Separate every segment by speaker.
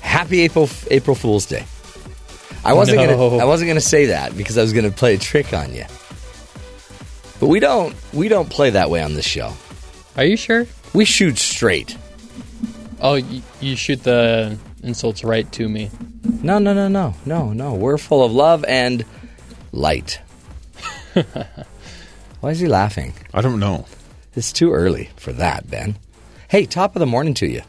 Speaker 1: happy April April Fool's Day. I wasn't
Speaker 2: No.
Speaker 1: gonna I wasn't gonna say that because I was gonna play a trick on you. But we don't we don't play that way on this show.
Speaker 2: Are you sure?
Speaker 1: We shoot straight.
Speaker 2: Oh, you, you shoot the insults right to me.
Speaker 1: No, no, no, no, no, no. We're full of love and light. Why is he laughing?
Speaker 3: I don't know.
Speaker 1: It's too early for that, Ben. Hey, top of the morning to you.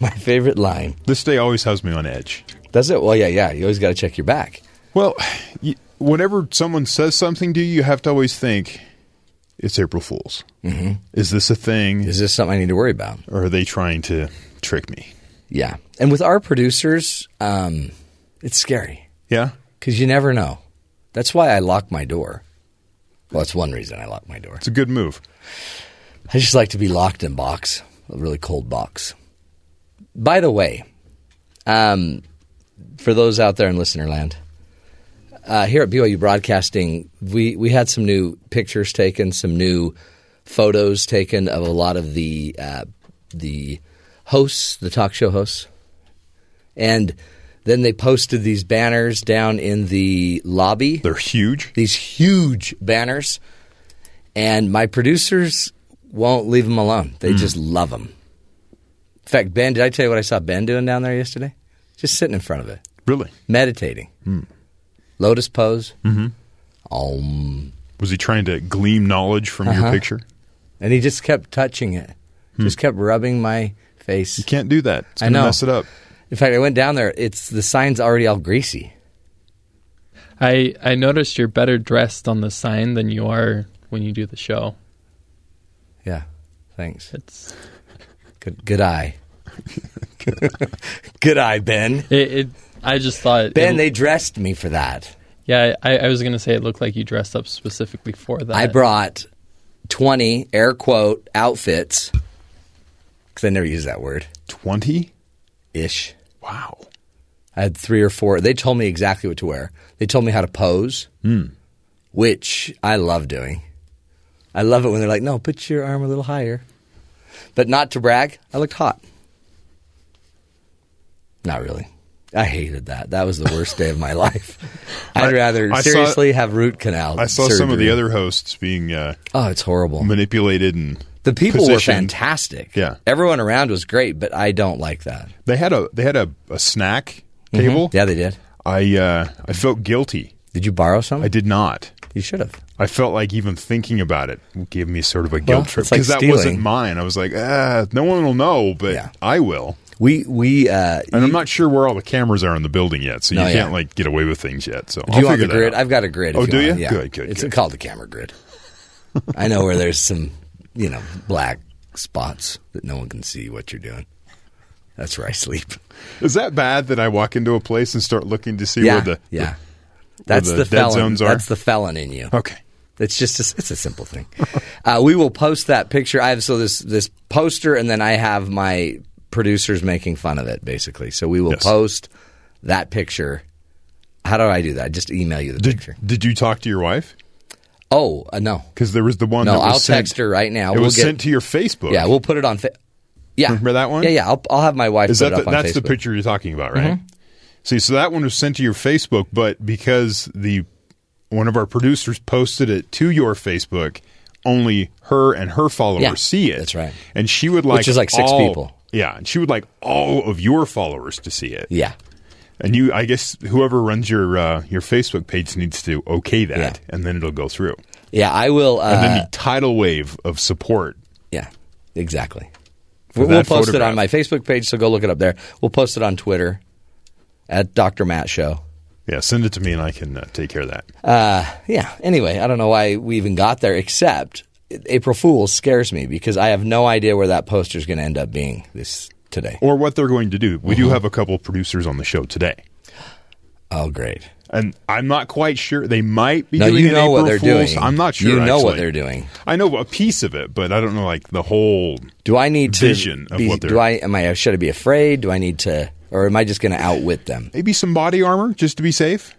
Speaker 1: My favorite line.
Speaker 3: This day always has me on edge.
Speaker 1: Does it? Well, yeah, yeah. You always got to check your back.
Speaker 3: Well, you, whenever someone says something to you, you have to always think it's April Fools. Mm-hmm. Is this a thing,
Speaker 1: Is this something I need to worry about?
Speaker 3: or are they trying to trick me?
Speaker 1: Yeah. And with our producers, um, it's scary
Speaker 3: Yeah,
Speaker 1: because you never know. That's why I lock my door. Well, that's one reason I lock my door.
Speaker 3: it's a good move.
Speaker 1: I just like to be locked in box, a really cold box. By the way, um, for those out there in listener land, uh, here at BYU Broadcasting, we, we had some new pictures taken, some new photos taken of a lot of the uh, the hosts, the talk show hosts, and then they posted these banners down in the lobby
Speaker 3: They're huge.
Speaker 1: these huge banners, and my producers won't leave them alone.
Speaker 3: Mm.
Speaker 1: They just love them. In fact, Ben, did I tell you what I saw Ben doing down there yesterday? Just sitting in front of it,
Speaker 3: Really? Mm.
Speaker 1: meditating, lotus pose. Mm-hmm. Om.
Speaker 3: Was he trying to glean knowledge from your picture?
Speaker 1: Uh-huh.
Speaker 3: Hmm.
Speaker 1: And he just kept touching it, just kept rubbing my face.
Speaker 3: You can't do that. It's
Speaker 1: I
Speaker 3: gonna
Speaker 1: know.
Speaker 3: mess it up.
Speaker 1: In fact, I went down there. It's the sign's already all greasy.
Speaker 2: I I noticed you're better dressed on the sign than you are when you do the show.
Speaker 1: Yeah, thanks.
Speaker 2: It's
Speaker 1: Good, good eye. good eye, Ben.
Speaker 2: it. it I just thought it-
Speaker 1: Ben, they dressed me for that.
Speaker 2: yeah. I, I was gonna say it looked like you dressed up specifically for that.
Speaker 1: I brought 20 air quote outfits because I never use that word
Speaker 3: Twenty.
Speaker 1: ish.
Speaker 3: Wow.
Speaker 1: I had three or four. They told me exactly what to wear. They told me how to pose,
Speaker 3: Hmm.
Speaker 1: which I love doing. I love it when they're like, no, put your arm a little higher. But not to brag, I looked hot. Not really. I hated that. That was the worst day of my life. I'd rather
Speaker 3: I saw-
Speaker 1: seriously have root canal.
Speaker 3: I saw some of the
Speaker 1: surgery.
Speaker 3: other hosts being uh,
Speaker 1: Oh, it's horrible.
Speaker 3: manipulated, and
Speaker 1: The people were
Speaker 3: positioned.
Speaker 1: fantastic.
Speaker 3: Yeah.
Speaker 1: Everyone around was great, but I don't like that. Mm-hmm.
Speaker 3: They had a they had a, a snack table.
Speaker 1: Yeah, they did.
Speaker 3: I uh, I felt guilty.
Speaker 1: Did you borrow some?
Speaker 3: I did not.
Speaker 1: You should have.
Speaker 3: I felt like even thinking about it gave me sort of a guilt
Speaker 1: Well,
Speaker 3: trip
Speaker 1: it's like
Speaker 3: because that wasn't
Speaker 1: stealing.
Speaker 3: mine. I was like, ah, no one will know, but
Speaker 1: Yeah.
Speaker 3: I will.
Speaker 1: We we uh
Speaker 3: And I'm not sure where all the cameras are in the building yet, so you
Speaker 1: No, yeah.
Speaker 3: can't like get away with things yet. So
Speaker 1: do
Speaker 3: I'll
Speaker 1: you want
Speaker 3: figure
Speaker 1: the
Speaker 3: that
Speaker 1: grid?
Speaker 3: out.
Speaker 1: I've got a grid.
Speaker 3: Oh,
Speaker 1: if
Speaker 3: do
Speaker 1: you?
Speaker 3: you?
Speaker 1: want. Yeah.
Speaker 3: Good, good,
Speaker 1: It's
Speaker 3: good.
Speaker 1: called the camera grid. I know where there's some, you know, black spots that no one can see what you're doing. That's where I sleep.
Speaker 3: Is that bad that I walk into a place and start looking to see
Speaker 1: yeah,
Speaker 3: where the
Speaker 1: yeah. That's
Speaker 3: the
Speaker 1: the
Speaker 3: dead
Speaker 1: felon.
Speaker 3: zones are?
Speaker 1: That's the felon in you.
Speaker 3: the- okay?
Speaker 1: It's just a, it's a simple thing. uh, we will post that picture. I have so this this poster, and then I have my producers making fun of it, basically. So we will
Speaker 3: Yes.
Speaker 1: post that picture. How do I do that? Just email you the
Speaker 3: Did,
Speaker 1: picture.
Speaker 3: did you talk to your wife?
Speaker 1: Oh uh, no,
Speaker 3: Because there was the one.
Speaker 1: no!
Speaker 3: that was
Speaker 1: I'll
Speaker 3: sent,
Speaker 1: text her right now.
Speaker 3: It
Speaker 1: we'll
Speaker 3: was
Speaker 1: get,
Speaker 3: sent to your Facebook.
Speaker 1: Yeah, we'll put it on. Fa- yeah,
Speaker 3: Remember that one?
Speaker 1: Yeah, yeah. I'll, I'll have my wife.
Speaker 3: Is
Speaker 1: put
Speaker 3: that
Speaker 1: it
Speaker 3: the,
Speaker 1: up on
Speaker 3: that's the
Speaker 1: Facebook. Mm-hmm.
Speaker 3: picture you're talking about, right? See, so that one was sent to your Facebook, but because the one of our producers posted it to your Facebook, only her and her followers
Speaker 1: Yeah,
Speaker 3: see it.
Speaker 1: that's right.
Speaker 3: And she would like
Speaker 1: is like six
Speaker 3: all-
Speaker 1: people.
Speaker 3: Yeah, and she would like all of your followers to see it.
Speaker 1: Yeah,
Speaker 3: And you, I guess, whoever runs your uh, your Facebook page needs to okay that,
Speaker 1: Yeah.
Speaker 3: and then it'll go through.
Speaker 1: yeah. I will. Uh,
Speaker 3: And then the tidal wave of support.
Speaker 1: Yeah, exactly.
Speaker 3: For
Speaker 1: We'll, we'll
Speaker 3: that
Speaker 1: post it
Speaker 3: photograph.
Speaker 1: on my Facebook page, so go look it up there. We'll post it on Twitter at Dr. Matt Show.
Speaker 3: Yeah, send it to me, and I can uh, take care of that.
Speaker 1: Uh, Yeah. Anyway, I don't know why we even got there, except April Fool's scares me because I have no idea where that poster's going to end up being this today.
Speaker 3: or what they're going to do. We do have a couple producers on the show today.
Speaker 1: Mm-hmm. Oh, great.
Speaker 3: And I'm not quite sure. They might be
Speaker 1: No,
Speaker 3: doing
Speaker 1: you
Speaker 3: an
Speaker 1: know what
Speaker 3: April
Speaker 1: they're
Speaker 3: Fool's.
Speaker 1: doing.
Speaker 3: I'm not sure.
Speaker 1: You know what
Speaker 3: actually.
Speaker 1: they're doing.
Speaker 3: I know a piece of it, but I don't know like the whole.
Speaker 1: Do I need to
Speaker 3: Vision of
Speaker 1: be,
Speaker 3: what they're-
Speaker 1: do I am I should I be afraid? Do I need to or am I just going to outwit them?
Speaker 3: Maybe some body armor just to be safe.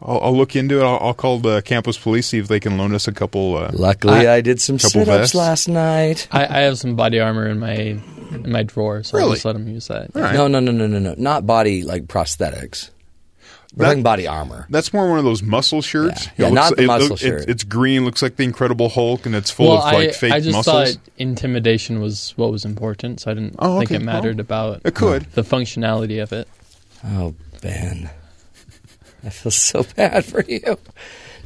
Speaker 3: I'll, I'll look into it. I'll, I'll call the campus police see if they can loan us a couple. Uh,
Speaker 1: Luckily, I, did some
Speaker 3: Couple
Speaker 1: sit-ups
Speaker 3: vests.
Speaker 1: last night.
Speaker 2: I, I have some body armor in my in my drawer, so
Speaker 3: Really?
Speaker 2: I just let him use that.
Speaker 3: all right.
Speaker 1: No, no, no, no, no, no. Not body like prosthetics. We're
Speaker 3: That-
Speaker 1: talking body armor.
Speaker 3: That's more one of those muscle shirts.
Speaker 1: Yeah,
Speaker 3: It
Speaker 1: not the
Speaker 3: it
Speaker 1: muscle
Speaker 3: look-
Speaker 1: shirt.
Speaker 3: It, it's green, looks like the Incredible Hulk, and it's full
Speaker 2: well,
Speaker 3: of like
Speaker 2: I,
Speaker 3: fake
Speaker 2: I just
Speaker 3: muscles.
Speaker 2: thought intimidation was what was important, so I didn't
Speaker 3: Oh,
Speaker 2: think
Speaker 3: okay.
Speaker 2: it mattered about
Speaker 3: It could.
Speaker 2: the functionality of it.
Speaker 1: Oh, Ben. I feel so bad for you.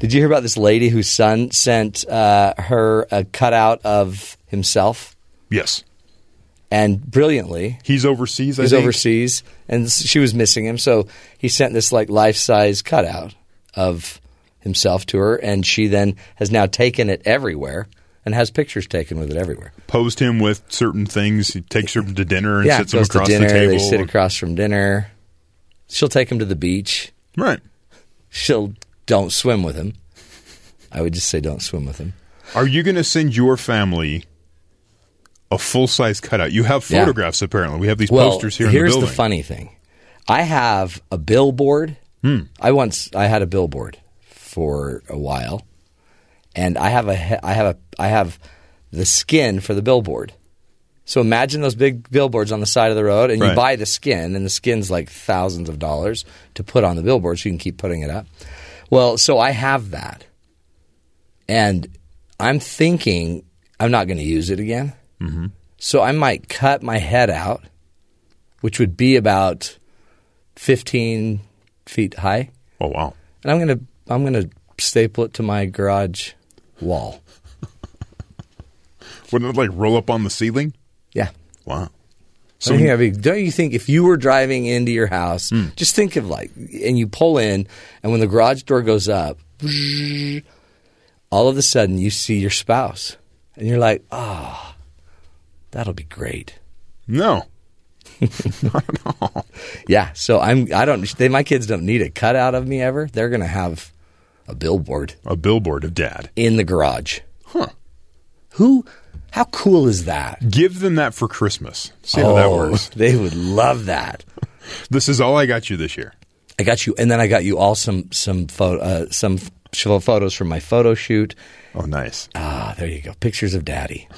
Speaker 1: Did you hear about this lady whose son sent uh, her a cutout of himself?
Speaker 3: Yes,
Speaker 1: And brilliantly,
Speaker 3: he's overseas. I
Speaker 1: he's
Speaker 3: think.
Speaker 1: overseas, and s- she was missing him. So he sent this like life size cutout of himself to her, and she then has now taken it everywhere and has pictures taken with it everywhere.
Speaker 3: Posed him with certain things. He takes her to dinner and
Speaker 1: yeah,
Speaker 3: sits him
Speaker 1: goes
Speaker 3: across
Speaker 1: to dinner.
Speaker 3: the table.
Speaker 1: They sit across from dinner. She'll take him to the beach.
Speaker 3: Right.
Speaker 1: she'll don't swim with him. I would just say don't swim with him.
Speaker 3: Are you going to send your family a full size cutout? You have
Speaker 1: Yeah.
Speaker 3: photographs, apparently. We have these
Speaker 1: Well,
Speaker 3: posters here in the
Speaker 1: here's
Speaker 3: building.
Speaker 1: funny thing. I have a billboard.
Speaker 3: Hmm.
Speaker 1: I once I had a billboard for a while, and I have a he- I have a I have the skin for the billboard. So imagine those big billboards on the side of the road, and you
Speaker 3: Right.
Speaker 1: buy the skin, and the skin's like thousands of dollars to put on the billboard, so you can keep putting it up. Well, so I have that, and I'm thinking I'm not going to use it again. So I might cut my head out, which would be about 15 feet high,
Speaker 3: Oh, wow.
Speaker 1: and I'm gonna I'm gonna staple it to my garage wall.
Speaker 3: Wouldn't it like roll up on the ceiling?
Speaker 1: Yeah.
Speaker 3: Wow.
Speaker 1: So I think that'd be- don't you think if you were driving into your house,
Speaker 3: Hmm.
Speaker 1: just think of like, and you pull in, and when the garage door goes up, Mm-hmm. all of a sudden you see your spouse, and you're like, ah, that'll be great.
Speaker 3: No.
Speaker 1: Yeah. So I'm. I don't. They, my kids don't need a cutout of me ever. They're gonna have a billboard
Speaker 3: A billboard of dad.
Speaker 1: in the garage.
Speaker 3: Huh.
Speaker 1: Who? How cool is that? Oh,
Speaker 3: Give them that for Christmas. See how that works.
Speaker 1: They would love that.
Speaker 3: This is all I got you this year.
Speaker 1: I got you, and then I got you all some some photo uh, some f- photos from my photo shoot.
Speaker 3: Oh, nice.
Speaker 1: Ah, there you go, pictures of Daddy.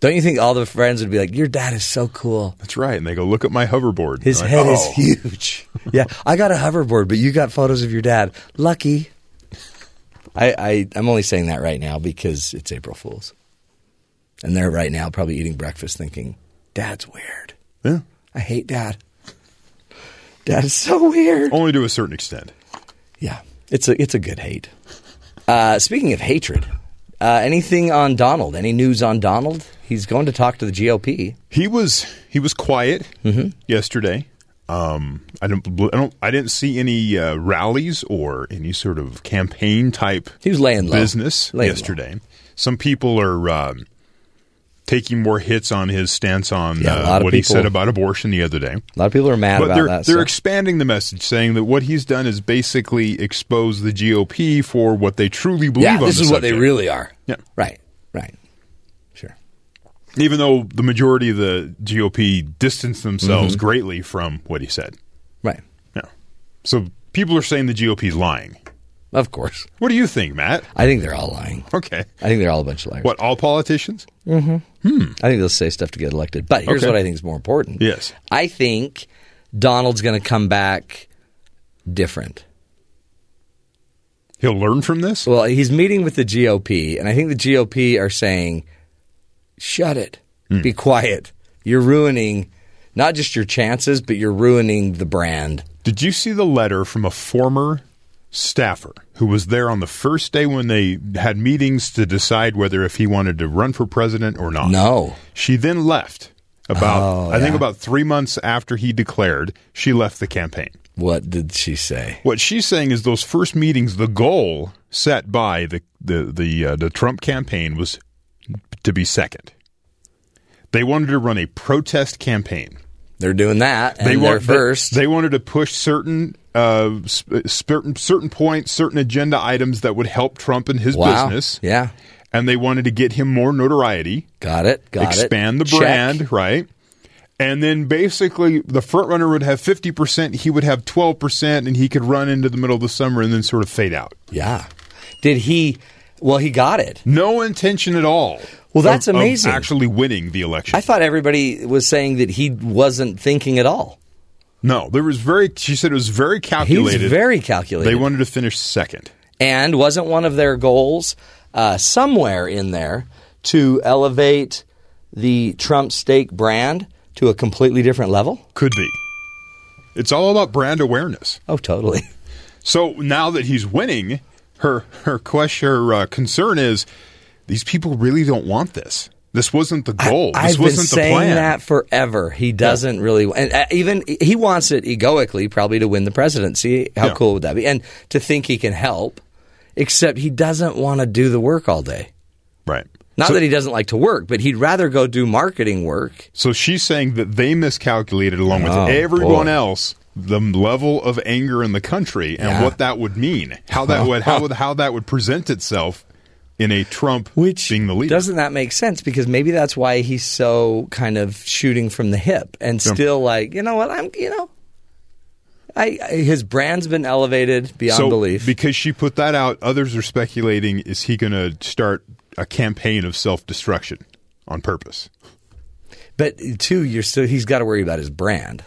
Speaker 1: Don't you think all the friends would be like, "Your dad is so cool.
Speaker 3: That's right. And they go, look at my hoverboard.
Speaker 1: His
Speaker 3: They're like,
Speaker 1: head is
Speaker 3: "Oh."
Speaker 1: huge." yeah, I got a hoverboard, but you got photos of your dad. Lucky. I, I I'm only saying that right now because it's April Fools, and they're right now probably eating breakfast, thinking, "Dad's weird.
Speaker 3: Yeah.
Speaker 1: I hate Dad. Dad is so weird."
Speaker 3: Only to a certain extent.
Speaker 1: Yeah, it's a it's a good hate. Uh, speaking of hatred, uh, anything on Donald? Any news on Donald? He's going to talk to the GOP.
Speaker 3: He was he was quiet
Speaker 1: Mm-hmm.
Speaker 3: yesterday. Um, I don't I don't I didn't see any uh, rallies or any sort of campaign type
Speaker 1: He was laying low.
Speaker 3: business
Speaker 1: Laying low.
Speaker 3: yesterday. Some people are um, taking more hits on his stance on
Speaker 1: Yeah, a lot
Speaker 3: uh,
Speaker 1: of
Speaker 3: what he
Speaker 1: people-
Speaker 3: said about abortion the other day.
Speaker 1: A lot of people are mad
Speaker 3: But
Speaker 1: about
Speaker 3: they're
Speaker 1: that.
Speaker 3: they're
Speaker 1: so-
Speaker 3: expanding the message, saying that what he's done is basically expose the GOP for what they truly believe.
Speaker 1: yeah,
Speaker 3: on
Speaker 1: this
Speaker 3: the
Speaker 1: is what they
Speaker 3: subject.
Speaker 1: really are.
Speaker 3: Yeah.
Speaker 1: Right. Right. Sure.
Speaker 3: even though the majority of the GOP distanced themselves greatly from what he said.
Speaker 1: Mm-hmm. Right.
Speaker 3: No. So people are saying the GOP's lying.
Speaker 1: Of course.
Speaker 3: What do you think, Matt?
Speaker 1: I think they're all lying.
Speaker 3: Okay.
Speaker 1: I think they're all a bunch of liars.
Speaker 3: What, all politicians?
Speaker 1: I think they'll say stuff to get elected. But here's
Speaker 3: Hmm. Okay.
Speaker 1: what I think is more important.
Speaker 3: Yes.
Speaker 1: I think Donald's going to come back different.
Speaker 3: He'll learn from this?
Speaker 1: Well, he's meeting with the GOP, and I think the GOP are saying, "Shut it,
Speaker 3: Hmm.
Speaker 1: be quiet. You're ruining not just your chances, but you're ruining the brand."
Speaker 3: Did you see the letter from a former staffer who was there on the first day when they had meetings to decide whether if he wanted to run for president or not?
Speaker 1: No,
Speaker 3: She then left about,
Speaker 1: Oh,
Speaker 3: I think
Speaker 1: yeah.
Speaker 3: about three months after he declared, she left the campaign.
Speaker 1: what did she say?
Speaker 3: What she's saying is those first meetings, the goal set by the the the, uh, the Trump campaign was to be second. They wanted to run a protest campaign.
Speaker 1: They're doing that. And
Speaker 3: they
Speaker 1: they
Speaker 3: wa-
Speaker 1: are first.
Speaker 3: They, they wanted to push certain uh, sp- certain certain points, certain agenda items that would help Trump and his
Speaker 1: wow.
Speaker 3: business.
Speaker 1: Yeah.
Speaker 3: And they wanted to get him more notoriety,
Speaker 1: Got it. Got it.
Speaker 3: expand the
Speaker 1: Check.
Speaker 3: brand, right? And then basically, the front runner would have fifty percent, he would have twelve percent, and he could run into the middle of the summer and then sort of fade out.
Speaker 1: Yeah. Did he? Well, he got it.
Speaker 3: No intention at all.
Speaker 1: Well, that's
Speaker 3: of- of
Speaker 1: amazing.
Speaker 3: actually, winning the election.
Speaker 1: I thought everybody was saying that he wasn't thinking at all.
Speaker 3: no, there was very. She said it was very
Speaker 1: He's
Speaker 3: calculated.
Speaker 1: very calculated.
Speaker 3: They wanted to finish second.
Speaker 1: and wasn't one of their goals uh, somewhere in there to elevate the Trump steak brand to a completely different level?
Speaker 3: Could be. It's all about brand awareness.
Speaker 1: Oh, totally.
Speaker 3: So now that he's winning, her her question, her uh, concern is, these people really don't want this. This wasn't the goal.
Speaker 1: I've
Speaker 3: this
Speaker 1: been
Speaker 3: wasn't
Speaker 1: saying
Speaker 3: the plan.
Speaker 1: that forever. He doesn't really, and uh, even he wants it egoically, probably to win the presidency. How
Speaker 3: Yeah.
Speaker 1: cool would that be? And to think he can help, except he doesn't want to do the work all day.
Speaker 3: Right.
Speaker 1: Not
Speaker 3: so,
Speaker 1: that he doesn't like to work, but he'd rather go do marketing work.
Speaker 3: so she's saying that they miscalculated along with
Speaker 1: Oh,
Speaker 3: everyone
Speaker 1: boy.
Speaker 3: else the level of anger in the country and
Speaker 1: Yeah.
Speaker 3: what that would mean. How that would how would how that would present itself in a Trump being the leader.
Speaker 1: doesn't that make sense? Because maybe that's why he's so kind of shooting from the hip and still like, you know what? I'm, you know, I, I his brand's been elevated beyond
Speaker 3: so
Speaker 1: belief.
Speaker 3: because she put that out, others are speculating is he going to start a campaign of self destruction on purpose?
Speaker 1: But two, you're still he's got to worry about his brand.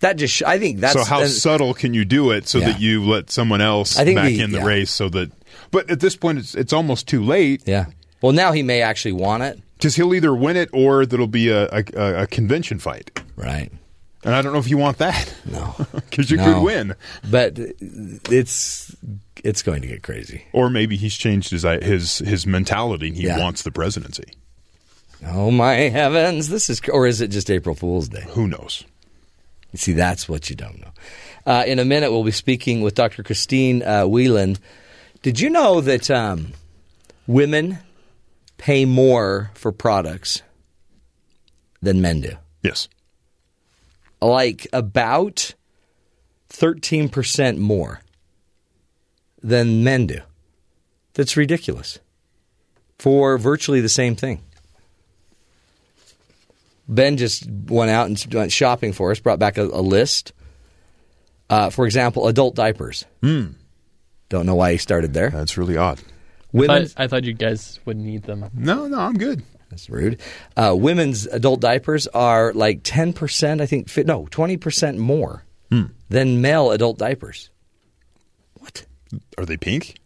Speaker 1: That just sh- I think that's
Speaker 3: so how
Speaker 1: and-
Speaker 3: subtle can you do it so
Speaker 1: Yeah.
Speaker 3: that you let someone else
Speaker 1: I think
Speaker 3: back
Speaker 1: we-
Speaker 3: in the
Speaker 1: yeah.
Speaker 3: race? So that, but at this point, it's it's almost too late
Speaker 1: yeah. Well, now he may actually want it.
Speaker 3: because he'll either win it or there'll be a, a- a a convention fight,
Speaker 1: Right.
Speaker 3: and I don't know if you want that
Speaker 1: No.
Speaker 3: because you
Speaker 1: No.
Speaker 3: could win,
Speaker 1: but it's it's going to get crazy.
Speaker 3: or maybe he's changed his uh, his his mentality and he
Speaker 1: Yeah.
Speaker 3: wants the presidency.
Speaker 1: Oh my heavens! This is or is it just April Fool's Day?
Speaker 3: Who knows?
Speaker 1: See, that's what you don't know. Uh, in a minute, we'll be speaking with Dr. Christine uh, Whelan. Did you know that um, women pay more for products than men do?
Speaker 3: Yes,
Speaker 1: Like about 13% more than men do. That's ridiculous for virtually the same thing. Ben just went out and went shopping for us, brought back a, a list. Uh, for example, adult diapers. Don't know why he started there.
Speaker 3: Hmm. that's really odd.
Speaker 2: I
Speaker 1: Women's,
Speaker 2: thought, I thought you guys would need them.
Speaker 3: No, no, I'm good.
Speaker 1: that's rude. Uh, women's adult diapers are like 10%, I think, fi- no, 20% more
Speaker 3: Hmm.
Speaker 1: than male adult diapers. What?
Speaker 3: Are they pink?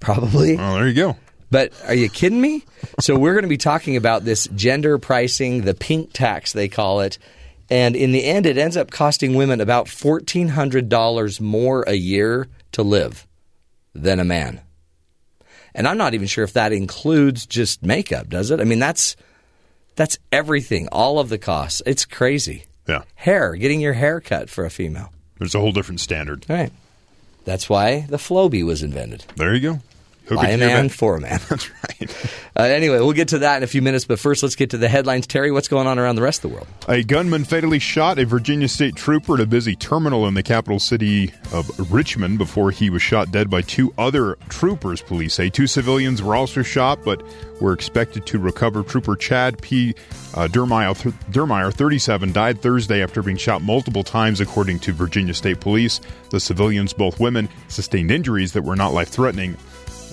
Speaker 1: Probably.
Speaker 3: Oh, there you go.
Speaker 1: But are you kidding me? So we're going to be talking about this gender pricing, the pink tax they call it, and in the end, it ends up costing women about fourteen hundred dollars more a year to live than a man. And I'm not even sure if that includes just makeup, does it? I mean, that's that's everything, all of the costs. It's crazy.
Speaker 3: Yeah,
Speaker 1: Hair, getting your hair cut for a female.
Speaker 3: there's a whole different standard.
Speaker 1: All right. That's why the Flowbee was invented.
Speaker 3: There you go. Hook
Speaker 1: By
Speaker 3: it
Speaker 1: a
Speaker 3: to your
Speaker 1: man
Speaker 3: back.
Speaker 1: for a man.
Speaker 3: That's right.
Speaker 1: Uh, anyway, we'll get to that in a few minutes, but first let's get to the headlines. Terry, what's going on around the rest of the world?
Speaker 3: A gunman fatally shot a Virginia state trooper at a busy terminal in the capital city of Richmond before he was shot dead by two other troopers, police say. Two civilians were also shot, but were expected to recover. Trooper Chad P. Uh, Dermeyer, th- Dermeyer, 37, died Thursday after being shot multiple times, according to Virginia state police. The civilians, both women, sustained injuries that were not life threatening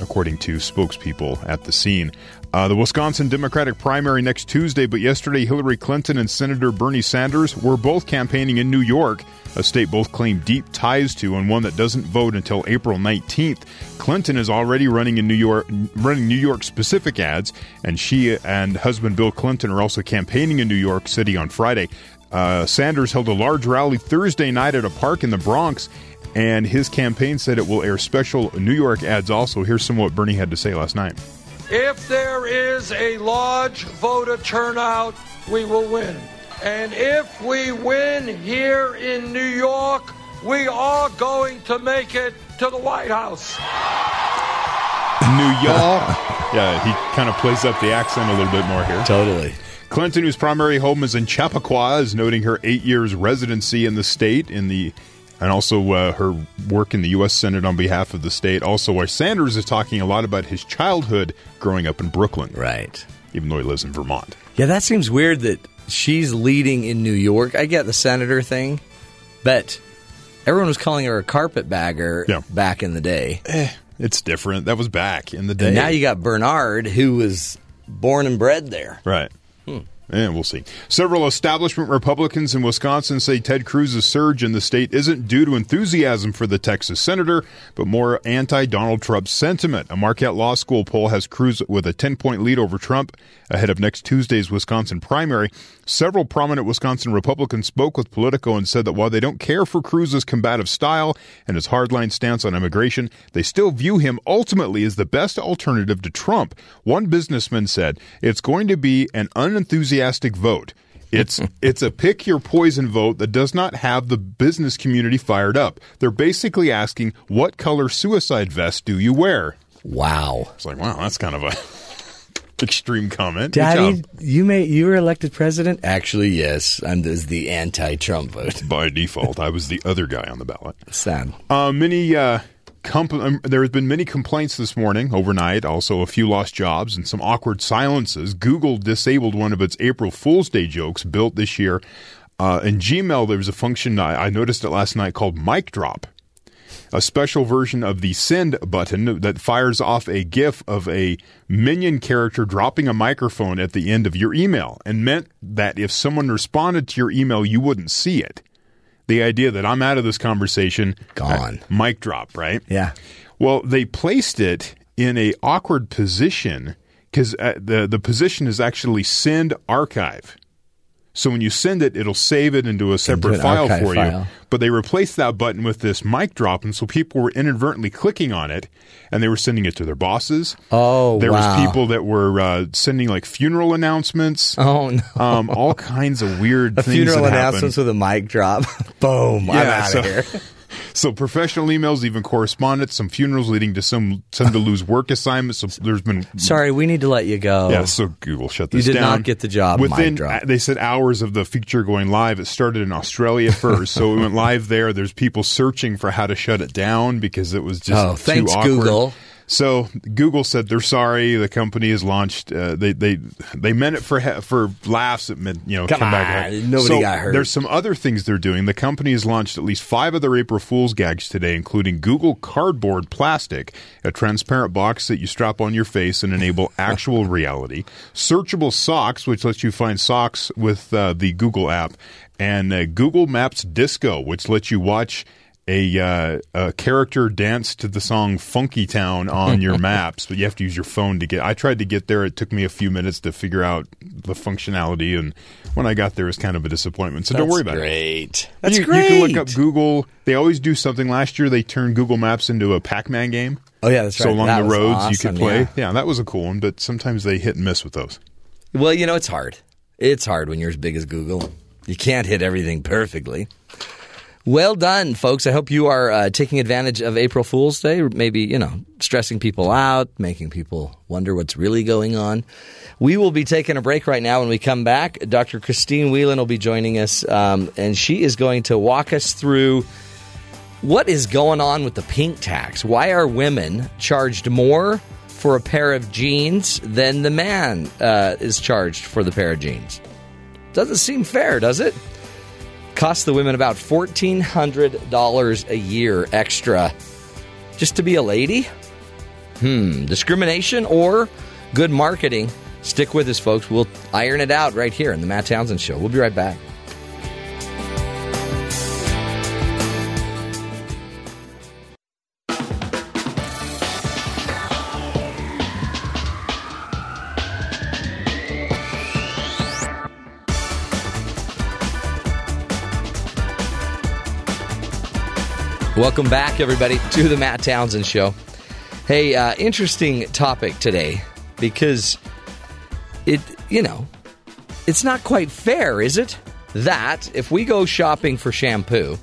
Speaker 3: according to spokespeople at the scene. Uh, the Wisconsin Democratic primary next Tuesday, but yesterday Hillary Clinton and Senator Bernie Sanders were both campaigning in New York, a state both claim deep ties to and one that doesn't vote until April 19th. Clinton is already running in New York, running New York specific ads, and she and husband Bill Clinton are also campaigning in New York City on Friday. Uh, Sanders held a large rally Thursday night at a park in the Bronx and his campaign said it will air special New York ads also. Here's some of what Bernie had to say last night.
Speaker 4: If there is a large voter turnout, we will win. And if we win here in New York, we are going to make it to the White House.
Speaker 3: New York. yeah, he kind of plays up the accent a little bit more here.
Speaker 1: Totally.
Speaker 3: Clinton, whose primary home is in Chappaqua, is noting her eight years residency in the state in the and also uh, her work in the U.S. Senate on behalf of the state. Also, why Sanders is talking a lot about his childhood growing up in Brooklyn,
Speaker 1: Right.
Speaker 3: even though he lives in Vermont.
Speaker 1: Yeah, that seems weird that she's leading in New York. I get the senator thing, but everyone was calling her a carpetbagger
Speaker 3: Yeah. Eh,
Speaker 1: back in the day.
Speaker 3: It's different. That was back in the day.
Speaker 1: And now you got Bernard, who was born and bred there. Hmm.
Speaker 3: Right. And we'll see. Several establishment Republicans in Wisconsin say Ted Cruz's surge in the state isn't due to enthusiasm for the Texas senator, but more anti Donald Trump sentiment. A Marquette Law School poll has Cruz with a 10 point lead over Trump ahead of next Tuesday's Wisconsin primary. Several prominent Wisconsin Republicans spoke with Politico and said that while they don't care for Cruz's combative style and his hardline stance on immigration, they still view him ultimately as the best alternative to Trump. One businessman said, "It's going to be an unenthusiastic vote. It's it's a pick your poison vote that does not have the business community fired up. They're basically asking, what color suicide vest do you wear?"
Speaker 1: Wow.
Speaker 3: It's like, wow, that's kind of a extreme comment. Good
Speaker 1: Daddy,
Speaker 3: job.
Speaker 1: you may you were elected president? Actually, yes. I'm the, the anti Trump vote.
Speaker 3: by default, I was the other guy on the ballot.
Speaker 1: Sad.
Speaker 3: Uh, many uh, compl- um, there has been many complaints this morning, overnight. Also, a few lost jobs and some awkward silences. Google disabled one of its April Fool's Day jokes built this year. Uh, in Gmail, there was a function I, I noticed it last night called Mic Drop, a special version of the send button that fires off a GIF of a minion character dropping a microphone at the end of your email, and meant that if someone responded to your email, you wouldn't see it. The idea that I'm out of this conversation,
Speaker 1: Gone.
Speaker 3: mic drop, right?
Speaker 1: Yeah.
Speaker 3: Well, they placed it in a awkward position because uh, the the position is actually send archive. So when you send it, it'll save it into a separate
Speaker 1: an
Speaker 3: file
Speaker 1: archive
Speaker 3: for you.
Speaker 1: file.
Speaker 3: But they replaced that button with this mic drop, and so people were inadvertently clicking on it, and they were sending it to their bosses.
Speaker 1: Oh,
Speaker 3: there
Speaker 1: wow.
Speaker 3: was people that were uh, sending like funeral announcements,
Speaker 1: Oh no.
Speaker 3: um, all kinds of weird
Speaker 1: A
Speaker 3: things.
Speaker 1: funeral
Speaker 3: that happened.
Speaker 1: announcements with a mic drop. Boom. I'm
Speaker 3: Yeah,
Speaker 1: out of
Speaker 3: so-
Speaker 1: here.
Speaker 3: So professional emails, even correspondence, some funerals leading to some some to lose work assignments. So there's been
Speaker 1: Sorry, we need to let you go.
Speaker 3: yeah. So Google shut
Speaker 1: You
Speaker 3: this down.
Speaker 1: did not get the job, mic
Speaker 3: Within uh,
Speaker 1: drop.
Speaker 3: they said hours of the feature going live. It started in Australia first, so it went live there. There's people searching for how to shut it down because it was just
Speaker 1: Oh,
Speaker 3: too
Speaker 1: thanks,
Speaker 3: awkward.
Speaker 1: Google.
Speaker 3: So Google said they're sorry. The company has launched. Uh, they they they meant it for he- for laughs. It meant you know
Speaker 1: Come
Speaker 3: come back.
Speaker 1: on,
Speaker 3: at it.
Speaker 1: nobody
Speaker 3: So
Speaker 1: got hurt.
Speaker 3: There's some other things they're doing. The company has launched at least five other April Fool's gags today, including Google Cardboard Plastic, a transparent box that you strap on your face and enable actual reality. Searchable Socks, which lets you find socks with uh, the Google app, and uh, Google Maps Disco, which lets you watch a, uh, a character dance to the song Funky Town on your maps, but you have to use your phone to get. I tried to get there. It took me a few minutes to figure out the functionality, and when I got there, it was kind of a disappointment. So don't worry about it.
Speaker 1: Great. That's
Speaker 3: you,
Speaker 1: great.
Speaker 3: You can look up Google. They always do something. Last year, they turned Google Maps into a Pac Man game.
Speaker 1: Oh, yeah, that's
Speaker 3: so
Speaker 1: right.
Speaker 3: along
Speaker 1: That
Speaker 3: the
Speaker 1: was
Speaker 3: roads you
Speaker 1: awesome,
Speaker 3: could play.
Speaker 1: yeah.
Speaker 3: that was a cool one, but sometimes they hit and miss with those.
Speaker 1: Well, you know, it's hard. It's hard when you're as big as Google. You can't hit everything perfectly. Well done, folks. I hope you are uh, taking advantage of April Fool's Day, or maybe, you know, stressing people out, making people wonder what's really going on. We will be taking a break right now. When we come back, Dr. Christine Whelan will be joining us, um, and she is going to walk us through what is going on with the pink tax? Why are women charged more for a pair of jeans than the man uh, is charged for the pair of jeans? Doesn't seem fair, does it? Costs the women about $1,400 a year extra just to be a lady? Hmm, discrimination or good marketing? Stick with us, folks. We'll iron it out right here in the Matt Townsend Show. We'll be right back. Welcome back, everybody, to the Matt Townsend Show. Hey, uh, interesting topic today because it, you know, it's not quite fair, is it? That if we go shopping for shampoo,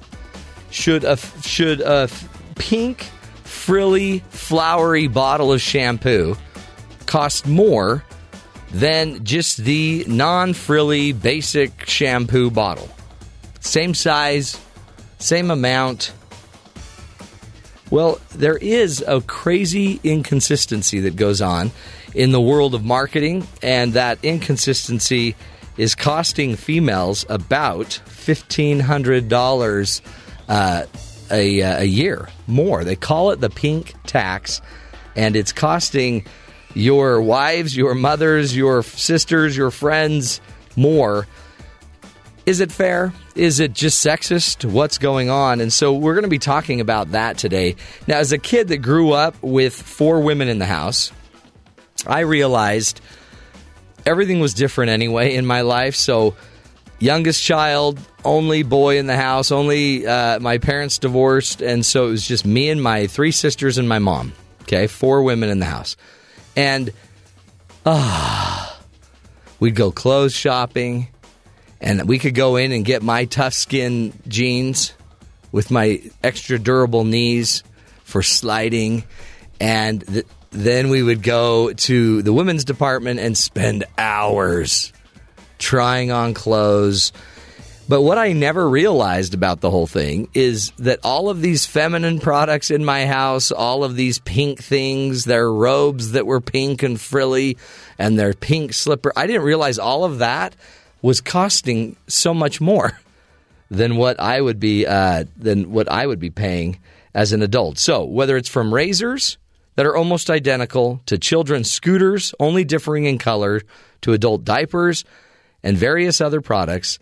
Speaker 1: should a should a pink, frilly, flowery bottle of shampoo cost more than just the non frilly basic shampoo bottle. Same size, same amount. Well, there is a crazy inconsistency that goes on in the world of marketing, and that inconsistency is costing females about $1,500 uh, a, a year more. They call it the pink tax, and it's costing your wives, your mothers, your sisters, your friends more is it fair? Is it just sexist? What's going on? And so we're going to be talking about that today. Now, as a kid that grew up with four women in the house, I realized everything was different anyway in my life. So, youngest child, only boy in the house, only uh, my parents divorced. And so it was just me and my three sisters and my mom. Okay, four women in the house. And ah, we'd go clothes shopping and we could go in and get my tough skin jeans with my extra durable knees for sliding and th- then we would go to the women's department and spend hours trying on clothes but what I never realized about the whole thing is that all of these feminine products in my house, all of these pink things, their robes that were pink and frilly, and their pink slipper, I didn't realize all of that was costing so much more than what I would be uh, than what I would be paying as an adult. So whether it's from razors that are almost identical to children's scooters, only differing in color, to adult diapers and various other products,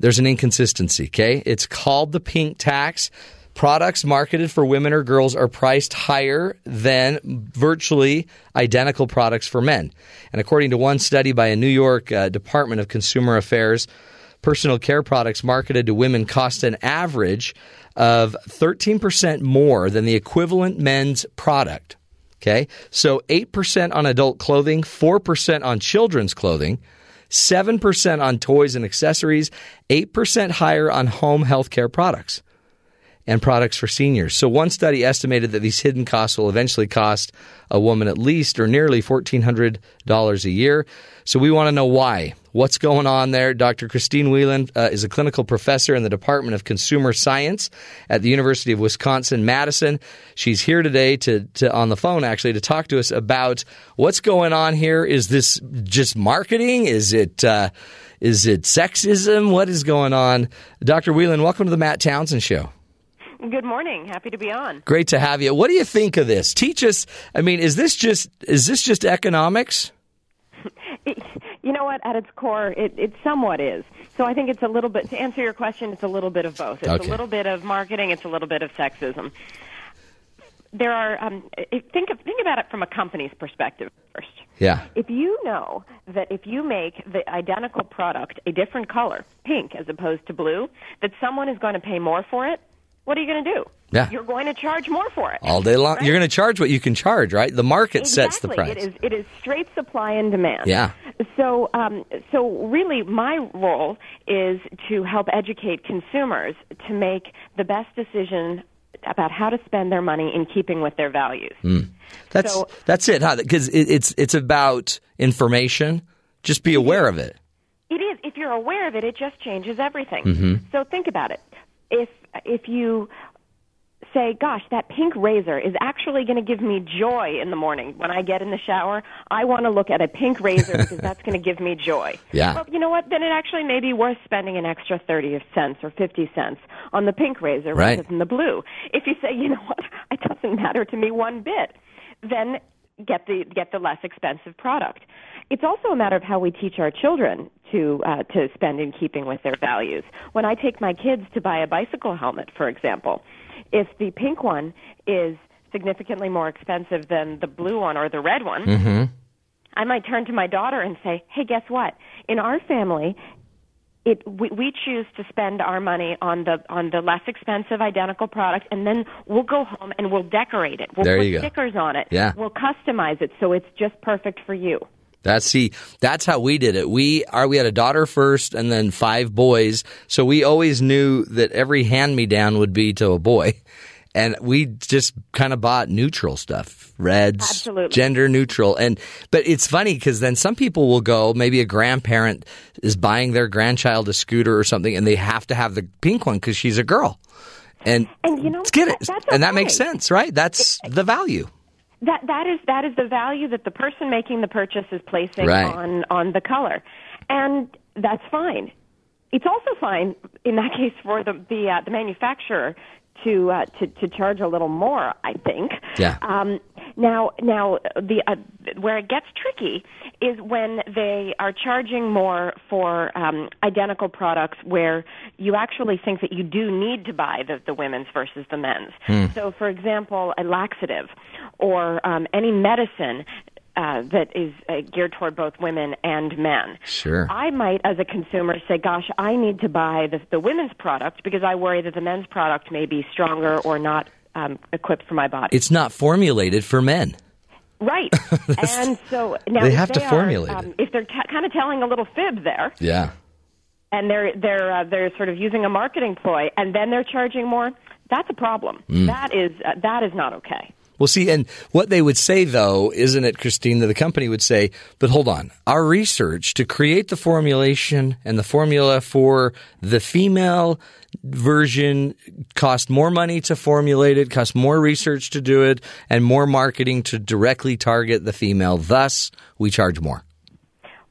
Speaker 1: there's an inconsistency. Okay, it's called the pink tax. Products marketed for women or girls are priced higher than virtually identical products for men. And according to one study by a New York uh, Department of Consumer Affairs, personal care products marketed to women cost an average of 13% more than the equivalent men's product. Okay? So 8% on adult clothing, 4% on children's clothing, 7% on toys and accessories, 8% higher on home healthcare products and products for seniors. So, one study estimated that these hidden costs will eventually cost a woman at least or nearly $1,400 a year. So, we want to know why. What's going on there? Dr. Christine Whelan uh, is a clinical professor in the Department of Consumer Science at the University of Wisconsin Madison. She's here today to, to on the phone actually to talk to us about what's going on here. Is this just marketing? Is it uh, is it sexism? What is going on? Dr. Whelan, welcome to the Matt Townsend Show.
Speaker 5: Good morning. Happy to be on.
Speaker 1: Great to have you. What do you think of this? Teach us. I mean, is this just is this just economics?
Speaker 5: It- you know what? At its core, it, it somewhat is. So I think it's a little bit, to answer your question, it's a little bit of both. It's
Speaker 1: Okay.
Speaker 5: a little bit of marketing, it's a little bit of sexism. There are, um, i- think, of, think about it from a company's perspective first.
Speaker 1: Yeah.
Speaker 5: If you know that if you make the identical product a different color, pink as opposed to blue, that someone is going to pay more for it, what are you going to do?
Speaker 1: Yeah.
Speaker 5: You're going to charge more for it.
Speaker 1: All day long.
Speaker 5: Right?
Speaker 1: You're going to charge what you can charge, right? The market sets the price.
Speaker 5: Exactly. It is, it is straight supply and demand.
Speaker 1: Yeah.
Speaker 5: So, um, so really, my role is to help educate consumers to make the best decision about how to spend their money in keeping with their values.
Speaker 1: Hmm. That's
Speaker 5: so-
Speaker 1: that's it, huh? Because it, it's it's about information. Just be aware of it.
Speaker 5: It is. If you're aware of it, it just changes everything.
Speaker 1: Mm-hmm.
Speaker 5: So think about it. If if you say, "Gosh, that pink razor is actually going to give me joy in the morning when I get in the shower. I want to look at a pink razor because that's going to give me joy."
Speaker 1: Yeah.
Speaker 5: Well, you know what? Then it actually may be worth spending an extra thirty cents or fifty cents on the pink razor
Speaker 1: Right.
Speaker 5: rather than the blue. If you say, "You know what? It doesn't matter to me one bit," then get the get the less expensive product. It's also a matter of how we teach our children to uh, to spend in keeping with their values. When I take my kids to buy a bicycle helmet, for example, if the pink one is significantly more expensive than the blue one or the red one,
Speaker 1: Hmm. Mm-hmm.
Speaker 5: I might turn to my daughter and say, "Hey, guess what? In our family, it we, we choose to spend our money on the on the less expensive identical product, and then we'll go home and we'll decorate it. We'll
Speaker 1: There
Speaker 5: put
Speaker 1: you go.
Speaker 5: stickers on it.
Speaker 1: Yeah.
Speaker 5: We'll customize it so it's just perfect for you."
Speaker 1: That's see, that's how we did it. We are we had a daughter first and then five boys, so we always knew that every hand me down would be to a boy. and we just kind of bought neutral stuff, reds,
Speaker 5: Absolutely.
Speaker 1: gender neutral, and but it's funny because then some people will go. Maybe a grandparent is buying their grandchild a scooter or something, and they have to have the pink one because she's a girl, and
Speaker 5: And you know,
Speaker 1: get it,
Speaker 5: that- that's
Speaker 1: and that
Speaker 5: okay.
Speaker 1: makes sense, right? That's the value.
Speaker 5: that that is that is the value that the person making the purchase is placing
Speaker 1: Right.
Speaker 5: on on the color, and that's fine. It's also fine in that case for the the, uh, the manufacturer to, uh, to to charge a little more. I think.
Speaker 1: Yeah.
Speaker 5: Um, now now the uh, where it gets tricky is when they are charging more for um, identical products where you actually think that you do need to buy the, the women's versus the men's.
Speaker 1: Hmm.
Speaker 5: So, for example, a laxative or um, any medicine uh, that is uh, geared toward both women and men.
Speaker 1: Sure.
Speaker 5: I might, as a consumer, say, gosh, I need to buy the, the women's product because I worry that the men's product may be stronger or not um, equipped for my body.
Speaker 1: It's not formulated for men.
Speaker 5: Right. and so now
Speaker 1: They
Speaker 5: if
Speaker 1: have to
Speaker 5: are,
Speaker 1: formulate it.
Speaker 5: um, If they're ca kind of telling a little fib there,
Speaker 1: Yeah.
Speaker 5: and they're they're uh, they're sort of using a marketing ploy, and then they're charging more, that's a problem.
Speaker 1: Hmm.
Speaker 5: That is uh, that is not okay.
Speaker 1: Well, see, and what they would say, though, isn't it, Christine, that the company would say, but hold on, our research to create the formulation and the formula for the female version cost more money to formulate it, cost more research to do it, and more marketing to directly target the female. Thus, we charge more.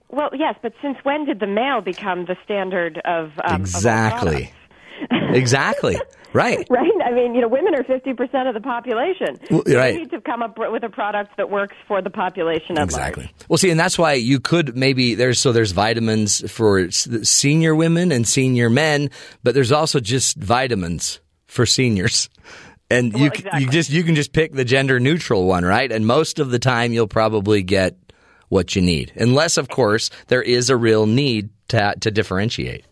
Speaker 5: Well, yes, but since when did the male become the standard of um, of all
Speaker 1: exactly.
Speaker 5: products?
Speaker 1: exactly. Right.
Speaker 5: Right, I mean, you know, women are fifty percent of the population.
Speaker 1: Well,
Speaker 5: They
Speaker 1: right.
Speaker 5: need to come up with a product that works for the population at
Speaker 1: Exactly.
Speaker 5: large.
Speaker 1: Well, see, and that's why you could maybe there's so there's vitamins for s- senior women and senior men, but there's also just vitamins for seniors. And you
Speaker 5: Well,
Speaker 1: c-
Speaker 5: exactly.
Speaker 1: you just you can just pick the gender neutral one, right? And most of the time you'll probably get what you need. Unless of course there is a real need to to differentiate.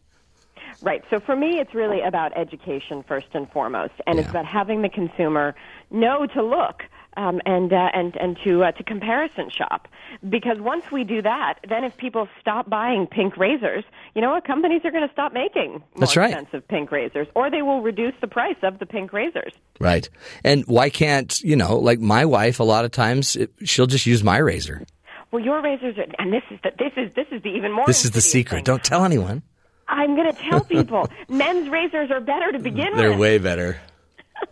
Speaker 5: Right. So for me, it's really about education first and foremost, and it's about having the consumer know to look um, and uh, and and to uh, to comparison shop. Because once we do that, then if people stop buying pink razors, you know what? Companies are going to stop making more
Speaker 1: That's right.
Speaker 5: expensive pink razors, or they will reduce the price of the pink razors.
Speaker 1: Right. And why can't, you know, like my wife a lot of times it, she'll just use my razor.
Speaker 5: Well, your razors are, and this is the, this is this is the even more.
Speaker 1: This is the
Speaker 5: insidious
Speaker 1: secret.
Speaker 5: thing.
Speaker 1: Don't tell anyone.
Speaker 5: I'm going to tell people men's razors are better to begin
Speaker 1: They're
Speaker 5: with.
Speaker 1: way better.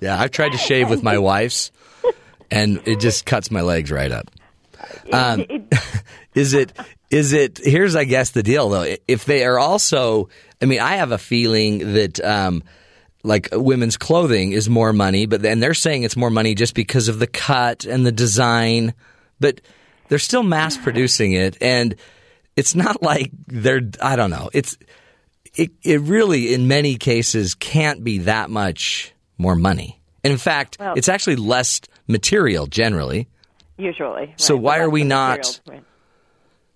Speaker 1: Yeah, I've tried to shave with my wife's, and it just cuts my legs right up. Um, is it? Is it? Here's, I guess, the deal though. If they are also, I mean, I have a feeling that. Um, like women's clothing is more money, but then they're saying it's more money just because of the cut and the design, but they're still mass producing it, and it's not like they're. I don't know. It's it, it really, in many cases, can't be that much more money. And in fact, it's actually less material generally.
Speaker 5: Usually. right.
Speaker 1: So why
Speaker 5: But
Speaker 1: are
Speaker 5: that's
Speaker 1: we
Speaker 5: the
Speaker 1: not-
Speaker 5: material, right.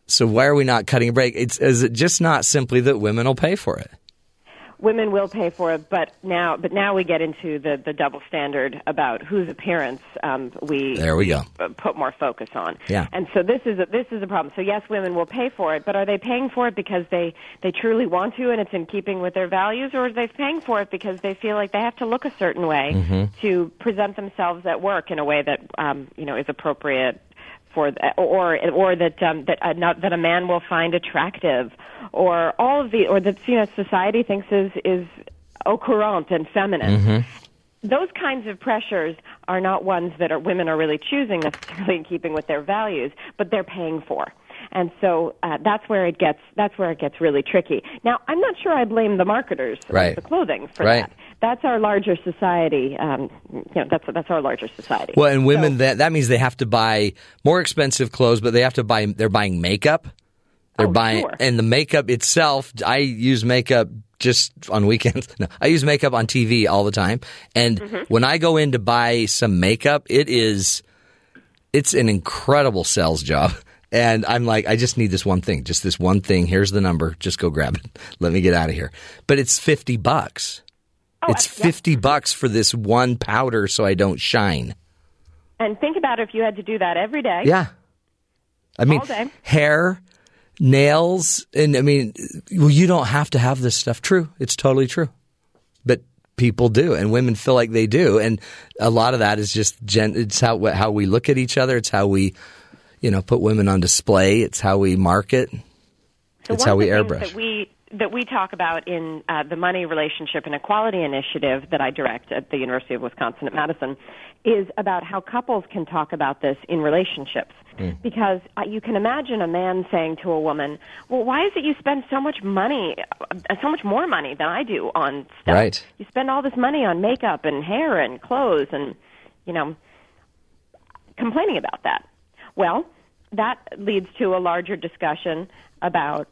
Speaker 1: So why are we not cutting a break? It's is it just not simply that women will pay for it?
Speaker 5: women will pay for it, but now, but now we get into the, the double standard about whose appearance um, we
Speaker 1: There we go.
Speaker 5: uh, put more focus on.
Speaker 1: Yeah.
Speaker 5: And so this is a, this is a problem. So yes, women will pay for it, but are they paying for it because they they truly want to and it's in keeping with their values, or are they paying for it because they feel like they have to look a certain way to present themselves at work in a way that um, you know is appropriate for the, or or that um, that uh, not, that a man will find attractive, or all of the or that you know society thinks is is au courant and feminine
Speaker 1: Mm-hmm.
Speaker 5: those kinds of pressures are not ones that are, women are really choosing necessarily in keeping with their values, but they're paying for. And so uh, that's where it gets that's where it gets really tricky. Now I'm not sure I blame the marketers of
Speaker 1: Right.
Speaker 5: the clothing for
Speaker 1: Right.
Speaker 5: that. That's our larger society. Um, you know, that's that's our larger society.
Speaker 1: Well, and women that that means they have to buy more expensive clothes, but they have to buy they're buying makeup. They're
Speaker 5: Oh,
Speaker 1: buying
Speaker 5: sure.
Speaker 1: and the makeup itself. I use makeup just on weekends. No, I use makeup on TV all the time. And
Speaker 5: Mm-hmm.
Speaker 1: when I go in to buy some makeup, it is it's an incredible sales job. And I'm like, I just need this one thing, just this one thing. Here's the number. Just go grab it. Let me get out of here. But it's fifty bucks.
Speaker 5: Oh,
Speaker 1: it's fifty bucks for this one powder, so I don't shine.
Speaker 5: and think about if you had to do that every day.
Speaker 1: Yeah. I mean,
Speaker 5: All day.
Speaker 1: hair, nails, and I mean, well, you don't have to have this stuff. True. It's totally true. But people do, and women feel like they do, and a lot of that is just gen- it's how how we look at each other, it's how we, you know, put women on display, it's how we market,
Speaker 5: So
Speaker 1: it's
Speaker 5: one
Speaker 1: how
Speaker 5: of
Speaker 1: we
Speaker 5: the things
Speaker 1: airbrush.
Speaker 5: That we that we talk about in uh, the Money Relationship and Equality Initiative that I direct at the University of Wisconsin at Madison is about how couples can talk about this in relationships. Because uh, you can imagine a man saying to a woman, "Well, why is it you spend so much money, uh, so much more money than I do on stuff?
Speaker 1: Right.
Speaker 5: You spend all this money on makeup and hair and clothes and, you know, complaining about that? Well, that leads to a larger discussion about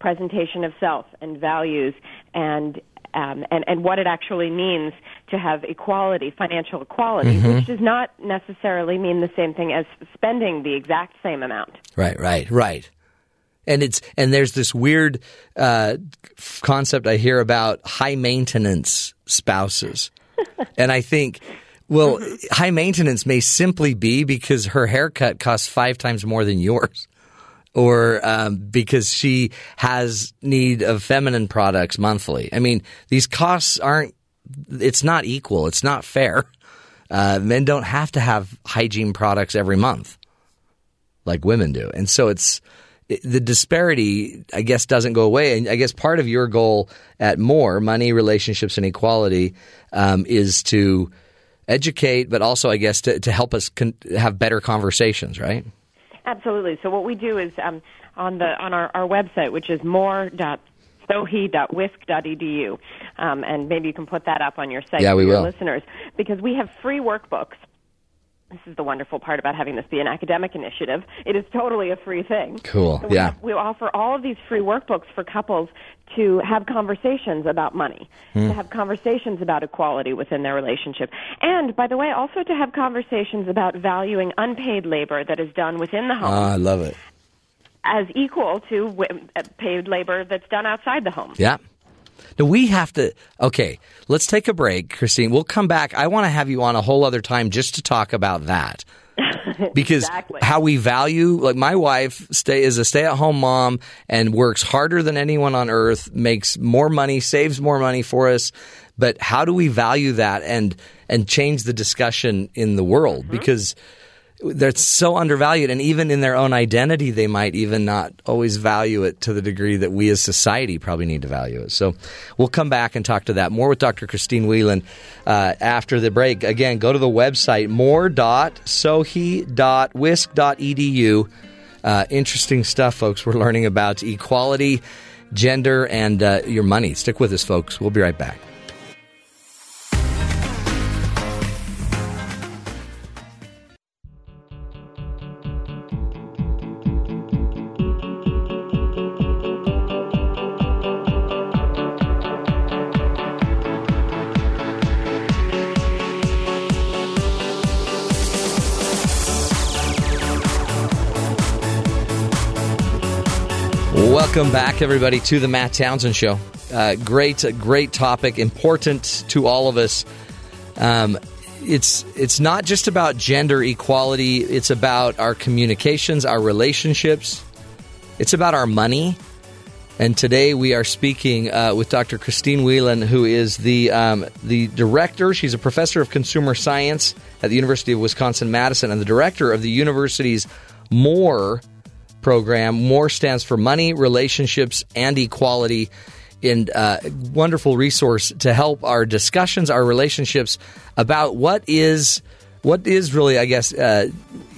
Speaker 5: presentation of self and values and um, and, and what it actually means to have equality, financial equality, which does not necessarily mean the same thing as spending the exact same amount.
Speaker 1: Right, right, right. And it's and there's this weird uh, f- concept I hear about high maintenance spouses, and I think, well, high maintenance may simply be because her haircut costs five times more than yours, or um, because she has need of feminine products monthly. I mean, these costs aren't. It's not equal. It's not fair. Uh, men don't have to have hygiene products every month like women do. And so it's it- the disparity, I guess, doesn't go away. And I guess part of your goal at more money, relationships, and equality um, is to educate, but also, I guess, to, to help us con- have better conversations, right?
Speaker 5: Absolutely. So what we do is um, on the on our, our website, which is more.sohi.wisc.edu, E um, and maybe you can put that up on your site
Speaker 1: Yeah,
Speaker 5: for
Speaker 1: we
Speaker 5: your
Speaker 1: will.
Speaker 5: listeners, because we have free workbooks. This is the wonderful part about having this be an academic initiative. It is totally a free thing.
Speaker 1: Cool.
Speaker 5: So we-
Speaker 1: Yeah.
Speaker 5: We offer all of these free workbooks for couples to have conversations about money, to have conversations about equality within their relationship. And by the way, also to have conversations about valuing unpaid labor that is done within the home
Speaker 1: Ah, I love it.
Speaker 5: as equal to wi- uh, paid labor that's done outside the home.
Speaker 1: Yeah. Now we have to. Okay, let's take a break, Christine. We'll come back. I want to have you on a whole other time just to talk about that. Because
Speaker 5: Exactly.
Speaker 1: how we value, like my wife, stay is a stay-at-home mom and works harder than anyone on earth, makes more money, saves more money for us. But how do we value that and and change the discussion in the world? Because they're so undervalued, and even in their own identity, they might even not always value it to the degree that we as society probably need to value it. So, we'll come back and talk to that more with Dr. Christine Whelan uh, after the break. Again, go to the website more.sohi.wisc.edu. e Uh, interesting stuff, folks. We're learning about equality, gender, and uh, your money. Stick with us, folks. We'll be right back. Welcome back, everybody, to the Matt Townsend Show. Uh, great, great topic, important to all of us. Um, it's it's not just about gender equality. It's about our communications, our relationships. It's about our money. And today we are speaking uh, with Dr. Christine Whelan, who is the um, the director. She's a professor of consumer science at the University of Wisconsin Madison and the director of the university's More program. More stands for money, relationships, and equality. And uh, wonderful resource to help our discussions, our relationships about what is what is really, I guess, uh,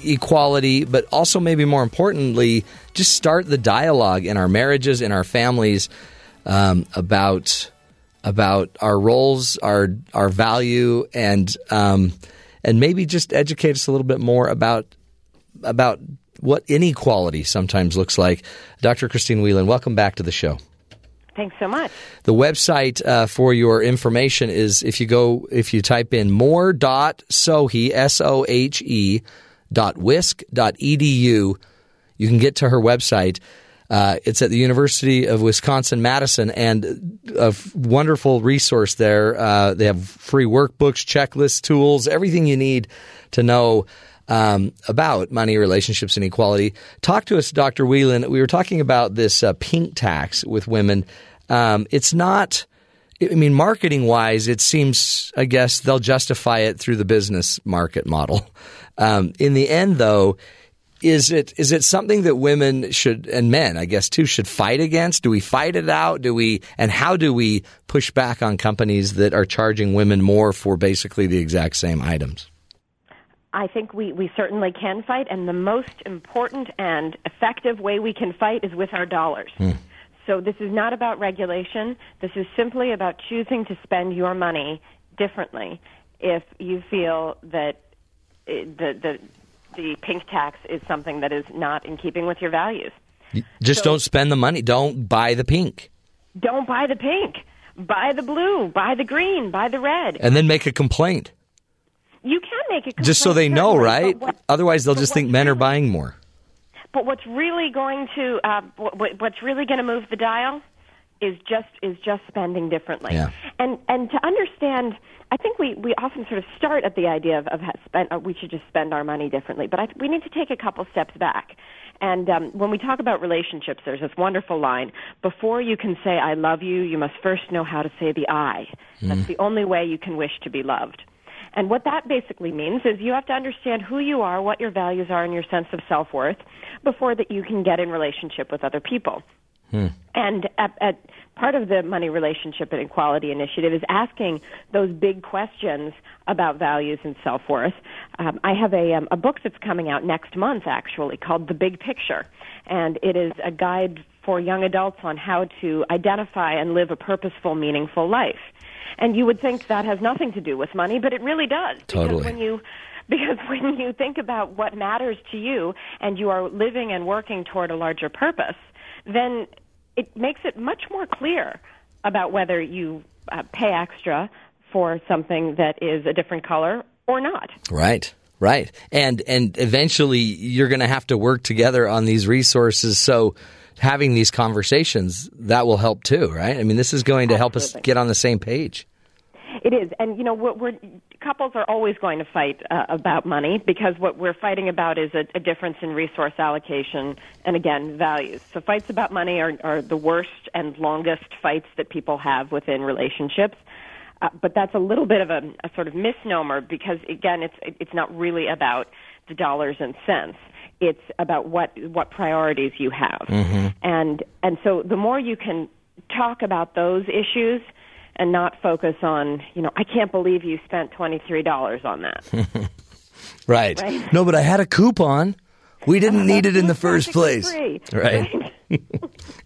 Speaker 1: equality, but also maybe more importantly, just start the dialogue in our marriages, in our families, um, about about our roles, our our value, and um, and maybe just educate us a little bit more about about what inequality sometimes looks like. Dr. Christine Whelan, welcome back to the show.
Speaker 5: Thanks so much.
Speaker 1: The website uh, for your information is if you go if you type in more dot sohe s o h e dot wisc dot edu, you can get to her website. Uh, it's at the University of Wisconsin Madison, and a f- wonderful resource there. Uh, they have free workbooks, checklists, tools, everything you need to know um, about money, relationships, and equality. Talk to us, Dr. Whelan. We were talking about this uh, pink tax with women. Um, it's not I mean, marketing wise, it seems, I guess, they'll justify it through the business market model. Um, in the end, though, is it is it something that women should and men, I guess, too, should fight against? Do we fight it out? Do we and how do we push back on companies that are charging women more for basically the exact same items?
Speaker 5: I think we, we certainly can fight, and the most important and effective way we can fight is with our dollars.
Speaker 1: Hmm.
Speaker 5: So this is not about regulation. This is simply about choosing to spend your money differently if you feel that uh, the, the, the pink tax is something that is not in keeping with your values.
Speaker 1: Just don't spend the money. Don't buy the pink,
Speaker 5: Don't buy the pink. Buy the blue, buy the green, buy the red.
Speaker 1: and then make a complaint.
Speaker 5: You can make a complaint,
Speaker 1: Just so they know,
Speaker 5: certainly,
Speaker 1: right?
Speaker 5: but what-
Speaker 1: Otherwise, they'll
Speaker 5: but
Speaker 1: just
Speaker 5: what
Speaker 1: think men are
Speaker 5: really-
Speaker 1: buying more.
Speaker 5: But what's really going to uh, what, what's really going to move the dial is just is just spending differently.
Speaker 1: Yeah.
Speaker 5: And and to understand, I think we, we often sort of start at the idea of of ha- spend, uh, we should just spend our money differently. But I, th- we need to take a couple steps back. And um, when we talk about relationships, there's this wonderful line: before you can say "I love you," you must first know how to say the "I." That's the only way you can wish to be loved. And what that basically means is you have to understand who you are, what your values are, and your sense of self worth before that you can get in relationship with other people.
Speaker 1: Hmm.
Speaker 5: And at, at part of the Money Relationship and Equality Initiative is asking those big questions about values and self worth. Um, I have a, um, a book that's coming out next month, actually, called The Big Picture. And it is a guide for young adults on how to identify and live a purposeful, meaningful life. And you would think that has nothing to do with money, but it really does.
Speaker 1: Totally.
Speaker 5: Because when you because when you think about what matters to you and you are living and working toward a larger purpose, then it makes it much more clear about whether you uh, pay extra for something that is a different color or not.
Speaker 1: Right. Right. And and eventually you're going to have to work together on these resources so having these conversations that will help too, right? I mean, this is going to help us
Speaker 5: Absolutely.
Speaker 1: get on the same page.
Speaker 5: It is, and you know, we're, we're couples are always going to fight uh, about money because what we're fighting about is a, a difference in resource allocation and again values. So fights about money are, are the worst and longest fights that people have within relationships. Uh, but that's a little bit of a, a sort of misnomer because again, it's it- it's not really about the dollars and cents. It's about what what priorities you have,
Speaker 1: Mm-hmm.
Speaker 5: and and so the more you can talk about those issues and not focus on, you know, I can't believe you spent $23 on that.
Speaker 1: Right.
Speaker 5: Right. Oh,
Speaker 1: No, but I had a coupon. We didn't need it in the first place.
Speaker 5: Free.
Speaker 1: Right.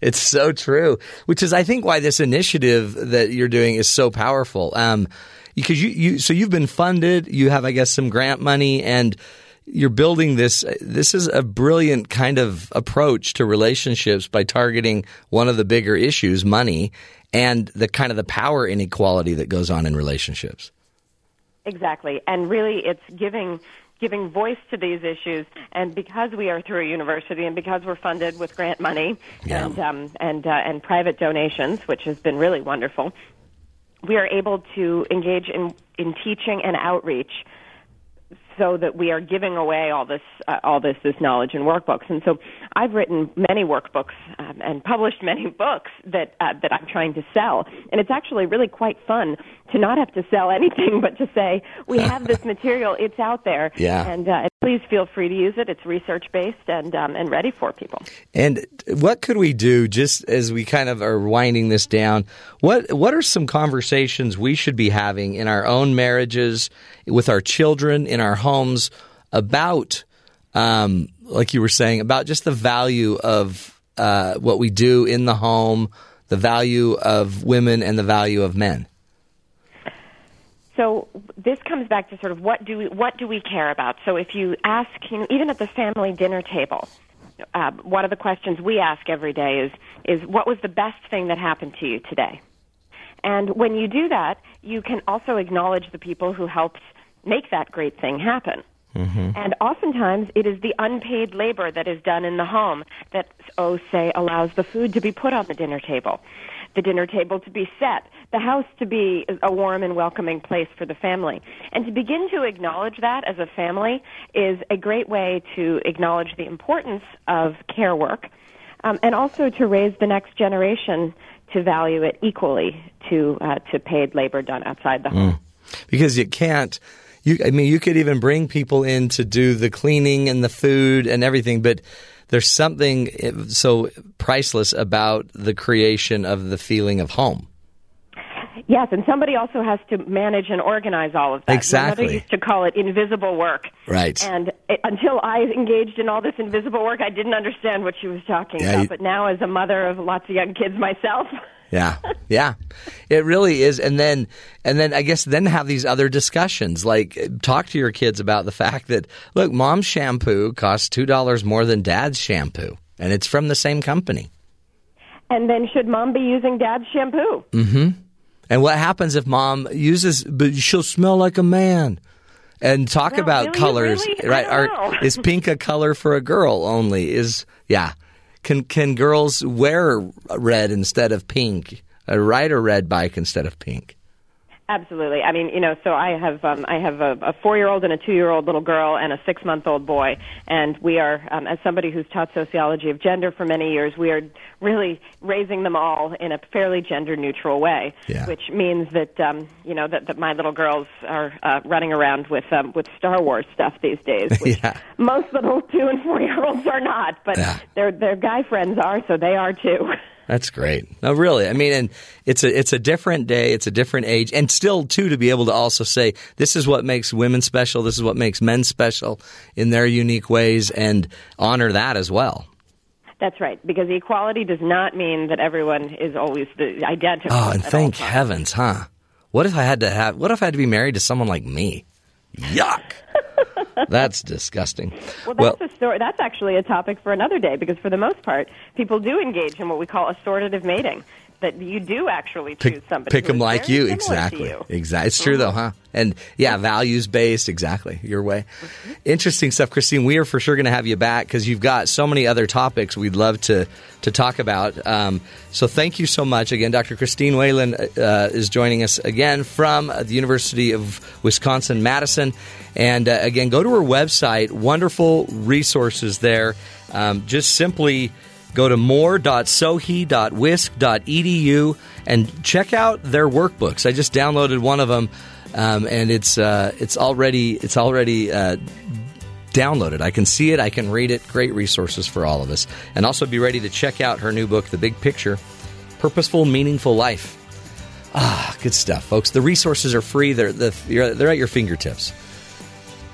Speaker 1: It's so true, which is I think why this initiative that you're doing is so powerful. Um, because you, you so you've been funded, you have I guess some grant money, and you're building this. This is a brilliant kind of approach to relationships by targeting one of the bigger issues, money, and the kind of the power inequality that goes on in relationships.
Speaker 5: Exactly. And really it's giving giving voice to these issues and because we are through a university and because we're funded with grant money
Speaker 1: Yeah.
Speaker 5: and um, and uh, and private donations, which has been really wonderful, we are able to engage in in teaching and outreach so that we are giving away all this uh, all this this knowledge in workbooks. And so I've written many workbooks um, and published many books that uh, that I'm trying to sell. And it's actually really quite fun to not have to sell anything, but to say we have this material, it's out there,
Speaker 1: Yeah.
Speaker 5: and uh, please feel free to use it. It's research based and um, and ready for people.
Speaker 1: And what could we do just as we kind of are winding this down? What what are some conversations we should be having in our own marriages, with our children, in our homes about, um, like you were saying, about just the value of uh, what we do in the home, the value of women, and the value of men.
Speaker 5: So this comes back to sort of what do we, what do we care about? So if you ask, you know, even at the family dinner table, uh, one of the questions we ask every day is is what was the best thing that happened to you today? And when you do that, you can also acknowledge the people who helped make that great thing happen. And oftentimes, it is the unpaid labor that is done in the home that, oh, say, allows the food to be put on the dinner table, the dinner table to be set, the house to be a warm and welcoming place for the family. And to begin to acknowledge that as a family is a great way to acknowledge the importance of care work um, and also to raise the next generation to value it equally to uh, to paid labor done
Speaker 1: Mm-hmm.
Speaker 5: outside the home.
Speaker 1: because you can't. You, I mean, you could even bring people in to do the cleaning and the food and everything, but there's something eh, so priceless about the creation of the feeling of home.
Speaker 5: Yes, and somebody also has to manage and organize all of that. My
Speaker 1: Exactly.
Speaker 5: mother used to call it invisible work.
Speaker 1: Right.
Speaker 5: And it, until I engaged in all this invisible work, I didn't understand what she was talking
Speaker 1: Yeah,
Speaker 5: about.
Speaker 1: you-
Speaker 5: But now, as a mother of lots of young kids myself,
Speaker 1: Yeah, yeah, it really is. And then, and then I guess then have these other discussions. Like eh, talk to your kids about the fact that look, mom's shampoo costs two dollars more than dad's shampoo, and it's from the same company.
Speaker 5: and then should mom be using dad's shampoo?
Speaker 1: Mm-hmm. And what happens if mom uses? But she'll smell like a man. And talk
Speaker 5: Well,
Speaker 1: about
Speaker 5: really,
Speaker 1: colors,
Speaker 5: really? I
Speaker 1: right?
Speaker 5: don't know.
Speaker 1: is pink a color for a girl only? Is yeah? Can can girls wear red instead of pink? Uh, ride a red bike instead of pink?
Speaker 5: Absolutely. I mean, you know, so I have um, I have a, a four-year-old and a two-year-old little girl and a six-month-old boy, and we are, um, as somebody who's taught sociology of gender for many years, we are really raising them all in a fairly gender-neutral way,
Speaker 1: Yeah.
Speaker 5: which means that um, you know that, that my little girls are uh, running around with um, with Star Wars stuff these days, which
Speaker 1: Yeah.
Speaker 5: most little two and four-year-olds are not, but
Speaker 1: Yeah.
Speaker 5: their their guy friends are, so they are too.
Speaker 1: That's great. No, really. I mean, and it's a it's a different day, it's a different age, and still too to be able to also say this is what makes women special, this is what makes men special in their unique ways, and honor that as well.
Speaker 5: That's right, because equality does not mean that everyone is always the identical.
Speaker 1: Oh, and
Speaker 5: at all
Speaker 1: thank
Speaker 5: times.
Speaker 1: heavens, huh? What if I had to have? What if I had to be married to someone like me? Yuck. That's disgusting.
Speaker 5: Well, that's a story. That's actually a topic for another day, because for the most part, people do engage in what we call assortative mating. That you do actually choose
Speaker 1: pick,
Speaker 5: somebody.
Speaker 1: pick
Speaker 5: who
Speaker 1: them
Speaker 5: is
Speaker 1: like
Speaker 5: very
Speaker 1: you
Speaker 5: similar to
Speaker 1: exactly
Speaker 5: you. Mm-hmm.
Speaker 1: exactly it's true though huh and yeah values based exactly your way
Speaker 5: Mm-hmm.
Speaker 1: interesting stuff christine we are for sure going to have you back because you've got so many other topics we'd love to to talk about um, so thank you so much again dr christine whalen uh, is joining us again from uh, the university of wisconsin madison and uh, again go to her website wonderful resources there um, just simply Go to more.sohi.wisc.edu and check out their workbooks. I just downloaded one of them, um, and it's uh, it's already it's already uh, downloaded. I can see it, I can read it. Great resources for all of us, and also be ready to check out her new book, The Big Picture: Purposeful, Meaningful Life. Ah, good stuff, folks. The resources are free. They're the, you're, they're at your fingertips.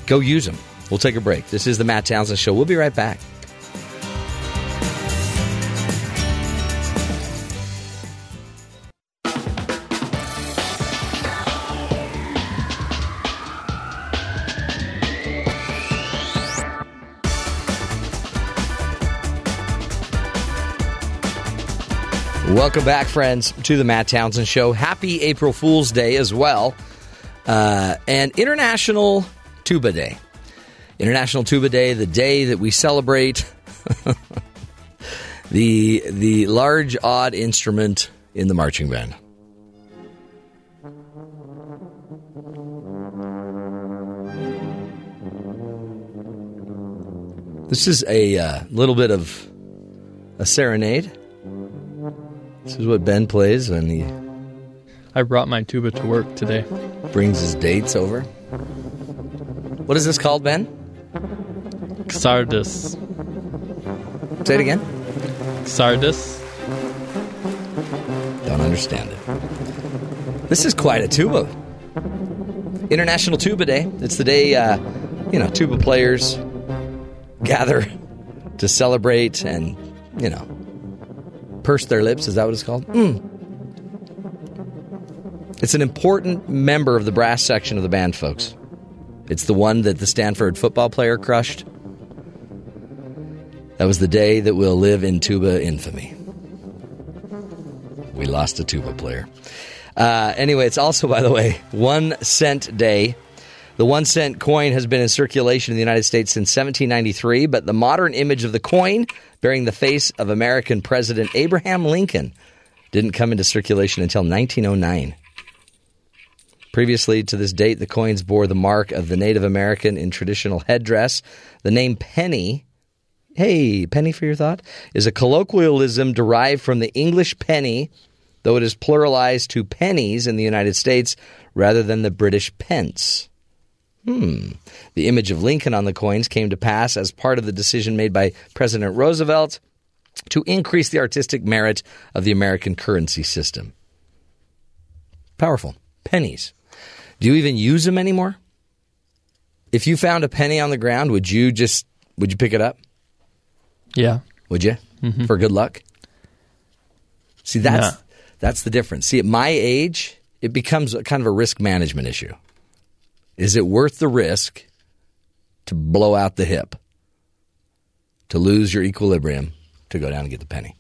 Speaker 1: Go use them. We'll take a break. This is the Matt Townsend Show. We'll be right back. Welcome back, friends, to the Matt Townsend Show. Happy April Fool's Day as well, uh, and International Tuba Day. International Tuba Day, the day that we celebrate the the large odd instrument in the marching band. This is a uh, little bit of a serenade. This is what Ben plays when he
Speaker 2: I brought my tuba to work today.
Speaker 1: brings his dates over. What is this called, Ben?
Speaker 2: Sardis.
Speaker 1: Say it again.
Speaker 2: Sardis?
Speaker 1: Don't understand it. This is quite a tuba. International Tuba Day. It's the day, uh, you know, tuba players gather to celebrate and, you know, purse their lips. Is that what it's called? Mm. It's an important member of the brass section of the band, folks. It's the one that the Stanford football player crushed. That was the day that will live in tuba infamy. We lost a tuba player. Uh, anyway, it's also, by the way, one cent day. The one cent coin has been in circulation in the United States since 1793, but the modern image of the coin bearing the face of American President Abraham Lincoln didn't come into circulation until 1909. Previously to this date, the coins bore the mark of the Native American in traditional headdress. The name penny hey, penny for your thought, is a colloquialism derived from the English penny though it is pluralized to pennies in the United States rather than the British pence. Hmm. The image of Lincoln on the coins came to pass as part of the decision made by President Roosevelt to increase the artistic merit of the American currency system. Powerful. Pennies. Do you even use them anymore? If you found a penny on the ground, would you just would you pick it up?
Speaker 2: Yeah.
Speaker 1: Would you? For good luck? See, that's
Speaker 2: No.
Speaker 1: that's the difference. See, at my age, it becomes a kind of a risk management issue. Is it worth the risk to blow out the hip, to lose your equilibrium, to go down and get the penny?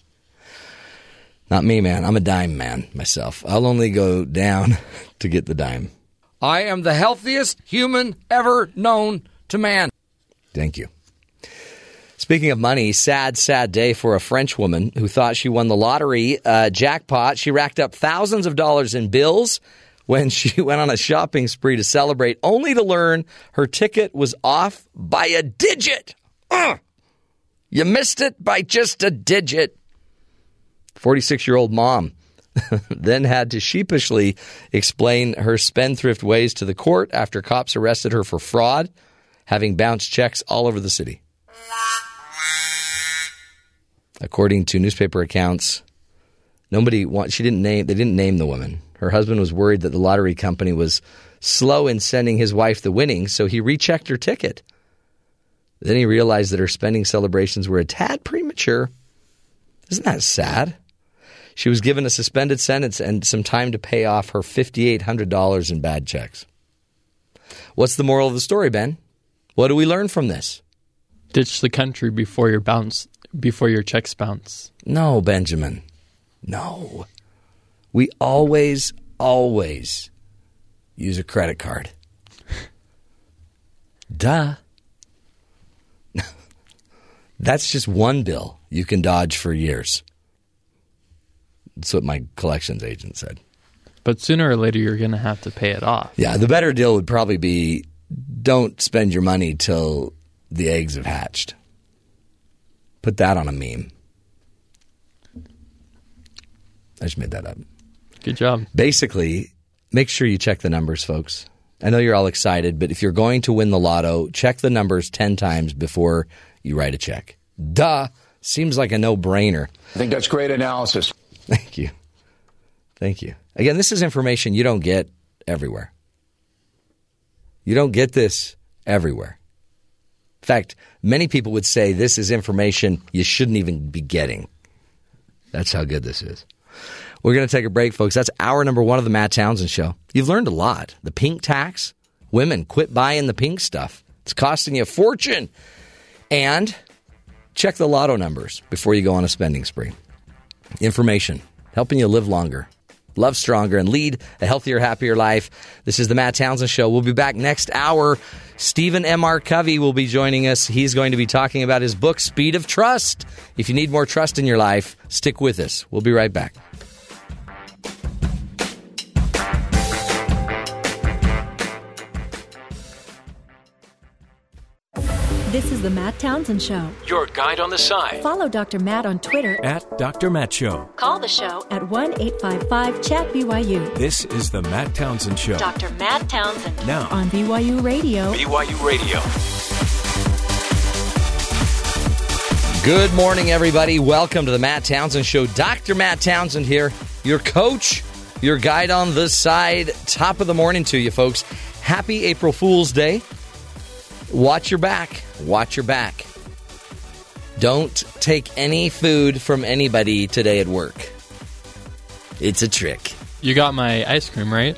Speaker 1: Not me, man. I'm a dime man myself. I'll only go down to get the dime. I am the healthiest human ever known to man. Thank you. Speaking of money, sad, sad day for a French woman who thought she won the lottery uh, jackpot. She racked up thousands of dollars in bills when she went on a shopping spree to celebrate, only to learn her ticket was off by a digit. Ugh. You missed it by just a digit. 46 year old mom then had to sheepishly explain her spendthrift ways to the court after cops arrested her for fraud, having bounced checks all over the city. According to newspaper accounts, nobody want, she didn't name they didn't name the woman. Her husband was worried that the lottery company was slow in sending his wife the winnings, so he rechecked her ticket. Then he realized that her spending celebrations were a tad premature. Isn't that sad? She was given a suspended sentence and some time to pay off her $5,800 in bad checks. What's the moral of the story, Ben? What do we learn from this?
Speaker 2: Ditch the country before your bounce before your checks bounce.
Speaker 1: No, Benjamin. No. We always, always use a credit card. Duh. That's just one bill you can dodge for years. That's what my collections agent said.
Speaker 2: But sooner or later you're gonna have to pay it off.
Speaker 1: Yeah, the better deal would probably be don't spend your money till the eggs have hatched. Put that on a meme. I just made that up.
Speaker 2: Good job.
Speaker 1: Basically, make sure you check the numbers, folks. I know you're all excited, but if you're going to win the lotto, check the numbers 10 times before you write a check. Duh. Seems like a no brainer.
Speaker 6: I think that's great analysis.
Speaker 1: Thank you. Thank you. Again, this is information you don't get everywhere. You don't get this everywhere. In fact, many people would say this is information you shouldn't even be getting. That's how good this is. We're going to take a break, folks. That's hour number one of the Matt Townsend Show. You've learned a lot. The pink tax, women quit buying the pink stuff, it's costing you a fortune. And check the lotto numbers before you go on a spending spree information, helping you live longer, love stronger, and lead a healthier, happier life. This is the Matt Townsend Show. We'll be back next hour. Stephen M.R. Covey will be joining us. He's going to be talking about his book, Speed of Trust. If you need more trust in your life, stick with us. We'll be right back.
Speaker 7: This is the Matt Townsend Show.
Speaker 8: Your guide on the side.
Speaker 7: Follow Dr. Matt on Twitter.
Speaker 8: At Dr. Matt Show.
Speaker 7: Call the show at 1 855 Chat BYU.
Speaker 8: This is the Matt Townsend Show.
Speaker 7: Dr. Matt Townsend.
Speaker 8: Now,
Speaker 7: On BYU Radio.
Speaker 8: BYU Radio.
Speaker 1: Good morning, everybody. Welcome to the Matt Townsend Show. Dr. Matt Townsend here, your coach, your guide on the side. Top of the morning to you, folks. Happy April Fool's Day. Watch your back. Watch your back. Don't take any food from anybody today at work. It's a trick.
Speaker 2: You got my ice cream, right?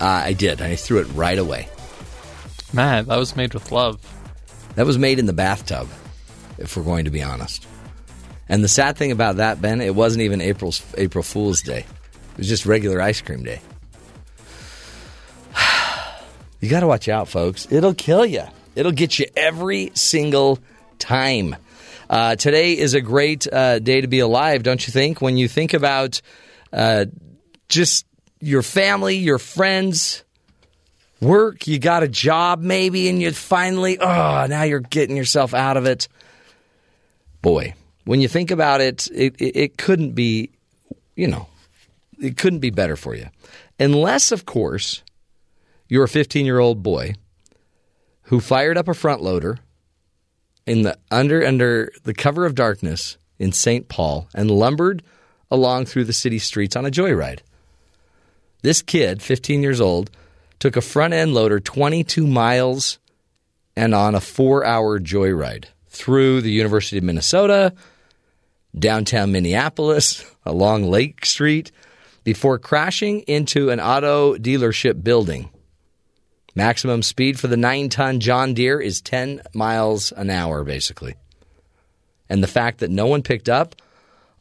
Speaker 1: Uh, I did. I threw it right away.
Speaker 2: Matt, that was made with love.
Speaker 1: That was made in the bathtub, if we're going to be honest. And the sad thing about that, Ben, it wasn't even April's April Fool's Day. It was just regular ice cream day. You got to watch out, folks. It'll kill you. It'll get you every single time. Uh, today is a great uh, day to be alive, don't you think? When you think about uh, just your family, your friends, work, you got a job maybe, and you finally, oh, now you're getting yourself out of it. Boy, when you think about it, it, it, it couldn't be, you know, it couldn't be better for you. Unless, of course, you're a 15 year old boy who fired up a front loader in the under under the cover of darkness in St. Paul and lumbered along through the city streets on a joyride. This kid, 15 years old, took a front end loader 22 miles and on a four hour joyride through the University of Minnesota, downtown Minneapolis, along Lake Street, before crashing into an auto dealership building. Maximum speed for the nine ton John Deere is 10 miles an hour, basically. And the fact that no one picked up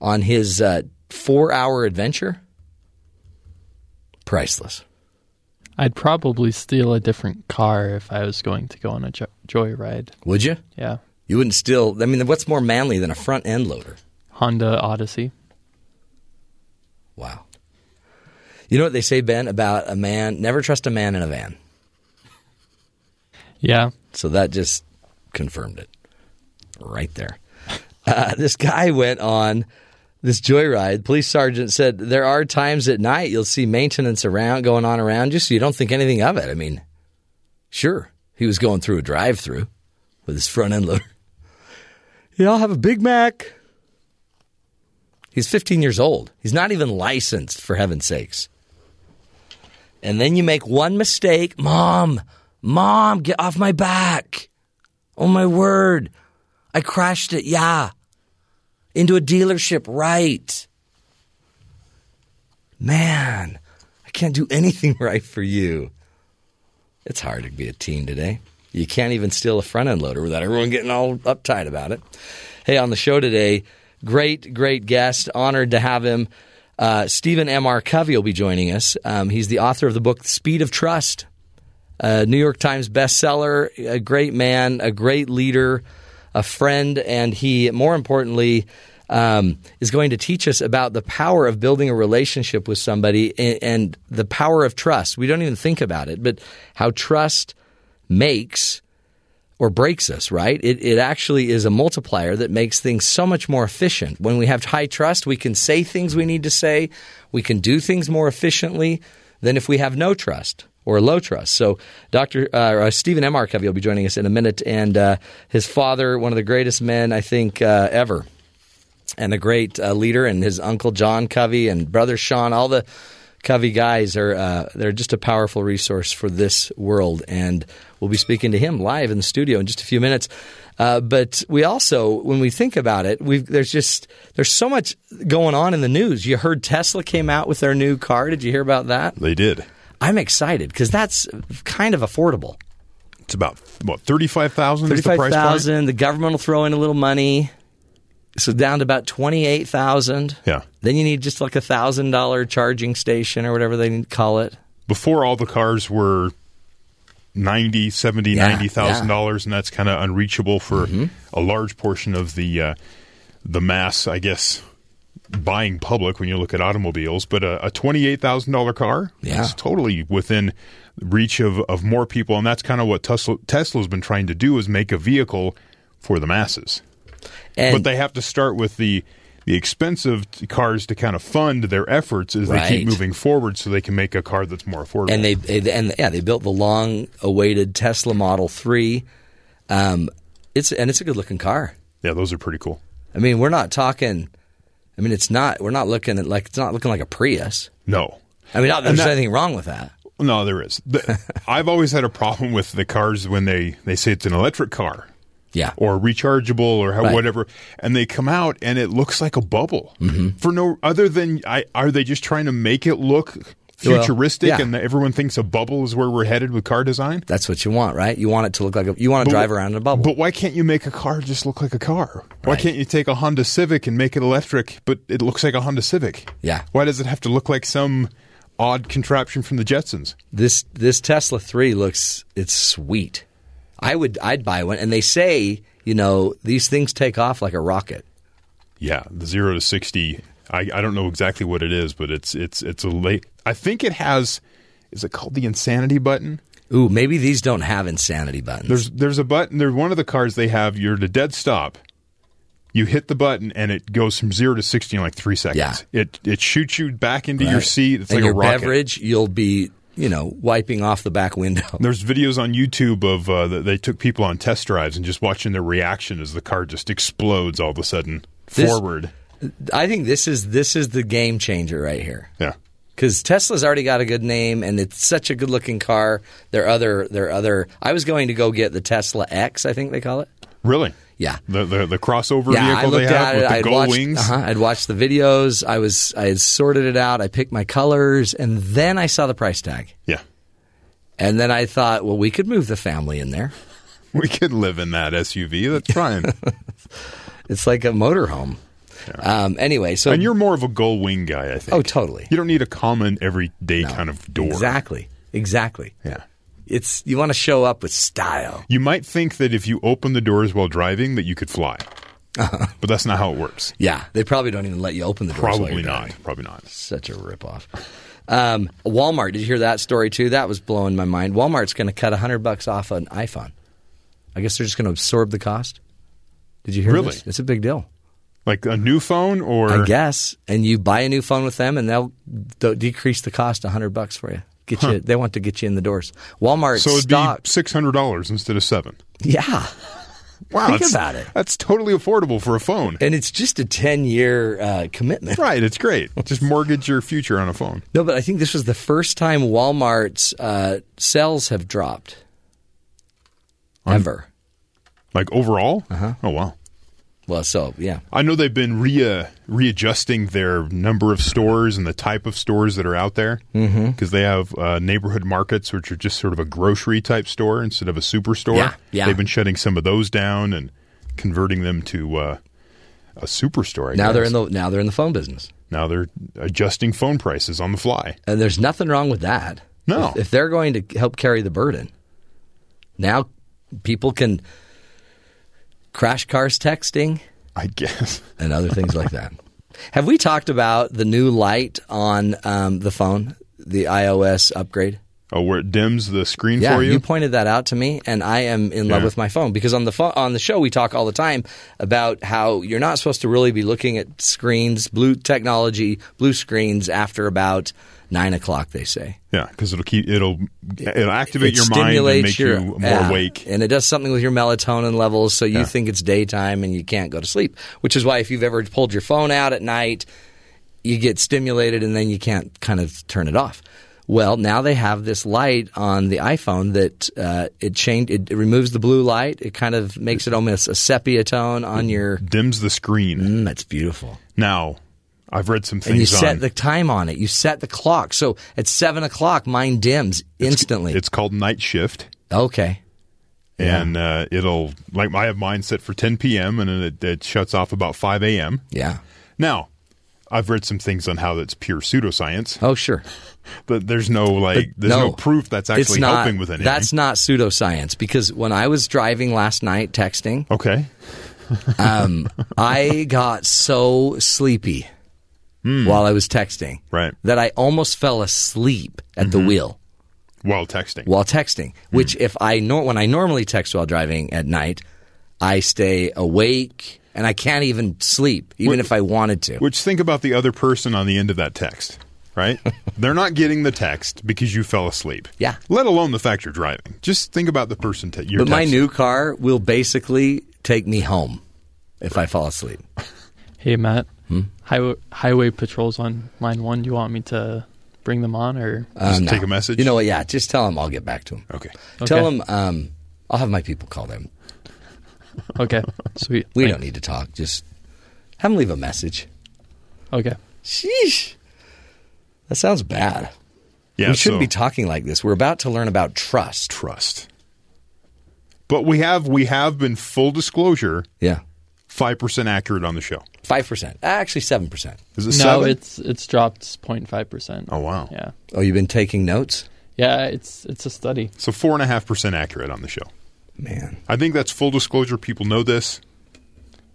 Speaker 1: on his uh, four hour adventure, priceless.
Speaker 2: I'd probably steal a different car if I was going to go on a jo- joyride.
Speaker 1: Would you?
Speaker 2: Yeah.
Speaker 1: You wouldn't steal. I mean, what's more manly than a front end loader?
Speaker 2: Honda Odyssey.
Speaker 1: Wow. You know what they say, Ben, about a man? Never trust a man in a van.
Speaker 2: Yeah.
Speaker 1: So that just confirmed it right there. Uh, this guy went on this joyride. Police sergeant said there are times at night you'll see maintenance around going on around you, so you don't think anything of it. I mean, sure, he was going through a drive-through with his front end loader. Yeah, I'll have a Big Mac. He's 15 years old. He's not even licensed, for heaven's sakes. And then you make one mistake. Mom, mom, get off my back. Oh, my word. I crashed it, yeah. Into a dealership, right. Man, I can't do anything right for you. It's hard to be a teen today. You can't even steal a front end loader without everyone getting all uptight about it. Hey, on the show today, great, great guest. Honored to have him. Uh, Stephen M.R. Covey will be joining us. Um, he's the author of the book Speed of Trust, a New York Times bestseller, a great man, a great leader, a friend, and he, more importantly, um, is going to teach us about the power of building a relationship with somebody and, and the power of trust. We don't even think about it, but how trust makes or breaks us, right? It, it actually is a multiplier that makes things so much more efficient. When we have high trust, we can say things we need to say, we can do things more efficiently than if we have no trust or low trust. So, Dr. Uh, or, uh, Stephen M. R. Covey will be joining us in a minute, and uh, his father, one of the greatest men I think uh, ever, and a great uh, leader, and his uncle John Covey and brother Sean, all the Covey guys are uh, they're just a powerful resource for this world, and we'll be speaking to him live in the studio in just a few minutes. Uh, but we also, when we think about it, we've, there's just there's so much going on in the news. You heard Tesla came out with their new car. Did you hear about that?
Speaker 3: They did.
Speaker 1: I'm excited because that's kind of affordable.
Speaker 3: It's about what thirty five thousand. is the
Speaker 1: Thirty-five
Speaker 3: price point.
Speaker 1: thousand. The government will throw in a little money, so down to about twenty-eight thousand.
Speaker 3: Yeah.
Speaker 1: Then you need just like a thousand dollar charging station or whatever they call it.
Speaker 3: Before all the cars were 90, 70,
Speaker 1: Yeah, Mm-hmm.
Speaker 3: ninety thousand dollars, and that's kind of unreachable for a large portion of the uh, the mass, I guess, buying public when you look at automobiles. But a, a twenty eight thousand dollar car,
Speaker 1: Yeah.
Speaker 3: is totally within reach of of more people, and that's kind of what Tesla Tesla's been trying to do is make a vehicle for the masses.
Speaker 1: And
Speaker 3: but they have to start with the the expensive t- cars to kind of fund their efforts as they
Speaker 1: Right.
Speaker 3: keep moving forward, so they can make a car that's more affordable.
Speaker 1: and they and yeah they built the long-awaited Tesla Model Three. Um, it's and it's a good-looking car.
Speaker 3: yeah, those are pretty cool.
Speaker 1: I mean, we're not talking. I mean, it's not. We're not looking at like it's not looking like a Prius.
Speaker 3: No,
Speaker 1: I mean, not, that
Speaker 3: And
Speaker 1: there's
Speaker 3: that-
Speaker 1: anything wrong with that.
Speaker 3: no, there is. The- I've always had a problem with the cars when they they say it's an electric car
Speaker 1: Yeah.
Speaker 3: or rechargeable or how,
Speaker 1: Right.
Speaker 3: whatever, and they come out and it looks like a bubble
Speaker 1: Mm-hmm.
Speaker 3: for no other than I, are they just trying to make it look
Speaker 1: Well,
Speaker 3: futuristic
Speaker 1: yeah.
Speaker 3: and that everyone thinks a bubble is where we're headed with car design?
Speaker 1: That's what you want, right? You want it to look like a, you want to
Speaker 3: But
Speaker 1: drive
Speaker 3: wh-
Speaker 1: around in a bubble.
Speaker 3: But why can't you make a car just look like a car? Why
Speaker 1: Right.
Speaker 3: can't you take a Honda Civic and make it electric, but it looks like a Honda Civic?
Speaker 1: Yeah.
Speaker 3: Why does it have to look like some odd contraption from the Jetsons?
Speaker 1: this this Tesla 3 looks it's sweet. I would I'd buy one and they say, you know, these things take off like a rocket.
Speaker 3: Yeah, the zero to sixty. I, I don't know exactly what it is, but it's it's it's a late. I think it has. Is it called the insanity button?
Speaker 1: Ooh, maybe these don't have insanity buttons.
Speaker 3: There's there's a button. There's one of the cars they have. You're at a dead stop. you hit the button and it goes from zero to sixty in like three seconds. It it shoots you back into your seat. It's
Speaker 1: and
Speaker 3: like
Speaker 1: your
Speaker 3: a rocket.
Speaker 1: beverage, you'll be, you know, wiping off the back window.
Speaker 3: There's videos on YouTube of uh, that they took people on test drives and just watching their reaction as the car just explodes all of a sudden
Speaker 1: This-
Speaker 3: forward.
Speaker 1: I think this is this is the game changer right here.
Speaker 3: Yeah.
Speaker 1: because Tesla's already got a good name and it's such a good looking car. Their other, their other. I was going to go get the Tesla X, I think they call it.
Speaker 3: Really?
Speaker 1: Yeah.
Speaker 3: The the, the crossover
Speaker 1: yeah, I
Speaker 3: vehicle
Speaker 1: looked
Speaker 3: they have
Speaker 1: at
Speaker 3: with
Speaker 1: it.
Speaker 3: the
Speaker 1: I'd
Speaker 3: gold
Speaker 1: watched,
Speaker 3: wings.
Speaker 1: uh-huh, I'd watched the videos. I was, I had sorted it out. I picked my colors, and then I saw the price tag,
Speaker 3: Yeah.
Speaker 1: and then I thought, well, we could move the family in there.
Speaker 3: We could live in that SUV. That's fine.
Speaker 1: It's like a motorhome. Um, anyway, so
Speaker 3: and you're more of a gold wing guy, I think.
Speaker 1: oh, totally,
Speaker 3: You don't need a common everyday kind of door.
Speaker 1: exactly, exactly.
Speaker 3: Yeah.
Speaker 1: It's you want to show up with style.
Speaker 3: You might think that if you open the doors while driving that you could fly. But that's not how it works.
Speaker 1: Uh-huh. Yeah, they probably don't even let you open the doors. while
Speaker 3: Probably
Speaker 1: you're
Speaker 3: not.
Speaker 1: driving.
Speaker 3: Probably not.
Speaker 1: Such a ripoff. Um, Walmart. Did you hear that story too? That was blowing my mind. Walmart's going to cut hundred bucks off an iPhone. I guess they're just going to absorb the cost. Did you hear?
Speaker 3: Really?
Speaker 1: this? It's a big deal.
Speaker 3: Like a new phone or
Speaker 1: I guess. And you buy a new phone with them, and they'll d- decrease the cost hundred bucks for you. Get you. They want to get you in the doors. Walmart
Speaker 3: so it'd
Speaker 1: stock.
Speaker 3: be six hundred dollars instead of seven.
Speaker 1: yeah.
Speaker 3: Wow,
Speaker 1: Think
Speaker 3: that's-
Speaker 1: about it.
Speaker 3: That's totally affordable for a phone.
Speaker 1: And it's just a ten-year uh, commitment.
Speaker 3: Right, it's great. Just mortgage your future on a phone.
Speaker 1: No, but I think this was the first time Walmart's uh, sales have dropped ever.
Speaker 3: Like overall? Uh-huh. Oh wow.
Speaker 1: Well, so yeah,
Speaker 3: I know they've been re- uh, readjusting their number of stores and the type of stores that are out there because
Speaker 1: Mm-hmm.
Speaker 3: they have uh, neighborhood markets, which are just sort of a grocery type store instead of a superstore.
Speaker 1: Yeah, yeah.
Speaker 3: They've been shutting some of those down and converting them to uh, a superstore. I
Speaker 1: now they're
Speaker 3: guess.
Speaker 1: in the now they're in the phone business,
Speaker 3: now they're adjusting phone prices on the fly.
Speaker 1: and there's nothing wrong with that.
Speaker 3: No.
Speaker 1: if, if they're going to help carry the burden, now people can crash cars texting
Speaker 3: I guess
Speaker 1: and other things like that. Have we talked about the new light on um, the phone, the iOS upgrade?
Speaker 3: oh, where it dims the screen
Speaker 1: Yeah,
Speaker 3: for you.
Speaker 1: you? pointed that out to me, and I am in love
Speaker 3: Yeah.
Speaker 1: with my phone because on the phone, on the show we talk all the time about how you're not supposed to really be looking at screens, blue technology, blue screens after about nine o'clock. They say
Speaker 3: yeah, because it'll keep it'll it'll activate
Speaker 1: It
Speaker 3: your mind and
Speaker 1: stimulates
Speaker 3: make
Speaker 1: your-
Speaker 3: you more
Speaker 1: yeah,
Speaker 3: awake.
Speaker 1: and it does something with your melatonin levels, so you
Speaker 3: Yeah.
Speaker 1: think it's daytime and you can't go to sleep. Which is why if you've ever pulled your phone out at night, you get stimulated and then you can't kind of turn it off. Well, now they have this light on the iPhone that uh, it changed. It, it removes the blue light. It kind of makes it almost a sepia tone
Speaker 3: Mm-hmm.
Speaker 1: on your.
Speaker 3: dims the screen.
Speaker 1: Mm, that's beautiful.
Speaker 3: Now, I've read some things
Speaker 1: And you
Speaker 3: on.
Speaker 1: set the time on it. You set the clock. So at seven o'clock, mine dims instantly.
Speaker 3: It's called night shift,
Speaker 1: okay.
Speaker 3: and uh, it'll like I have mine set for 10 p.m. and then it, it shuts off about 5 a.m.
Speaker 1: Yeah.
Speaker 3: Now, I've read some things on how that's pure pseudoscience,
Speaker 1: Oh, sure.
Speaker 3: but there's no like there's no, proof that's
Speaker 1: It's
Speaker 3: actually
Speaker 1: not-
Speaker 3: helping with anything.
Speaker 1: That's not pseudoscience because when I was driving last night texting,
Speaker 3: okay.
Speaker 1: um, I got so sleepy while I was texting
Speaker 3: Hmm. Right. Mm-hmm.
Speaker 1: that I almost fell asleep at the wheel
Speaker 3: While texting, Hmm.
Speaker 1: while texting. Which, if I nor- when I normally text while driving at night, I stay awake and I can't even sleep, even
Speaker 3: Wh-
Speaker 1: if I wanted to.
Speaker 3: which think about the other person on the end of that text. Right? They're not getting the text because you fell asleep.
Speaker 1: Yeah.
Speaker 3: Let alone the fact you're driving. Just think about the person te- you're
Speaker 1: but my
Speaker 3: texting.
Speaker 1: new car will basically take me home if I fall asleep.
Speaker 2: Hey, Matt.
Speaker 1: Hmm?
Speaker 2: Highway, highway patrols on line one. Do you want me to bring them on or?
Speaker 3: Just
Speaker 1: Um,
Speaker 3: take a message?
Speaker 1: You know what? Yeah, just tell them I'll get back to them.
Speaker 3: Okay.
Speaker 1: Tell
Speaker 2: Okay.
Speaker 1: them um, I'll have my people call them.
Speaker 2: Okay, sweet.
Speaker 1: We
Speaker 2: Thanks.
Speaker 1: don't need to talk. Just have them leave a message.
Speaker 2: Okay.
Speaker 1: Sheesh. That sounds bad.
Speaker 3: Yeah,
Speaker 1: we shouldn't
Speaker 3: so-
Speaker 1: be talking like this. We're about to learn about trust.
Speaker 3: trust. But we have we have been full disclosure
Speaker 1: Yeah.
Speaker 3: five percent accurate on the show.
Speaker 1: 5%. Actually, 7%.
Speaker 3: Is it
Speaker 2: No,
Speaker 3: seven?
Speaker 2: it's it's dropped 0.5 percent.
Speaker 3: Oh, wow.
Speaker 2: Yeah,
Speaker 1: Oh, you've been taking notes?
Speaker 2: yeah. It's it's a study.
Speaker 3: so four and a half percent accurate on the show.
Speaker 1: Man.
Speaker 3: I think that's full disclosure. People know this.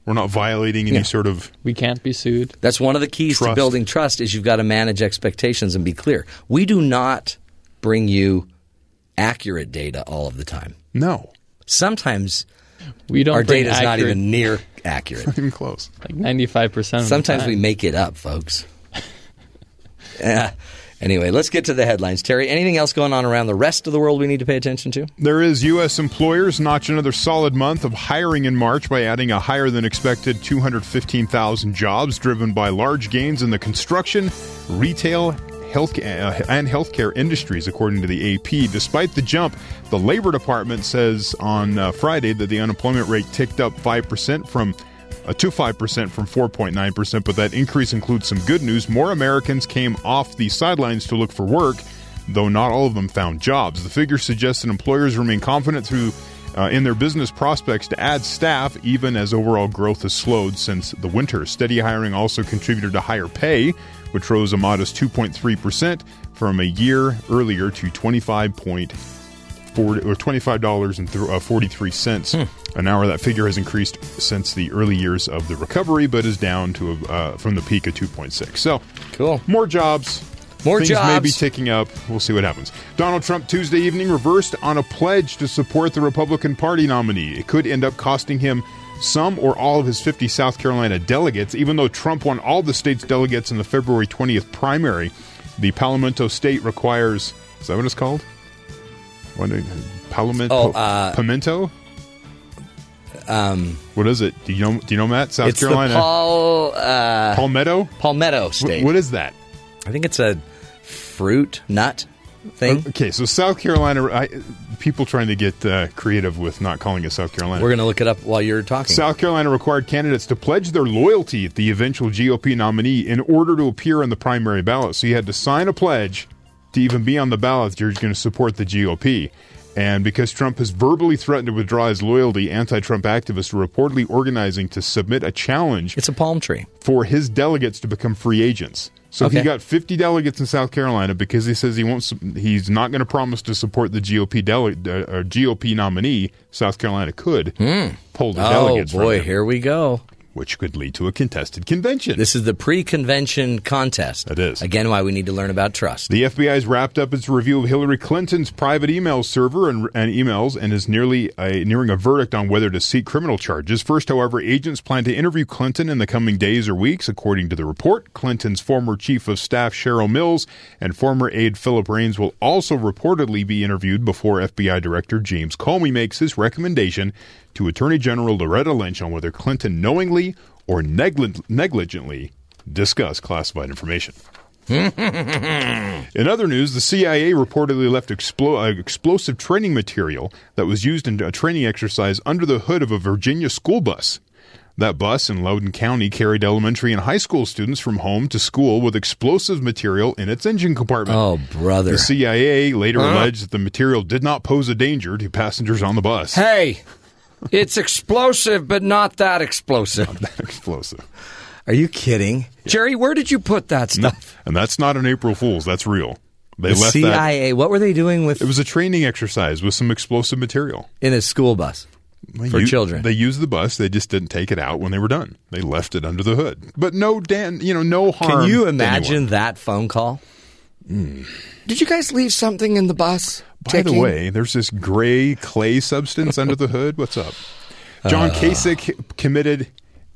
Speaker 3: We're not violating any
Speaker 1: Yeah.
Speaker 3: sort of
Speaker 2: We can't be sued.
Speaker 1: That's one of the keys to
Speaker 3: Trust.
Speaker 1: building trust is you've got to manage expectations and be clear. We do not bring you accurate data all of the time.
Speaker 3: no.
Speaker 1: sometimes
Speaker 2: We don't.
Speaker 1: Our
Speaker 2: bring
Speaker 1: data is not
Speaker 2: accurate-
Speaker 1: even near accurate.
Speaker 3: Even close.
Speaker 2: like ninety-five percent.
Speaker 1: Sometimes we make it up, folks. Yeah. anyway, let's get to the headlines. Terry, anything else going on around the rest of the world we need to pay attention to?
Speaker 3: There is U.S. employers notch another solid month of hiring in March by adding a higher than expected 215,000 jobs, driven by large gains in the construction, retail, health uh, and healthcare industries, according to the AP. Despite the jump, the Labor Department says on uh, Friday that the unemployment rate ticked up five percent from uh, to 5% from 4.9%, but that increase includes some good news. More Americans came off the sidelines to look for work, though not all of them found jobs. The figure suggests that employers remain confident through uh, in their business prospects to add staff, even as overall growth has slowed since the winter. Steady hiring also contributed to higher pay, which rose a modest 2.3% from a year earlier to 25.8 40, or twenty-five dollars and th- uh, forty-three cents
Speaker 1: Hmm.
Speaker 3: an hour. That figure has increased since the early years of the recovery, but is down to uh, from the peak of two point six. So,
Speaker 1: Cool.
Speaker 3: More jobs.
Speaker 1: More
Speaker 3: Things may be
Speaker 1: jobs.
Speaker 3: ticking up. We'll see what happens. Donald Trump Tuesday evening reversed on a pledge to support the Republican Party nominee. It could end up costing him some or all of his 50 South Carolina delegates, even though Trump won all the state's delegates in the February 20th primary. The Palomento state requires, is that what it's called? What, uh, Palomento?
Speaker 1: Oh, uh, um,
Speaker 3: Pimento? Um, what is it? Do you know, do you know Matt? South
Speaker 1: it's
Speaker 3: Carolina?
Speaker 1: the Paul, uh,
Speaker 3: Palmetto?
Speaker 1: Palmetto State.
Speaker 3: Wh- what is that?
Speaker 1: I think it's a fruit nut thing.
Speaker 3: Okay, so South Carolina, I, people trying to get uh, creative with not calling it South Carolina.
Speaker 1: We're going to look it up while you're talking.
Speaker 3: South Carolina required candidates to pledge their loyalty to the eventual GOP nominee in order to appear on the primary ballot. So you had to sign a pledge to even be on the ballot. that You're going to support the GOP. And because Trump has verbally threatened to withdraw his loyalty, anti Trump activists are reportedly organizing to submit a challenge
Speaker 1: it's a palm tree.
Speaker 3: for his delegates to become free agents. So he
Speaker 1: Okay.
Speaker 3: got 50 delegates in South Carolina because he says he won't. su- He's not going to promise to support the GOP dele, uh, or GOP nominee. South Carolina could
Speaker 1: Hmm.
Speaker 3: pull the
Speaker 1: Oh
Speaker 3: delegates, from
Speaker 1: boy,
Speaker 3: him,
Speaker 1: here we go.
Speaker 3: which could lead to a contested convention.
Speaker 1: This is the pre-convention contest.
Speaker 3: It is.
Speaker 1: again why we need to learn about trust.
Speaker 3: the FBI's wrapped up its review of Hillary Clinton's private email server and, and emails, and is nearly a, nearing a verdict on whether to seek criminal charges. First, however, agents plan to interview Clinton in the coming days or weeks, according to the report. Clinton's former chief of staff Cheryl Mills and former aide Philip Raines will also reportedly be interviewed before FBI Director James Comey makes his recommendation to Attorney General Loretta Lynch on whether Clinton knowingly or neglig- negligently discussed classified information. In other news, the CIA reportedly left explo- uh, explosive training material that was used in a training exercise under the hood of a Virginia school bus. That bus in Loudoun County carried elementary and high school students from home to school with explosive material in its engine compartment.
Speaker 1: Oh brother!
Speaker 3: The CIA later alleged that the material did not pose a danger to passengers on the bus.
Speaker 1: hey, it's explosive, but not that explosive.
Speaker 3: explosive.
Speaker 1: Are you kidding, Jerry? Where did you put that stuff?
Speaker 3: And that's not an April Fool's, that's real. They
Speaker 1: the
Speaker 3: left that.
Speaker 1: CIA. What were they doing with
Speaker 3: It was a training exercise with some explosive material.
Speaker 1: in a school bus?
Speaker 3: They
Speaker 1: for children.
Speaker 3: They used the bus. They just didn't take it out when they were done. They left it under the hood. But no, Dan, you know, no harm.
Speaker 1: Can you
Speaker 3: to
Speaker 1: imagine
Speaker 3: anyone.
Speaker 1: that phone call? Did you guys leave something in the bus?
Speaker 3: By the way, there's this gray clay substance under the hood. What's up? John
Speaker 1: Uh.
Speaker 3: Kasich committed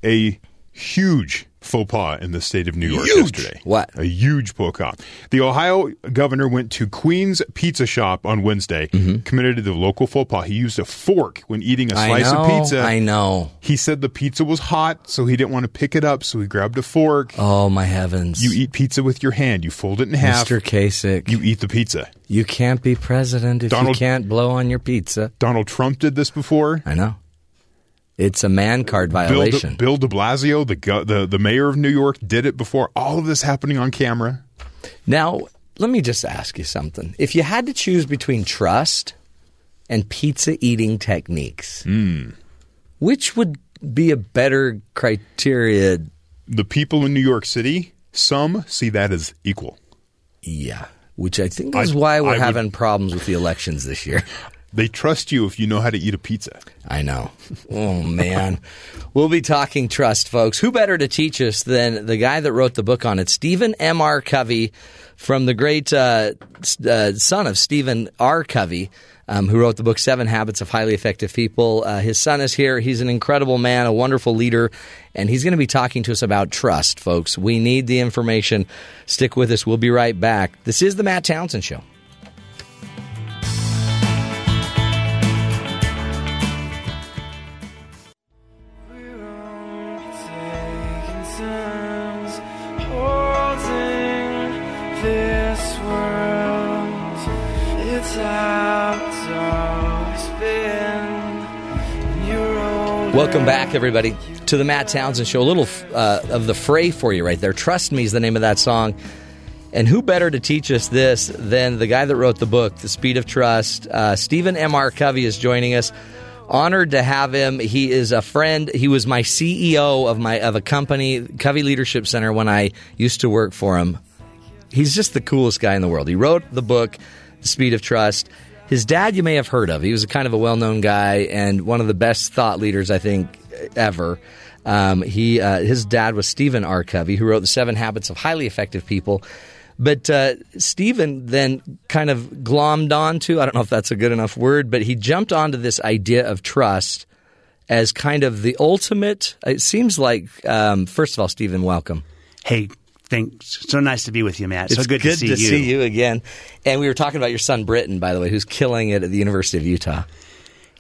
Speaker 3: a huge faux pas in the state of New York yesterday.
Speaker 1: What?
Speaker 3: A huge faux pas. The Ohio governor went to Queen's Pizza Shop on Wednesday, committed the local faux pas. He used a fork when eating a
Speaker 1: Mm-hmm. I
Speaker 3: slice
Speaker 1: know.
Speaker 3: of pizza.
Speaker 1: I know.
Speaker 3: He said the pizza was hot, so he didn't want to pick it up, so he grabbed a fork.
Speaker 1: Oh my heavens!
Speaker 3: You eat pizza with your hand. You fold it in half.
Speaker 1: Mr. Kasich.
Speaker 3: You eat the pizza.
Speaker 1: You can't be president if
Speaker 3: Donald-
Speaker 1: you can't blow on your pizza.
Speaker 3: Donald Trump did this before.
Speaker 1: I know. It's a man card
Speaker 3: Bill
Speaker 1: violation.
Speaker 3: de, Bill de Blasio, the, go- the the mayor of New York, did it before. All of this happening on camera.
Speaker 1: Now, let me just ask you something. If you had to choose between trust and pizza eating techniques, which would be a better criteria?
Speaker 3: The people in New York City, some see that as equal.
Speaker 1: Yeah. Which I think
Speaker 3: I-
Speaker 1: is why we're
Speaker 3: I would-
Speaker 1: having problems with the elections this year.
Speaker 3: They trust you if you know how to eat a pizza.
Speaker 1: I know. Oh, man. we'll be talking trust, folks. Who better to teach us than the guy that wrote the book on it, Stephen M. R. Covey, from the great uh, s- uh, son of Stephen R. Covey. um, who wrote the book Seven Habits of Highly Effective People. Uh, his son is here. He's an incredible man, a wonderful leader, and he's going to be talking to us about trust, folks. We need the information. Stick with us. We'll be right back. This is the Matt Townsend Show. Welcome back, everybody, to the Matt Townsend Show. A little uh, of the fray for you right there. Trust Me is the name of that song. And who better to teach us this than the guy that wrote the book, The Speed of Trust? Uh, Stephen M.R. Covey is joining us. Honored to have him. He is a friend. He was my CEO of my of a company, Covey Leadership Center, when I used to work for him. He's just the coolest guy in the world. He wrote the book, The Speed of Trust. His dad, you may have heard of. He was a kind of a well known guy and one of the best thought leaders, I think, ever. Um, he, uh, his dad was Stephen R. Covey, who wrote The Seven Habits of Highly Effective People. But uh, Stephen then kind of glommed onto, I don't know if that's a good enough word, but he jumped onto this idea of trust as kind of the ultimate. It seems like, um, first of all, Stephen, welcome.
Speaker 9: Hey, thanks. So nice to be with you, Matt. so
Speaker 1: It's
Speaker 9: good, to see you.
Speaker 1: again. And we were talking about your son Britton, by the way, who's killing it at the University of Utah.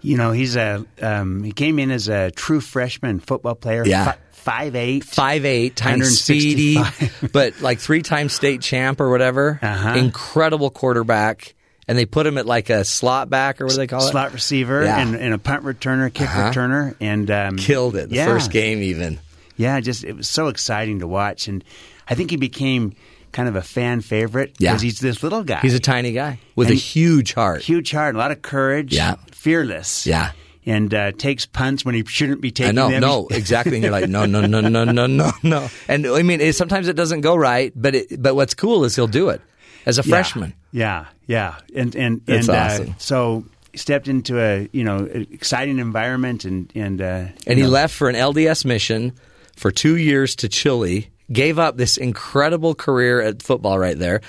Speaker 9: You know, he's a um, he came in as a true freshman football player.
Speaker 1: Yeah.
Speaker 9: fi- five eight.
Speaker 1: Five eight, tiny speedy,
Speaker 9: 165.
Speaker 1: but like three time state champ or whatever.
Speaker 9: Uh-huh.
Speaker 1: Incredible quarterback. And they put him at like a slot back or what do they call it?
Speaker 9: Slot receiver
Speaker 1: Yeah. Uh-huh.
Speaker 9: and, and a punt returner, kick returner, and um,
Speaker 1: Killed it the
Speaker 9: yeah.
Speaker 1: first game even.
Speaker 9: Yeah, just it was so exciting to watch, and I think he became kind of a fan favorite
Speaker 1: Yeah.
Speaker 9: because he's this little guy.
Speaker 1: He's a tiny guy with a
Speaker 9: And-
Speaker 1: huge heart.
Speaker 9: huge heart, a lot of courage,
Speaker 1: Yeah.
Speaker 9: fearless,
Speaker 1: Yeah.
Speaker 9: and uh, takes punts when he shouldn't be
Speaker 1: I
Speaker 9: taking
Speaker 1: know,
Speaker 9: them.
Speaker 1: no, exactly. And you're like, no, no, no, no, no, no, no. And I mean, it, sometimes it doesn't go right, but it, but what's cool is he'll do it as a
Speaker 9: Yeah.
Speaker 1: freshman.
Speaker 9: Yeah, yeah, and and
Speaker 1: That's
Speaker 9: and
Speaker 1: awesome.
Speaker 9: uh, so stepped into a you know exciting environment and and uh,
Speaker 1: And
Speaker 9: you
Speaker 1: he
Speaker 9: know,
Speaker 1: left for an LDS mission for two years to Chile, gave up this incredible career at football right there,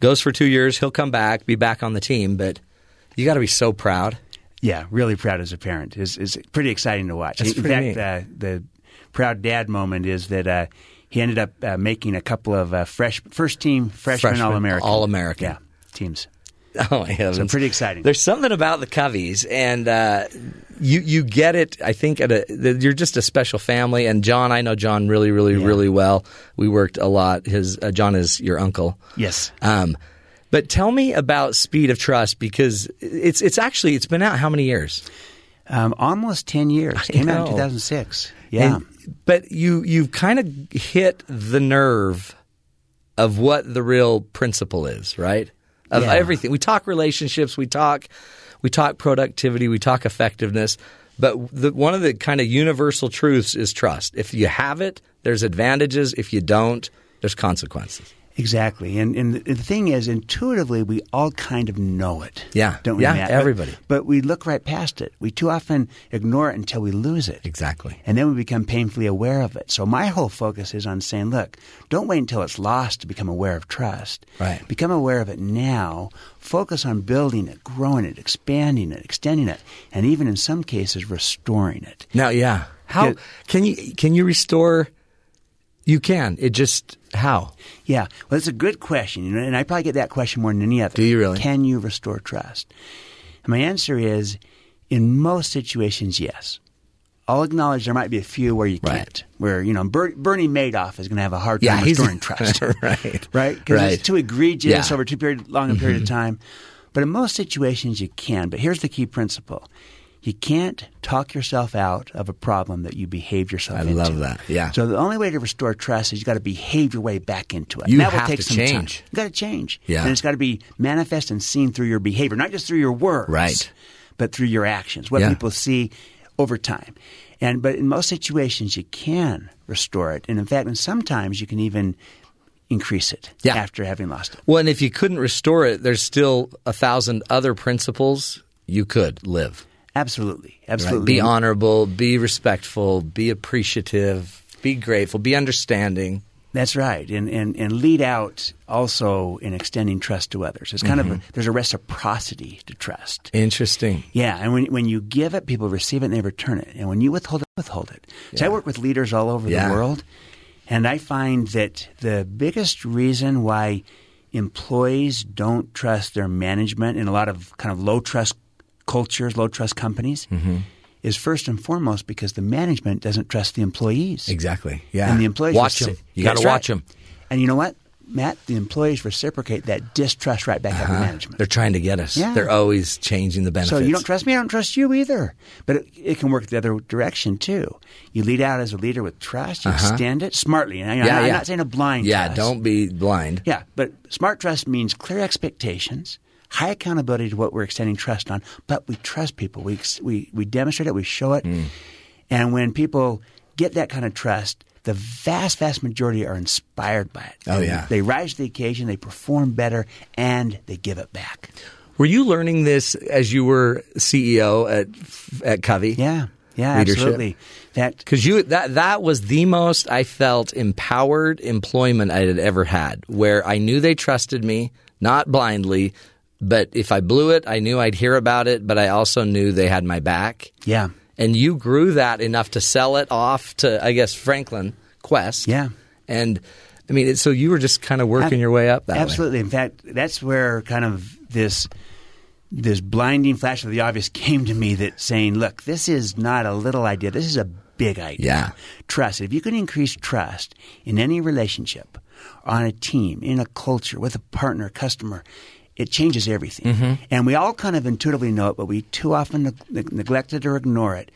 Speaker 1: goes for two years. He'll come back, be back on the team, but you got to be so proud.
Speaker 9: Yeah, really proud as a parent. is is pretty exciting to watch.
Speaker 1: That's
Speaker 9: In
Speaker 1: pretty
Speaker 9: fact,
Speaker 1: neat.
Speaker 9: Uh, the proud dad moment is that uh, he ended up uh, making a couple of uh, fresh first team freshman,
Speaker 1: Freshman
Speaker 9: all American
Speaker 1: All-American.
Speaker 9: Yeah, teams.
Speaker 1: Oh my heavens!
Speaker 9: pretty exciting.
Speaker 1: There's something about the Coveys, and uh, you you get it. I think at a that you're just a special family. And John, I know John really, really, really well. We worked a lot. His uh, John is your uncle.
Speaker 9: Yes.
Speaker 1: Um, but tell me about Speed of Trust because it's it's actually it's been out how many years?
Speaker 9: Um, almost ten years. Came out
Speaker 1: know.
Speaker 9: in two thousand six. Yeah.
Speaker 1: And- but you you've kind of hit the nerve of what the real principle is, right? Of
Speaker 9: Yeah.
Speaker 1: everything. We talk relationships, we talk we talk productivity, we talk effectiveness, but the, one of the kind of universal truths is trust. If you have it, there's advantages. If you don't, there's consequences.
Speaker 9: Exactly, and and the, the thing is, intuitively, we all kind of know it.
Speaker 1: Yeah.
Speaker 9: don't we?
Speaker 1: Yeah,
Speaker 9: Matt?
Speaker 1: everybody.
Speaker 9: But, but we look right past it. We too often ignore it until we lose it.
Speaker 1: Exactly.
Speaker 9: And then we become painfully aware of it. So my whole focus is on saying, look, don't wait until it's lost to become aware of trust.
Speaker 1: Right.
Speaker 9: Become aware of it now. Focus on building it, growing it, expanding it, extending it, and even in some cases restoring it.
Speaker 1: Now, yeah. How
Speaker 9: Yeah.
Speaker 1: can you can you restore you can. It just how?
Speaker 9: Yeah, well, it's a good question, you know, and I probably get that question more than any other.
Speaker 1: Do you really?
Speaker 9: Can you restore trust? And my answer is, in most situations, yes. I'll acknowledge there might be a few where you
Speaker 1: Right.
Speaker 9: can't, where you know Ber- Bernie Madoff is going to have a hard
Speaker 1: Yeah,
Speaker 9: time
Speaker 1: he's-
Speaker 9: restoring trust,
Speaker 1: Right.
Speaker 9: Right, because
Speaker 1: Right.
Speaker 9: it's too egregious
Speaker 1: Yeah.
Speaker 9: over too period, long a period of
Speaker 1: Mm-hmm.
Speaker 9: time. But in most situations, you can. But here's the key principle: you can't talk yourself out of a problem that you behave yourself.
Speaker 1: I
Speaker 9: into.
Speaker 1: love that. Yeah.
Speaker 9: So the only way to restore trust is you got to behave your way back into it.
Speaker 1: You
Speaker 9: and that
Speaker 1: have
Speaker 9: will take
Speaker 1: to
Speaker 9: some
Speaker 1: change.
Speaker 9: Time. You got to change.
Speaker 1: Yeah.
Speaker 9: And it's got to be manifest and seen through your behavior, not just through your words,
Speaker 1: Right.
Speaker 9: But through your actions, what
Speaker 1: Yeah.
Speaker 9: people see over time. And but in most situations, you can restore it, and in fact, and sometimes you can even increase it
Speaker 1: Yeah.
Speaker 9: after having lost it.
Speaker 1: Well, and if you couldn't restore it, there's still a thousand other principles you could live.
Speaker 9: Absolutely,
Speaker 1: Right?
Speaker 9: absolutely.
Speaker 1: Be honorable, be respectful, be appreciative, be grateful, be understanding.
Speaker 9: That's right, and, and and lead out also in extending trust to others. It's kind of a, there's a reciprocity to trust.
Speaker 1: Interesting.
Speaker 9: Yeah, and when when you give it, people receive it and they return it, and when you withhold it, withhold it. So I work with leaders all over
Speaker 1: Yeah.
Speaker 9: the world, and I find that the biggest reason why employees don't trust their management in a lot of kind of low trust cultures, low trust companies,
Speaker 1: Mm-hmm.
Speaker 9: is first and foremost because the management doesn't trust the employees.
Speaker 1: Exactly. Yeah.
Speaker 9: And the employees
Speaker 1: watch
Speaker 9: reci-
Speaker 1: them. You got to
Speaker 9: That's right.
Speaker 1: watch them.
Speaker 9: And you know what, Matt? The employees reciprocate that distrust right back
Speaker 1: Uh-huh.
Speaker 9: at the management.
Speaker 1: They're trying to get us.
Speaker 9: Yeah.
Speaker 1: They're always changing the benefits.
Speaker 9: so you don't trust me, I don't trust you either. But it, it can work the other direction too. You lead out as a leader with trust. You extend it smartly. And I,
Speaker 1: Uh-huh. Yeah,
Speaker 9: I'm
Speaker 1: yeah.
Speaker 9: not saying a blind.
Speaker 1: Yeah.
Speaker 9: trust.
Speaker 1: Don't be blind.
Speaker 9: Yeah, but smart trust means clear expectations, high accountability to what we're extending trust on, but we trust people. We, ex- we, we demonstrate it, we show it.
Speaker 1: Mm.
Speaker 9: And when people get that kind of trust, the vast, vast majority are inspired by it.
Speaker 1: Oh,
Speaker 9: And
Speaker 1: yeah.
Speaker 9: They rise to the occasion, they perform better, and they give it back.
Speaker 1: Were you learning this as you were CEO at at Covey?
Speaker 9: Yeah, yeah,
Speaker 1: Leadership.
Speaker 9: absolutely. That
Speaker 1: Because you that that was the most I felt empowered employment I had ever had, where I knew they trusted me, not blindly, but if I blew it, I knew I'd hear about it, but I also knew they had my back.
Speaker 9: Yeah.
Speaker 1: And you grew that enough to sell it off to I guess Franklin Quest.
Speaker 9: Yeah.
Speaker 1: And I mean, it, so you were just kind of working your way up that way.
Speaker 9: Absolutely. In fact, that's where kind of this this blinding flash of the obvious came to me that saying, look, this is not a little idea. This is a big idea.
Speaker 1: Yeah.
Speaker 9: Trust. If you can increase trust in any relationship, on a team, in a culture, with a partner, customer, it changes everything. And we all kind of intuitively know it, but we too often neg- neg- neglect it or ignore it.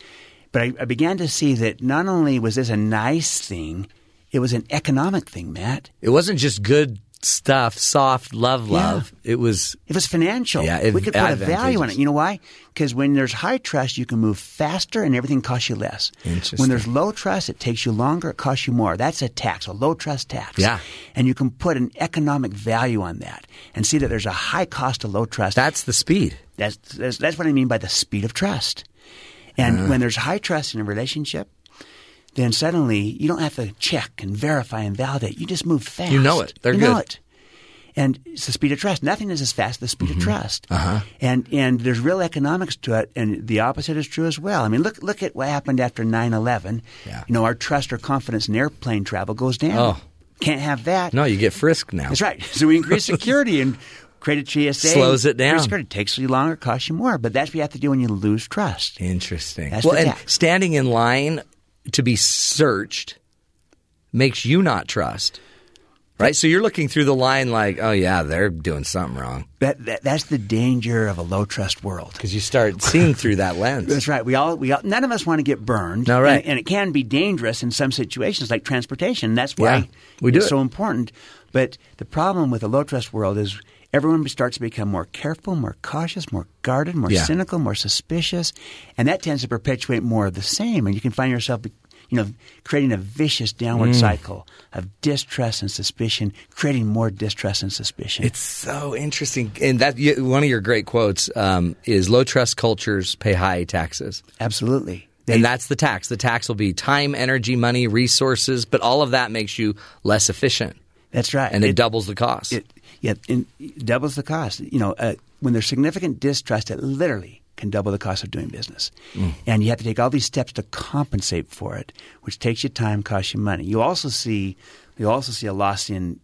Speaker 9: But I, I began to see that not only was this a nice thing, it was an economic thing, Matt.
Speaker 1: It wasn't just good stuff, soft love, love. It was
Speaker 9: It was financial.
Speaker 1: Yeah, it-
Speaker 9: we could put a value on
Speaker 1: advantageous.
Speaker 9: it. You know why? Because when there's high trust, you can move faster and everything costs you less.
Speaker 1: Interesting.
Speaker 9: When there's low trust, it takes you longer, it costs you more. That's a tax, a low trust tax.
Speaker 1: Yeah.
Speaker 9: And you can put an economic value on that and see that there's a high cost to low trust.
Speaker 1: that's the speed.
Speaker 9: That's, that's, that's what I mean by the speed of trust. And
Speaker 1: Uh-huh.
Speaker 9: when there's high trust in a relationship, then suddenly you don't have to check and verify and validate. You just move fast.
Speaker 1: You know it. They're
Speaker 9: you know
Speaker 1: good.
Speaker 9: it. And it's the speed of trust. Nothing is as fast as the
Speaker 1: Mm-hmm.
Speaker 9: speed of trust. Uh-huh. And and there's real economics to it, and the opposite is true as well. I mean, look look at what happened after 9-11.
Speaker 1: Yeah.
Speaker 9: You know, our trust or confidence in airplane travel goes down.
Speaker 1: Oh.
Speaker 9: Can't have that.
Speaker 1: No, you get frisked now.
Speaker 9: That's right. So we increase security and create a TSA.
Speaker 1: Slows it down.
Speaker 9: Increase Security takes you longer, costs you more, but that's what you have to do when you lose trust.
Speaker 1: Interesting.
Speaker 9: That's
Speaker 1: well,
Speaker 9: the
Speaker 1: and
Speaker 9: tax.
Speaker 1: standing in line to be searched makes you not trust, right? So you're looking through the line like, oh yeah, they're doing something wrong
Speaker 9: That, that that's the danger of a low trust world.
Speaker 1: because you start seeing through that lens.
Speaker 9: That's right. We all we all, none of us want to get burned.
Speaker 1: No, right.
Speaker 9: And, and it can be dangerous in some situations, like transportation. That's why
Speaker 1: Yeah, we do
Speaker 9: it's
Speaker 1: it.
Speaker 9: so important. But the problem with a low trust world is everyone starts to become more careful, more cautious, more guarded, more
Speaker 1: Yeah.
Speaker 9: cynical, more suspicious, and that tends to perpetuate more of the same. And you can find yourself. be- You know, creating a vicious downward
Speaker 1: Mm.
Speaker 9: cycle of distrust and suspicion, creating more distrust and suspicion.
Speaker 1: It's so interesting, and that you- one of your great quotes um, is "low trust cultures pay high taxes."
Speaker 9: Absolutely. They-
Speaker 1: And that's the tax. The tax will be time, energy, money, resources, but all of that makes you less efficient,
Speaker 9: that's right.
Speaker 1: and it,
Speaker 9: It-
Speaker 1: doubles the cost.
Speaker 9: it yeah and it doubles the cost. You know, uh, when there's significant distrust, it literally can double the cost of doing business, Mm-hmm. and you have to take all these steps to compensate for it, which takes you time, costs you money. You also see you also see a loss in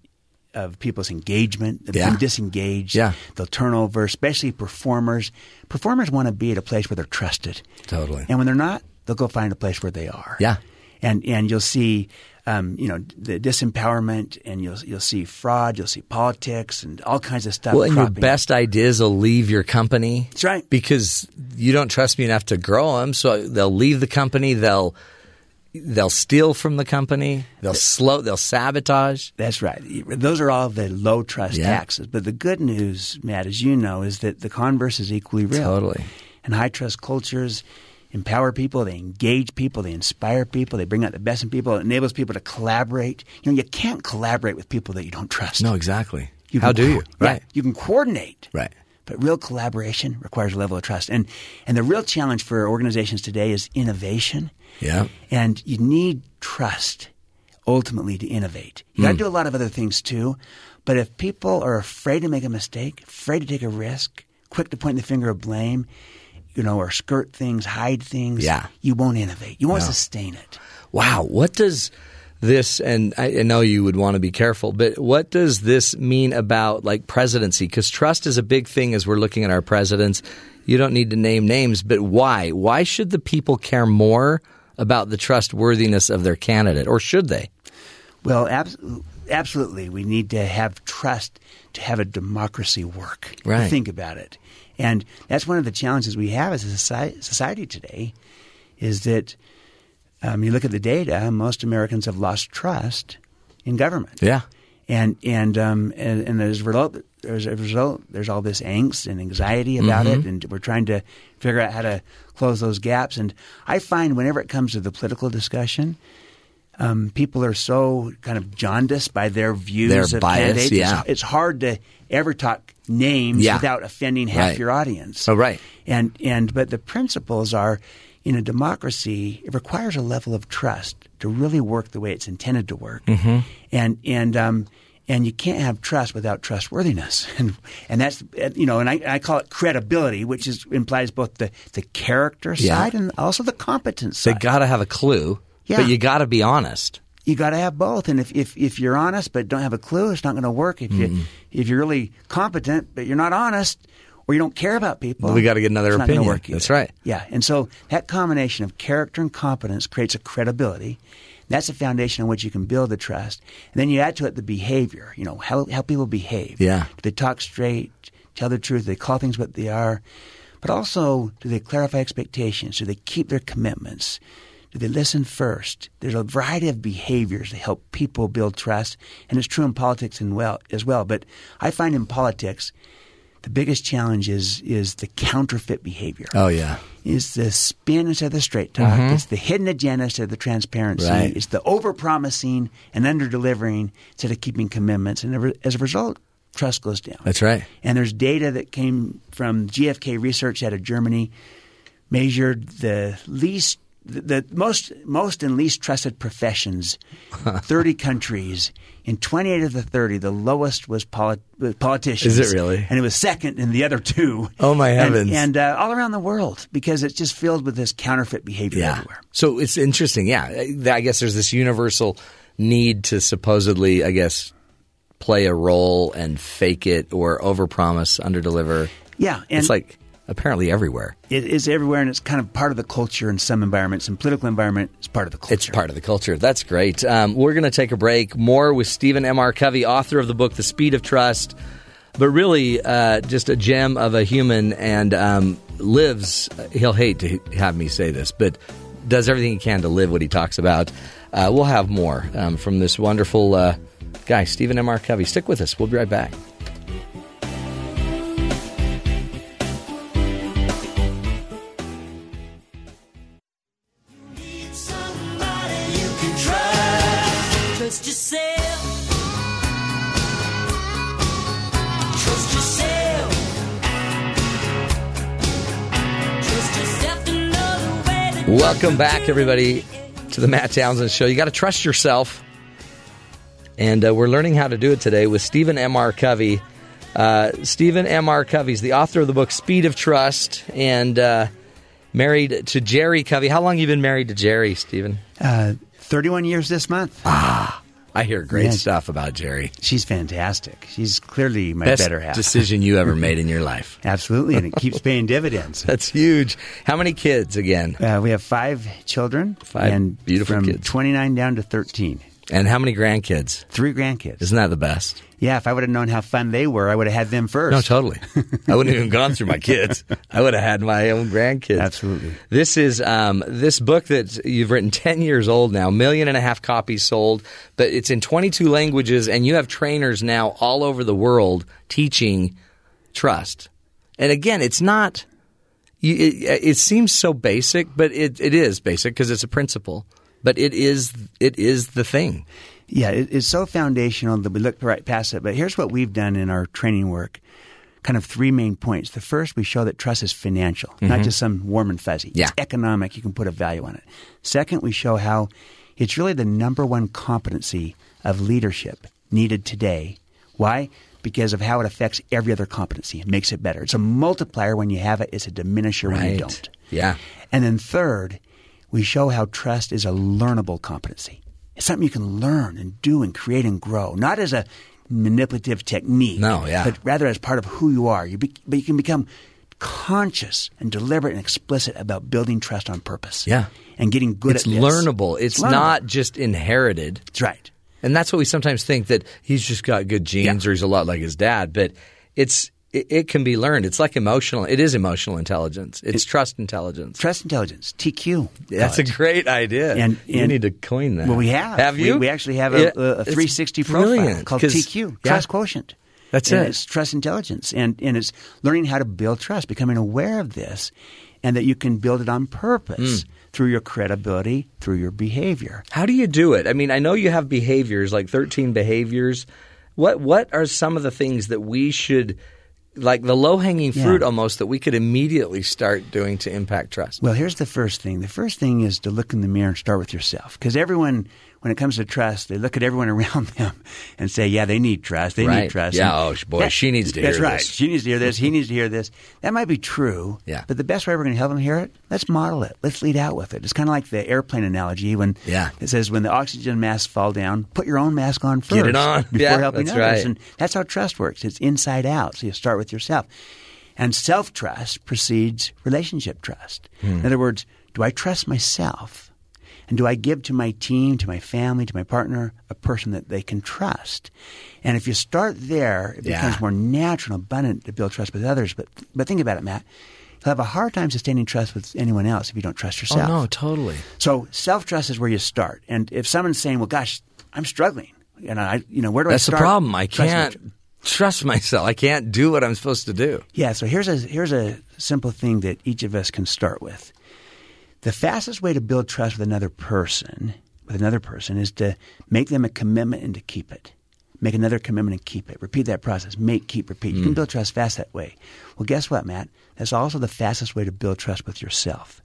Speaker 9: of people's engagement. They've
Speaker 1: Yeah.
Speaker 9: been disengaged.
Speaker 1: Yeah.
Speaker 9: They'll turn over, especially performers. Performers want to be at a place where they're trusted.
Speaker 1: Totally.
Speaker 9: And when they're not, they'll go find a place where they are.
Speaker 1: Yeah.
Speaker 9: And and you'll see, um, you know, the disempowerment, and you'll you'll see fraud, you'll see politics, and all kinds of stuff.
Speaker 1: Well, and your
Speaker 9: cropping up.
Speaker 1: best ideas will leave your company.
Speaker 9: That's right.
Speaker 1: Because you don't trust me enough to grow them, so they'll leave the company. They'll they'll steal from the company. They'll slow. They'll sabotage.
Speaker 9: That's right. Those are all the low trust
Speaker 1: Yeah.
Speaker 9: taxes. But the good news, Matt, as you know, is that the converse is equally real.
Speaker 1: Totally.
Speaker 9: And high trust cultures empower people, they engage people, they inspire people, they bring out the best in people, it enables people to collaborate. You know, you can't collaborate with people that you don't trust.
Speaker 1: No, exactly.
Speaker 9: You
Speaker 1: How
Speaker 9: can
Speaker 1: do
Speaker 9: co-
Speaker 1: you?
Speaker 9: yeah,
Speaker 1: Right.
Speaker 9: you can coordinate.
Speaker 1: Right.
Speaker 9: But real collaboration requires a level of trust. And and the real challenge for organizations today is innovation.
Speaker 1: Yeah.
Speaker 9: And you need trust ultimately to innovate.
Speaker 1: Hmm.
Speaker 9: You got to do a lot of other things too, but if people are afraid to make a mistake, afraid to take a risk, quick to point the finger of blame, you know, or skirt things, hide things,
Speaker 1: Yeah.
Speaker 9: you won't innovate. You won't sustain it.
Speaker 1: Wow, what does this and I, I know you would want to be careful, but what does this mean about like presidency? Because trust is a big thing as we're looking at our presidents. You don't need to name names, but why? Why should the people care more about the trustworthiness of their candidate, or should they?
Speaker 9: Well, abs- absolutely. We need to have trust to have a democracy work. to
Speaker 1: Right.
Speaker 9: Think about it. And that's one of the challenges we have as a society, society today is that um, you look at the data, most Americans have lost trust in government.
Speaker 1: Yeah.
Speaker 9: And, and, um, and, and as, a result, as a result, there's all this angst and anxiety about
Speaker 1: Mm-hmm.
Speaker 9: it, and we're trying to figure out how to close those gaps. And I find whenever it comes to the political discussion, um, people are so kind of jaundiced by their views
Speaker 1: Their
Speaker 9: of
Speaker 1: bias,
Speaker 9: candidates.
Speaker 1: yeah.
Speaker 9: It's, it's hard to ever talk names
Speaker 1: Yeah.
Speaker 9: without offending half
Speaker 1: Right.
Speaker 9: your audience.
Speaker 1: Oh, right.
Speaker 9: And and but the principles are in a democracy, it requires a level of trust to really work the way it's intended to work.
Speaker 1: Mm-hmm.
Speaker 9: And and um and you can't have trust without trustworthiness, and and that's uh, you know, and I, I call it credibility, which is implies both the the character
Speaker 1: Yeah.
Speaker 9: side and also the competence
Speaker 1: They
Speaker 9: side
Speaker 1: got to have a clue,
Speaker 9: Yeah.
Speaker 1: but you got to be honest.
Speaker 9: you got to have both. And if, if, if you're honest but don't have a clue, it's not going to work. If
Speaker 1: Mm-hmm.
Speaker 9: you if you're really competent but you're not honest or you don't care about people,
Speaker 1: We gotta get another
Speaker 9: it's not gonna
Speaker 1: opinion.
Speaker 9: work either.
Speaker 1: That's right.
Speaker 9: Yeah, and so that combination of character and competence creates a credibility. That's a foundation on which you can build the trust. And then you add to it the behavior. You know how how people behave.
Speaker 1: Yeah.
Speaker 9: Do they talk straight? Tell the truth? Do they call things what they are? But also, do they clarify expectations? Do they keep their commitments? Do they listen first? There's a variety of behaviors that help people build trust, and it's true in politics and well as well. But I find in politics, the biggest challenge is is the counterfeit behavior
Speaker 1: Oh, yeah,
Speaker 9: is the spin instead of the straight talk. It's the hidden agenda instead of the transparency.
Speaker 1: Mm-hmm. Right.
Speaker 9: It's the over promising and under delivering instead of keeping commitments. And as a result, trust goes down.
Speaker 1: that's right.
Speaker 9: And there's data that came from GFK Research out of Germany, measured the least, the, the most, most and least trusted professions, 30 countries. In 28 of the 30, the lowest was polit- was politicians.
Speaker 1: Is it really?
Speaker 9: And it was second in the other two.
Speaker 1: Oh, my
Speaker 9: And-
Speaker 1: heavens.
Speaker 9: And, uh, all around the world because it's just filled with this counterfeit behavior everywhere.
Speaker 1: So it's interesting. Yeah, I I guess there's this universal need to supposedly, I guess, play a role and fake it or overpromise, underdeliver.
Speaker 9: Yeah, and
Speaker 1: it's like apparently everywhere.
Speaker 9: it is everywhere, and it's kind of part of the culture in some environments. In political environment, it's part of the culture.
Speaker 1: It's part of the culture. That's great. Um, we're going to take a break. More with Stephen M. R. Covey, author of the book "The Speed of Trust," but really uh, just a gem of a human and um, lives. He'll hate to have me say this, but does everything he can to live what he talks about. Uh, we'll have more um, from this wonderful uh, guy, Stephen M. R. Covey. Stick with us. We'll be right back.
Speaker 10: Trust yourself. Trust yourself. Trust yourself to know the way to
Speaker 1: Welcome back, everybody, to the Matt Townsend Show. You got to trust yourself. And uh, we're learning how to do it today with Stephen M.R. Covey. Uh, Stephen M.R. Covey is the author of the book Speed of Trust and uh, married to Jerry Covey. How long you been married to Jerry, Stephen?
Speaker 9: uh, 31 years this month.
Speaker 1: Ah, I hear great
Speaker 9: Yes.
Speaker 1: stuff about Jerry.
Speaker 9: She's fantastic. She's clearly my
Speaker 1: Best
Speaker 9: better half.
Speaker 1: decision you ever made in your life.
Speaker 9: Absolutely, and it keeps paying dividends.
Speaker 1: That's huge. How many kids again?
Speaker 9: Uh, we have five children,
Speaker 1: Five
Speaker 9: and
Speaker 1: beautiful
Speaker 9: from
Speaker 1: kids.
Speaker 9: 29 down to 13.
Speaker 1: And how many grandkids?
Speaker 9: Three grandkids.
Speaker 1: Isn't that the best?
Speaker 9: yeah, if I would have known how fun they were, I would have had them first.
Speaker 1: No, totally. I wouldn't have even gone through my kids. I would have had my own grandkids.
Speaker 9: Absolutely.
Speaker 1: This is um, this book that you've written ten years old now, million and a half copies sold, but it's in twenty two languages, and you have trainers now all over the world teaching trust. And again, it's not. you- It, it seems so basic, but it, it is basic because it's a principle. But it is it is the thing.
Speaker 9: Yeah, it, it's so foundational that we look right past it. But here's what we've done in our training work kind of three main points. The first, we show that trust is financial, not just some warm and fuzzy.
Speaker 1: Mm-hmm. Yeah.
Speaker 9: It's economic, you can put a value on it. Second, we show how It's really the number one competency of leadership needed today. Why? Because of how it affects every other competency. It makes it better. It's a multiplier when you have it, it's a diminisher when you
Speaker 1: Right.
Speaker 9: don't.
Speaker 1: Yeah.
Speaker 9: And then third, we show how trust is a learnable competency. It's something you can learn and do and create and grow, not as a manipulative technique.
Speaker 1: No, yeah.
Speaker 9: But rather as part of who you are. You be, but you can become conscious and deliberate and explicit about building trust on purpose.
Speaker 1: Yeah.
Speaker 9: And getting good
Speaker 1: it's
Speaker 9: at this.
Speaker 1: learnable. It's,
Speaker 9: learnable.
Speaker 1: not just inherited.
Speaker 9: That's right.
Speaker 1: And that's what we sometimes think that he's just got good genes or he's a lot like his dad, but it's it, it can be learned. It's like emotional. It is emotional intelligence. It's trust intelligence.
Speaker 9: Trust intelligence, TQ.
Speaker 1: that's a great idea.
Speaker 9: And-
Speaker 1: you
Speaker 9: and-
Speaker 1: need to coin that.
Speaker 9: Well, we have.
Speaker 1: Have
Speaker 9: We-
Speaker 1: you?
Speaker 9: We, actually have a,
Speaker 1: Yeah,
Speaker 9: a- a
Speaker 1: it's
Speaker 9: 360 profile
Speaker 1: brilliant,
Speaker 9: called
Speaker 1: 'cause-
Speaker 9: TQ,
Speaker 1: yeah.
Speaker 9: Trust Quotient.
Speaker 1: That's
Speaker 9: And
Speaker 1: it.
Speaker 9: It's trust intelligence. And, and it's learning how to build trust, becoming aware of this, and that you can build it on
Speaker 1: Hmm.
Speaker 9: purpose through your credibility, through your behavior.
Speaker 1: How do you do it? I mean, I know you have behaviors like 13 behaviors. What what are some of the things that we should like the low-hanging fruit
Speaker 9: Yeah.
Speaker 1: almost that we could immediately start doing to impact trust?
Speaker 9: Well, here's the first thing. The first thing is to look in the mirror and start with yourself. Because everyone, when it comes to trust, they look at everyone around them and say, yeah, they need trust. They
Speaker 1: Right.
Speaker 9: need trust.
Speaker 1: Yeah,
Speaker 9: And
Speaker 1: oh, boy, she needs to
Speaker 9: that's
Speaker 1: hear
Speaker 9: right.
Speaker 1: this.
Speaker 9: She needs to hear this. He needs to hear this. That might be true.
Speaker 1: Yeah.
Speaker 9: But the best way we're going to help them hear it, let's model it. Let's lead out with it. It's kind of like the airplane analogy when
Speaker 1: Yeah.
Speaker 9: it says when the oxygen masks fall down, put your own mask on first.
Speaker 1: Get it on.
Speaker 9: Before
Speaker 1: Yeah,
Speaker 9: helping
Speaker 1: that's
Speaker 9: others.
Speaker 1: right.
Speaker 9: And that's how trust works. It's inside out. So you start with yourself. And self trust precedes relationship trust.
Speaker 1: Hmm.
Speaker 9: In other words, do I trust myself? And do I give to my team, to my family, to my partner, a person that they can trust? And if you start there, it
Speaker 1: Yeah.
Speaker 9: becomes more natural and abundant to build trust with others. But, but think about it, Matt. You'll have a hard time sustaining trust with anyone else if you don't trust yourself.
Speaker 1: Oh, totally.
Speaker 9: So self trust is where you start. And if someone's saying, "Well, gosh, I'm struggling," and I, you know, where do
Speaker 1: That's
Speaker 9: I
Speaker 1: the
Speaker 9: start?
Speaker 1: problem. I
Speaker 9: Trust
Speaker 1: can't
Speaker 9: me.
Speaker 1: trust myself. I can't do what I'm supposed to do.
Speaker 9: Yeah. So here's a here's a simple thing that each of us can start with. The fastest way to build trust with another person, with another person, is to make them a commitment and to keep it. Make another commitment and keep it. Repeat that process. Make, keep, repeat.
Speaker 1: Mm.
Speaker 9: You can build trust fast that way. Well, guess what, Matt? That's also the fastest way to build trust with yourself.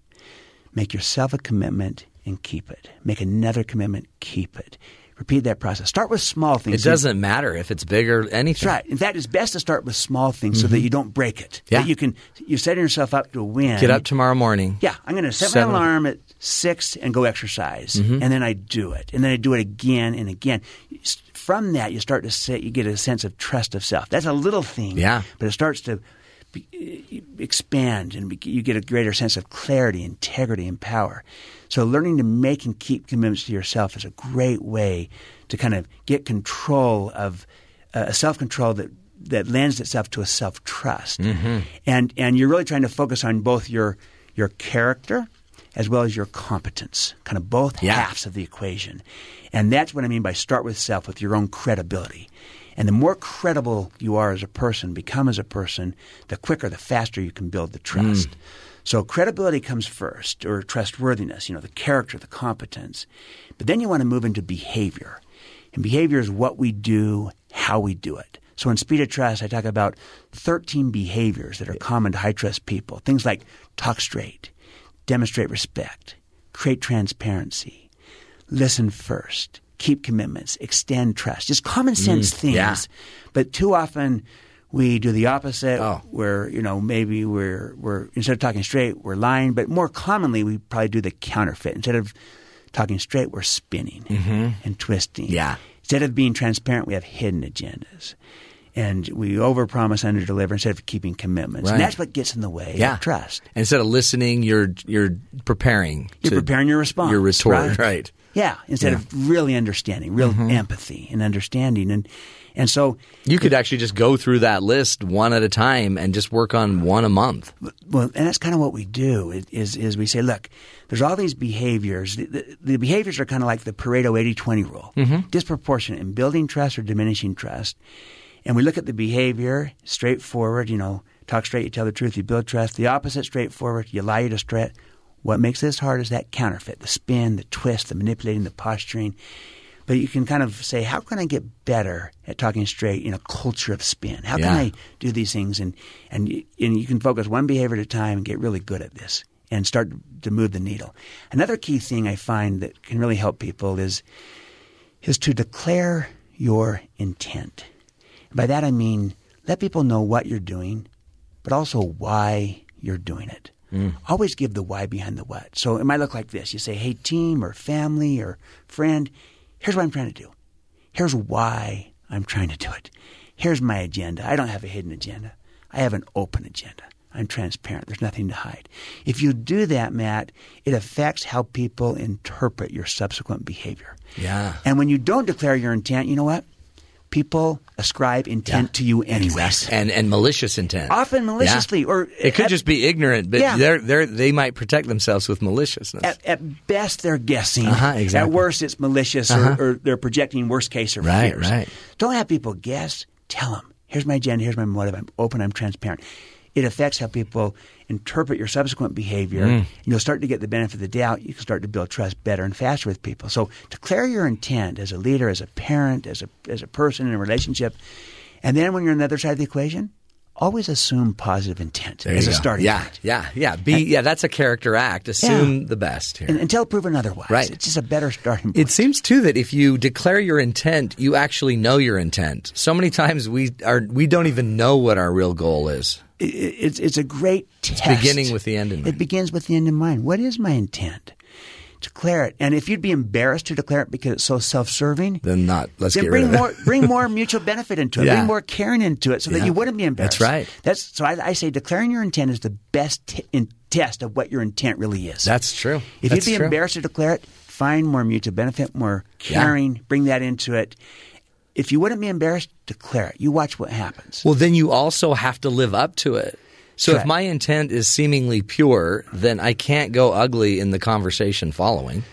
Speaker 9: Make yourself a commitment and keep it. Make another commitment, keep it. Repeat that process. Start with small
Speaker 1: It
Speaker 9: things.
Speaker 1: doesn't matter if it's big or anything.
Speaker 9: That's right. In fact, it's best to start with small things so that you don't break it.
Speaker 1: Mm-hmm. Yeah.
Speaker 9: That you can you're setting yourself up to win.
Speaker 1: Get up tomorrow morning.
Speaker 9: Yeah, I'm going to set
Speaker 1: Seven Mm-hmm.
Speaker 9: my
Speaker 1: o'clock.
Speaker 9: alarm at six and go exercise, and then I do it, and then I do it again and again. S- From that, you start to set, you get a sense of trust of self. That's a little thing,
Speaker 1: Yeah.
Speaker 9: but it starts to be, expand, and be, you get a greater sense of clarity, integrity, and power. So, learning to make and keep commitments to yourself is a great way to kind of get control of uh, a self control that. That lends itself to a self trust,
Speaker 1: Mm-hmm.
Speaker 9: and and you're really trying to focus on both your your character as well as your competence, kind of both
Speaker 1: Yeah.
Speaker 9: halves of the equation. And that's what I mean by start with self, with your own credibility. And the more credible you are as a person, become as a person, the quicker, the faster you can build the trust. So credibility comes first, or trustworthiness, you know, the character, the competence. But then you want to move into behavior. And behavior is what we do, how we do it. So in Speed of Trust, I talk about 13 behaviors that are common to high trust people. Things like talk straight, demonstrate respect, create transparency, listen first, keep commitments, extend trust. Just common sense things.
Speaker 1: Mm, yeah.
Speaker 9: But too often we do the opposite
Speaker 1: Oh.
Speaker 9: where, you know, maybe we're we're instead of talking straight, we're lying, but more commonly we probably do the counterfeit. Instead of talking straight, we're spinning and twisting.
Speaker 1: Yeah.
Speaker 9: Instead of being transparent, we have hidden agendas. And we overpromise, underdeliver instead of keeping commitments.
Speaker 1: Right.
Speaker 9: And that's what gets in the way
Speaker 1: Yeah.
Speaker 9: of trust.
Speaker 1: Instead of listening, you're you're preparing.
Speaker 9: You're
Speaker 1: to-
Speaker 9: preparing your response.
Speaker 1: Your retort, right?
Speaker 9: Yeah, instead of really understanding, real empathy and understanding, and and so
Speaker 1: You could actually just go through that list one at a time and just work on one a month.
Speaker 9: well, and that's kind of what we do i- is is we say, look, there's all these behaviors. The, the, the behaviors are kind of like the Pareto 80-20 rule, disproportionate in building trust or diminishing trust. And we look at the behavior, straightforward. You know, talk straight, you tell the truth, you build trust. The opposite, straightforward, you lie, you distort. What makes this hard is that counterfeit, the spin, the twist, the manipulating, the posturing. But you can kind of say, how can I get better at talking straight in a culture of spin? How can
Speaker 1: Yeah.
Speaker 9: I do these things and and y- and you can focus one behavior at a time and get really good at this. and start to move the needle. Another key thing I find that can really help people is is to declare your intent. By that I mean let people know what you're doing, but also why you're doing it. Always give the why behind the what. So it might look like this. You say, hey, team or family or friend, here's what I'm trying to do. Here's why I'm trying to do it. Here's my agenda. I don't have a hidden agenda. I have an open agenda. I'm transparent. There's nothing to hide. If you do that, Matt, it affects how people interpret your subsequent behavior.
Speaker 1: Yeah.
Speaker 9: And when you don't declare your intent, you know what? People ascribe intent to you anyways.
Speaker 1: and and malicious intent.
Speaker 9: Often maliciously, or-
Speaker 1: it could
Speaker 9: at-
Speaker 1: just be ignorant, but
Speaker 9: Yeah.
Speaker 1: they're they they might protect themselves with maliciousness.
Speaker 9: At, at best, they're guessing.
Speaker 1: Uh-huh, exactly. Uh-huh.
Speaker 9: At worst, it's malicious, or, or they're projecting worst case or
Speaker 1: Right,
Speaker 9: fears.
Speaker 1: right.
Speaker 9: Don't have people guess. Tell them. Here's my agenda. Here's my motive. I'm open. I'm transparent. It affects how people interpret your subsequent behavior.
Speaker 1: Mm.
Speaker 9: And you'll start to get the benefit of the doubt. You can start to build trust better and faster with people. So declare your intent as a leader, as a parent, as a as a person in a relationship. And then when you're on the other side of the equation, always assume positive intent
Speaker 1: There
Speaker 9: as
Speaker 1: you
Speaker 9: a
Speaker 1: go.
Speaker 9: starting
Speaker 1: yeah,
Speaker 9: point.
Speaker 1: Yeah, yeah, Be yeah. That's a character act. Assume
Speaker 9: Yeah.
Speaker 1: the best here.
Speaker 9: And, until proven otherwise,
Speaker 1: Right.
Speaker 9: it's just a better starting point.
Speaker 1: It seems too that if you declare your intent, you actually know your intent. So many times we are we don't even know what our real goal is.
Speaker 9: it- it's it's a great test.
Speaker 1: beginning with the end in mind.
Speaker 9: It begins with the end in mind. What is my intent? Declare it. And if you'd be embarrassed to declare it because it's so self-serving,
Speaker 1: Then not. Let's
Speaker 9: then
Speaker 1: get
Speaker 9: bring
Speaker 1: rid of
Speaker 9: more
Speaker 1: it.
Speaker 9: bring more mutual benefit into it.
Speaker 1: Yeah.
Speaker 9: Bring more caring into it, so
Speaker 1: Yeah.
Speaker 9: that you wouldn't be
Speaker 1: That's
Speaker 9: embarrassed.
Speaker 1: right.
Speaker 9: That's so. I, I say declaring your intent is the best t- in, test of what your intent really is.
Speaker 1: That's true.
Speaker 9: If
Speaker 1: That's
Speaker 9: you'd be
Speaker 1: true.
Speaker 9: embarrassed to declare it, find more mutual benefit, more
Speaker 1: Yeah.
Speaker 9: caring. Bring that into it. If you wouldn't be embarrassed, declare it. You watch what happens.
Speaker 1: Well, then you also have to live up to it. So if
Speaker 9: Correct.
Speaker 1: my intent is seemingly pure, then I can't go ugly in the conversation following.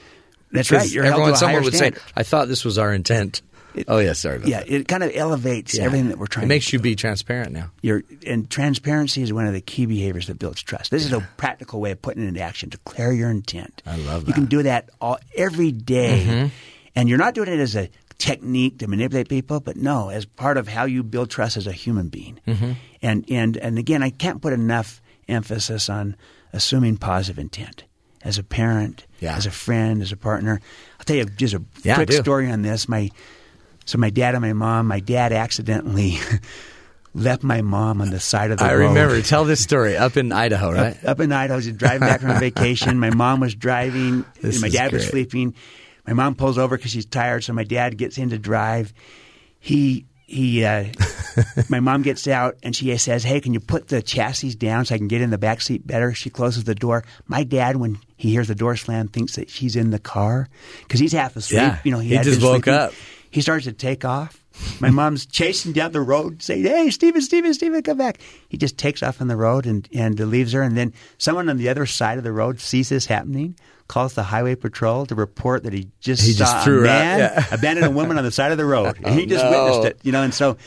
Speaker 9: That's right.
Speaker 1: 'Cause
Speaker 9: You're held to
Speaker 1: everyone,
Speaker 9: a
Speaker 1: someone
Speaker 9: higher
Speaker 1: would
Speaker 9: standard.
Speaker 1: say, "I thought this was our intent." oh yeah, sorry. About
Speaker 9: Yeah,
Speaker 1: that.
Speaker 9: it kind of elevates
Speaker 1: Yeah.
Speaker 9: everything that we're trying.
Speaker 1: It makes
Speaker 9: to
Speaker 1: you
Speaker 9: do.
Speaker 1: be transparent now.
Speaker 9: Your, and transparency is one of the key behaviors that builds trust. This is a practical way of putting it into action. Declare your intent. I
Speaker 1: love
Speaker 9: You can
Speaker 1: that. Mm-hmm.
Speaker 9: do that all, every day. and you're not doing it as a technique to manipulate people, but no, as part of how you build trust as a human being.
Speaker 1: Mm-hmm.
Speaker 9: And and and again, I can't put enough emphasis on assuming positive intent as a parent,
Speaker 1: Yeah.
Speaker 9: as a friend, as a partner. I'll tell you just a
Speaker 1: Yeah,
Speaker 9: quick
Speaker 1: do.
Speaker 9: story on this. My so my dad and my mom. My dad accidentally left my mom on the side of the
Speaker 1: I
Speaker 9: road.
Speaker 1: remember. Tell this story up in Idaho, right?
Speaker 9: Up in Idaho, just driving back from a vacation. My mom was driving.
Speaker 1: This
Speaker 9: my
Speaker 1: is
Speaker 9: dad was
Speaker 1: great.
Speaker 9: sleeping. My mom pulls over because she's tired. So my dad gets in to drive. He he. Uh, my mom gets out and she says, "Hey, can you put the chassis down so I can get in the back seat better?" She closes the door. My dad, when he hears the door slam, thinks that she's in the car because he's half asleep.
Speaker 1: Yeah,
Speaker 9: you know, he,
Speaker 1: he
Speaker 9: had
Speaker 1: just
Speaker 9: been
Speaker 1: woke
Speaker 9: sleeping.
Speaker 1: up.
Speaker 9: He starts to take off. My mom's chasing down the road, saying, "Hey, Steven, Steven, Steven, come back!" He just takes off on the road and and leaves her. And then someone on the other side of the road sees this happening, calls the highway patrol to report that he just
Speaker 1: He
Speaker 9: saw
Speaker 1: just threw
Speaker 9: a
Speaker 1: her out,
Speaker 9: man
Speaker 1: yeah. Oh,
Speaker 9: abandon a woman on the side of the road. And he just
Speaker 1: no.
Speaker 9: witnessed it, you know. And so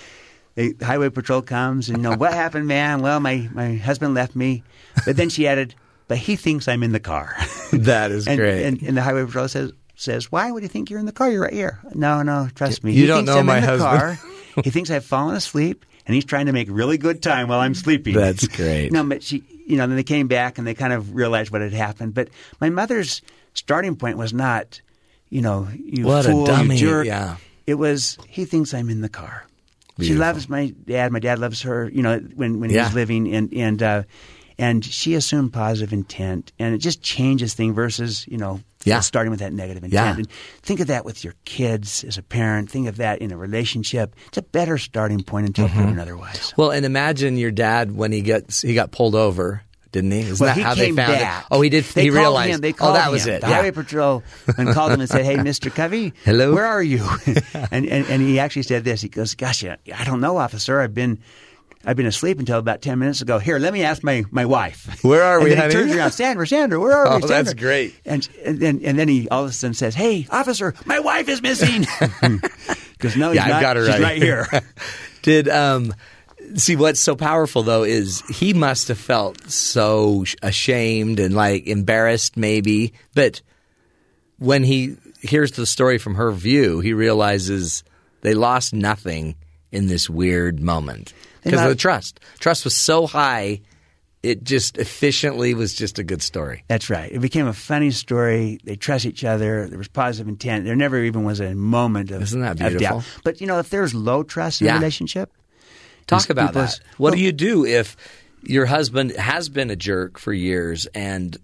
Speaker 9: the highway patrol comes and, you know, what happened, man? Well, my, my husband left me. But then she added, but he thinks I'm in the car.
Speaker 1: That is
Speaker 9: and,
Speaker 1: great.
Speaker 9: And, and the highway patrol says, says, why would he think you're in the car? You're right here. No, no, trust me.
Speaker 1: You
Speaker 9: he
Speaker 1: don't
Speaker 9: thinks
Speaker 1: know
Speaker 9: I'm
Speaker 1: my
Speaker 9: in the
Speaker 1: husband.
Speaker 9: car. he thinks I've fallen asleep. And he's trying to make really good time while I'm sleeping.
Speaker 1: That's great.
Speaker 9: no, but she, you know, then they came back and they kind of realized what had happened. But my mother's starting point was not, you know, you
Speaker 1: What a
Speaker 9: fool,
Speaker 1: dummy,
Speaker 9: you jerk.
Speaker 1: yeah.
Speaker 9: It was he thinks I'm in the car. She
Speaker 1: Beautiful.
Speaker 9: loves my dad. My dad loves her. You know, when when
Speaker 1: Yeah.
Speaker 9: he's living and and uh, and she assumed positive intent, and it just changes thing versus you know.
Speaker 1: Yeah.
Speaker 9: starting with that negative intent.
Speaker 1: Yeah.
Speaker 9: And think of that with your kids as a parent. Think of that in a relationship. It's a better starting point until
Speaker 1: Mm-hmm.
Speaker 9: proven otherwise.
Speaker 1: Well, and imagine your dad when he gets he got pulled over, didn't he? Isn't
Speaker 9: Well,
Speaker 1: that
Speaker 9: he
Speaker 1: how
Speaker 9: came
Speaker 1: they found
Speaker 9: back.
Speaker 1: it? Oh, he did.
Speaker 9: They
Speaker 1: he
Speaker 9: called
Speaker 1: realized.
Speaker 9: Him. They
Speaker 1: oh,
Speaker 9: called
Speaker 1: that was
Speaker 9: him.
Speaker 1: it.
Speaker 9: The
Speaker 1: yeah.
Speaker 9: highway patrol and called him and said, "Hey, Mister Covey,
Speaker 1: Hello?
Speaker 9: where are you?" and, and and he actually said this. He goes, "Gosh, I I don't know, officer. I've been." I've been asleep until about ten minutes ago. Here, let me ask my, my wife.
Speaker 1: Where are
Speaker 9: and
Speaker 1: we,
Speaker 9: Then
Speaker 1: honey?
Speaker 9: He turns around, Sandra, Sandra, where are
Speaker 1: Oh,
Speaker 9: we? Sandra?
Speaker 1: that's great.
Speaker 9: And and then and then he all of a sudden says, "Hey, officer, my wife is missing." Because no, he's
Speaker 1: Yeah, I've
Speaker 9: not.
Speaker 1: got her
Speaker 9: She's
Speaker 1: right,
Speaker 9: right here.
Speaker 1: Did um, see what's so powerful though is he must have felt so sh- ashamed and like embarrassed maybe, but when he hears the story from her view, he realizes they lost nothing in this weird moment
Speaker 9: They
Speaker 1: because of
Speaker 9: might-
Speaker 1: the trust. Trust was so high. it just efficiently was just a good story.
Speaker 9: That's right. It became a funny story. They trust each other. There was positive intent. There never even was a moment of
Speaker 1: Isn't that
Speaker 9: of
Speaker 1: beautiful?
Speaker 9: doubt. But you know, if there's low trust in
Speaker 1: Yeah.
Speaker 9: a relationship,
Speaker 1: Talk
Speaker 9: these
Speaker 1: about
Speaker 9: people-
Speaker 1: that. What do
Speaker 9: Well,
Speaker 1: you do if your husband has been a jerk for years and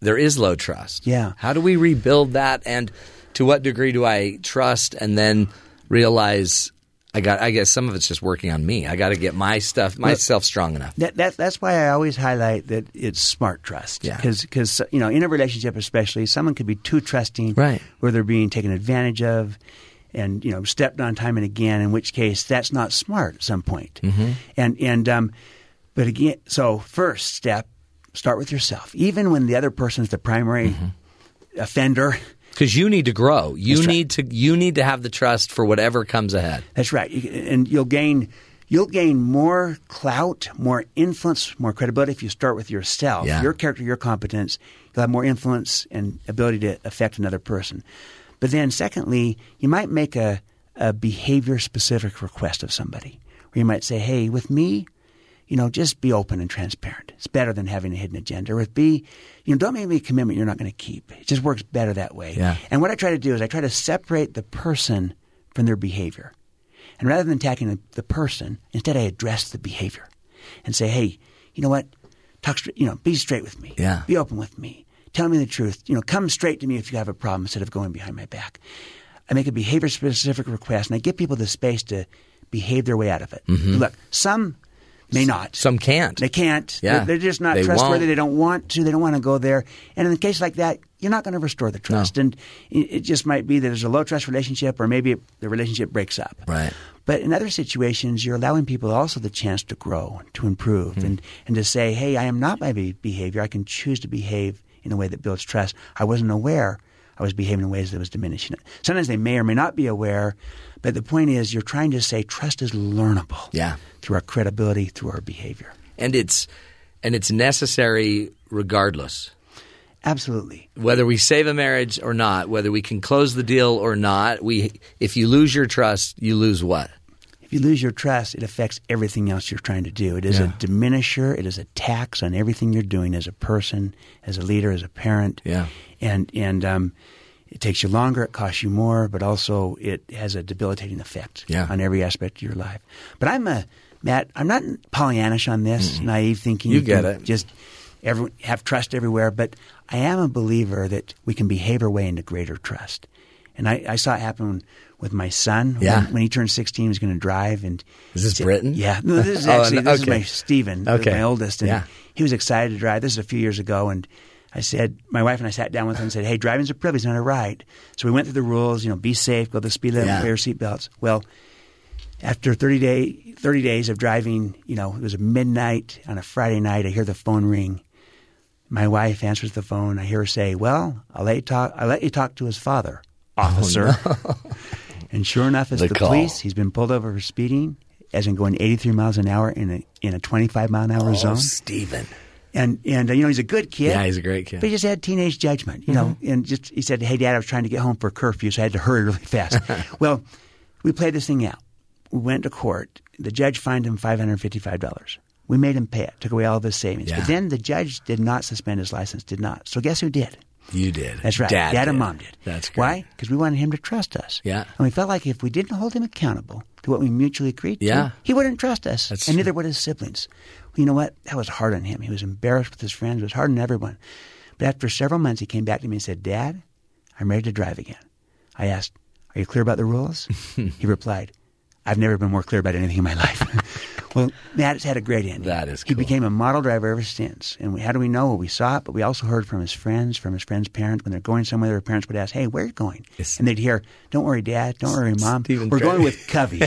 Speaker 1: there is low trust?
Speaker 9: Yeah.
Speaker 1: How do we rebuild that? And to what degree do I trust and then realize I got? I guess some of it's just working on me. I got to get my stuff, myself strong enough.
Speaker 9: That, that, that's why I always highlight that it's smart trust.
Speaker 1: Yeah.
Speaker 9: Because, you know, in a relationship especially, someone could be too trusting
Speaker 1: Right.
Speaker 9: where they're being taken advantage of and, you know, stepped on time and again, in which case that's not smart at some point.
Speaker 1: Mm-hmm.
Speaker 9: And, and um, but again, so first step, start with yourself. Even when the other person's the primary
Speaker 1: Mm-hmm.
Speaker 9: offender,
Speaker 1: Because you need to grow. You
Speaker 9: That's right.
Speaker 1: need to. You need to have the trust for whatever comes ahead.
Speaker 9: That's right, You- and you'll gain you'll gain more clout, more influence, more credibility if you start with yourself,
Speaker 1: Yeah.
Speaker 9: your character, your competence. You'll have more influence and ability to affect another person. But then, secondly, you might make a, a behavior specific request of somebody, where you might say, "Hey, with me." You know, just be open and transparent. It's better than having a hidden agenda. With be, you know, don't make me a commitment you're not going to keep. It just works better that way.
Speaker 1: Yeah.
Speaker 9: And what I try to do is I try to separate the person from their behavior. And rather than attacking the- the person, instead I address the behavior and say, hey, you know what? Talk straight, you know, be straight with me.
Speaker 1: Yeah.
Speaker 9: Be open with me. Tell me the truth. You know, come straight to me if you have a problem instead of going behind my back. I make a behavior specific request and I give people the space to behave their way out of it.
Speaker 1: Mm-hmm.
Speaker 9: Look, some may not.
Speaker 1: Some can't.
Speaker 9: They can't.
Speaker 1: Yeah.
Speaker 9: They're, they're just not
Speaker 1: They
Speaker 9: trustworthy.
Speaker 1: won't.
Speaker 9: They don't want to. They don't want to go there. And in a case like that, you're not going to restore the trust. And it it just might be that there's a low trust relationship, or maybe the relationship breaks up.
Speaker 1: Right.
Speaker 9: But in other situations, you're allowing people also the chance to grow, to improve,
Speaker 1: Hmm.
Speaker 9: and, and to say, hey, I am not my be- behavior. I can choose to behave in a way that builds trust. I wasn't aware I was behaving in ways that was diminishing it. Sometimes they may or may not be aware, but the point is, you're trying to say trust is learnable
Speaker 1: Yeah.
Speaker 9: through our credibility, through our behavior.
Speaker 1: And it's and it's necessary regardless.
Speaker 9: Absolutely.
Speaker 1: whether we save a marriage or not, whether we can close the deal or not, we if you lose your trust, you lose what?
Speaker 9: If you lose your trust, it affects everything else you're trying to do. It is a diminisher. It is a tax on everything you're doing as a person, as a leader, as a parent.
Speaker 1: Yeah.
Speaker 9: And and um, it takes you longer. It costs you more, but also it has a debilitating effect
Speaker 1: Yeah.
Speaker 9: on every aspect of your life. But I'm a Matt. I'm not Pollyannish on this. Naive thinking.
Speaker 1: You
Speaker 9: can
Speaker 1: get it.
Speaker 9: Just every, have trust everywhere. But I am a believer that we can behave our way into greater trust. And I, I saw it happen with my son
Speaker 1: Yeah.
Speaker 9: when, when he turned 16, he was going to drive. And
Speaker 1: Is this Britain?
Speaker 9: Yeah, no, this is
Speaker 1: Oh,
Speaker 9: actually
Speaker 1: and-
Speaker 9: this is
Speaker 1: okay.
Speaker 9: my Stephen,
Speaker 1: Okay.
Speaker 9: my oldest, and
Speaker 1: Yeah.
Speaker 9: he was excited to drive. This is a few years ago, and I said my wife and I sat down with him and said, "Hey, driving's a privilege, not a right." So we went through the rules. You know, be safe, go the speed limit,
Speaker 1: Yeah.
Speaker 9: wear your seatbelts. Well, after 30, day, 30 days of driving, you know, it was midnight on a Friday night. I hear the phone ring. My wife answers the phone. I hear her say, "Well, I'll let you talk. I'll let you talk to his father,
Speaker 1: Oh,
Speaker 9: officer." and sure enough, it's
Speaker 1: The
Speaker 9: the,
Speaker 1: call.
Speaker 9: police. He's been pulled over for speeding, as in going 83 miles an hour in a in a 25 mile an hour
Speaker 1: Oh,
Speaker 9: zone.
Speaker 1: Stephen.
Speaker 9: And and uh, you know he's a good kid.
Speaker 1: Yeah, Mm-hmm. he's a great kid.
Speaker 9: But he just had teenage judgment, you know. And just he said, "Hey, Dad, I was trying to get home for curfew, so I had to hurry really fast." well, we played this thing out. We went to court. The judge fined him five hundred fifty-five dollars. We made him pay it. Took away all of his savings.
Speaker 1: Yeah.
Speaker 9: But then the judge did not suspend his license. Did not. So guess who did?
Speaker 1: You did.
Speaker 9: That's right.
Speaker 1: Dad,
Speaker 9: and mom did.
Speaker 1: That's great.
Speaker 9: why? Because we wanted him to trust us.
Speaker 1: Yeah.
Speaker 9: And we felt like if we didn't hold him accountable to what we mutually agreed
Speaker 1: Yeah.
Speaker 9: to, he wouldn't trust us,
Speaker 1: That's
Speaker 9: and
Speaker 1: true.
Speaker 9: neither would his siblings. Well, you know what? That was hard on him. He was embarrassed with his friends. It was hard on everyone. But after several months, he came back to me and said, "Dad, I'm ready to drive again." I asked, "Are you clear about the rules?" he replied, "I've never been more clear about anything in my life." well, Matt's had a great ending.
Speaker 1: That is
Speaker 9: He
Speaker 1: cool.
Speaker 9: became a model driver ever since. And we, how do we know? Well, we saw it, but we also heard from his friends, from his friends' parents. When they're going somewhere, their parents would ask, "Hey, where are you going?"
Speaker 1: It's-
Speaker 9: and they'd hear, "Don't worry, Dad. Don't worry, Mom.
Speaker 1: Stephen
Speaker 9: We're
Speaker 1: Curry.
Speaker 9: going with Covey."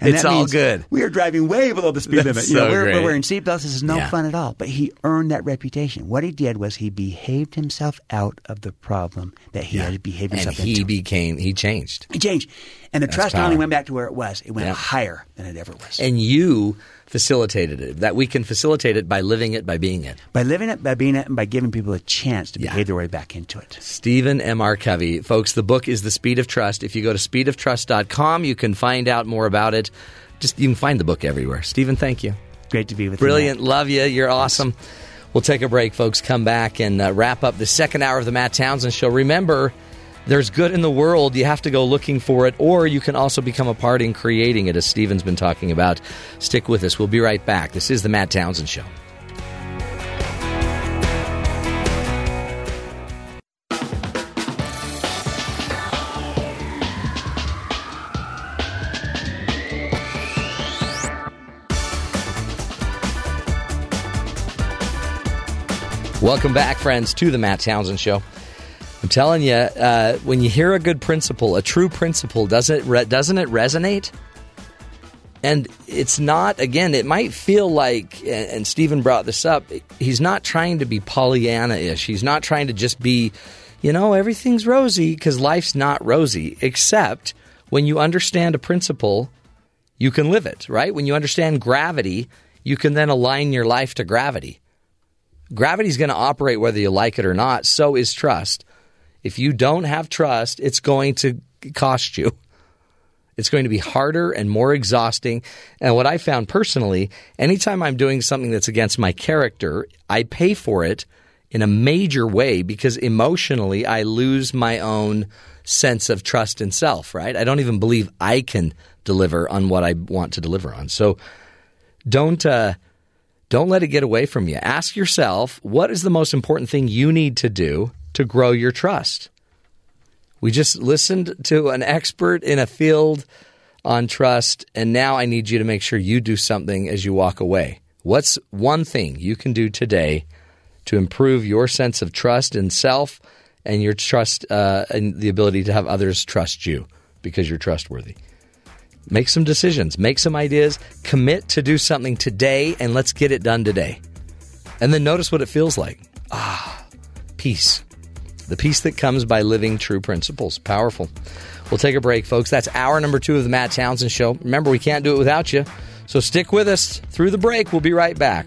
Speaker 9: And
Speaker 1: It's
Speaker 9: that
Speaker 1: all
Speaker 9: means
Speaker 1: good.
Speaker 9: We are driving way below the speed
Speaker 1: That's
Speaker 9: limit. you
Speaker 1: so
Speaker 9: know, we're,
Speaker 1: great.
Speaker 9: we're wearing seatbelts. This is no
Speaker 1: Yeah.
Speaker 9: fun at all. But he earned that reputation. What he did was he behaved himself out of the problem that he had behaved
Speaker 1: And
Speaker 9: himself
Speaker 1: he
Speaker 9: into.
Speaker 1: became he changed.
Speaker 9: He changed, and the trust not only
Speaker 1: power.
Speaker 9: went back to where it was; it went
Speaker 1: Yeah.
Speaker 9: higher than it ever was.
Speaker 1: And you facilitated it. That we can facilitate it by living it, by being it.
Speaker 9: by living it, by being it, and by giving people a chance to
Speaker 1: Yeah.
Speaker 9: behave their way back into it.
Speaker 1: Stephen M. R. Covey. Folks, the book is The Speed of Trust. If you go to speedoftrust.com, you can find out more about it. Just you can find the book everywhere. Stephen, thank you.
Speaker 9: Great to be with
Speaker 1: Brilliant.
Speaker 9: you. Matt.
Speaker 1: Love you. You're awesome. We'll take a break, folks. Come back and uh, wrap up the second hour of the Matt Townsend Show. Remember, there's good in the world. You have to go looking for it, or you can also become a part in creating it, as Steven's been talking about. Stick with us. We'll be right back. This is the Matt Townsend Show. Welcome back, friends, to the Matt Townsend Show. I'm telling you, uh, when you hear a good principle, a true principle, doesn't it re- doesn't it resonate? And it's not. Again, it might feel like, and and Stephen brought this up. He's not trying to be Pollyanna-ish. He's not trying to just be, you know, everything's rosy because life's not rosy. Except when you understand a principle, you can live it. Right? When you understand gravity, you can then align your life to gravity gravity's going to operate whether you like it or not. So is trust. If you don't have trust, it's going to cost you. It's going to be harder and more exhausting. And what I found personally, anytime I'm doing something that's against my character, I pay for it in a major way because emotionally I lose my own sense of trust in self, right? I don't even believe I can deliver on what I want to deliver on. So don't uh, don't let it get away from you. Ask yourself what is the most important thing you need to do to grow your trust? We just listened to an expert in a field on trust, and now I need you to make sure you do something as you walk away. What's one thing you can do today to improve your sense of trust in self and your trust uh, and the ability to have others trust you because you're trustworthy? Make some decisions, make some ideas, commit to do something today, and let's get it done today. And then notice what it feels like. Ah, peace. The peace that comes by living true principles. Powerful. We'll take a break, folks. That's hour number two of the Matt Townsend Show. Remember, we can't do it without you. So stick with us through the break. We'll be right back.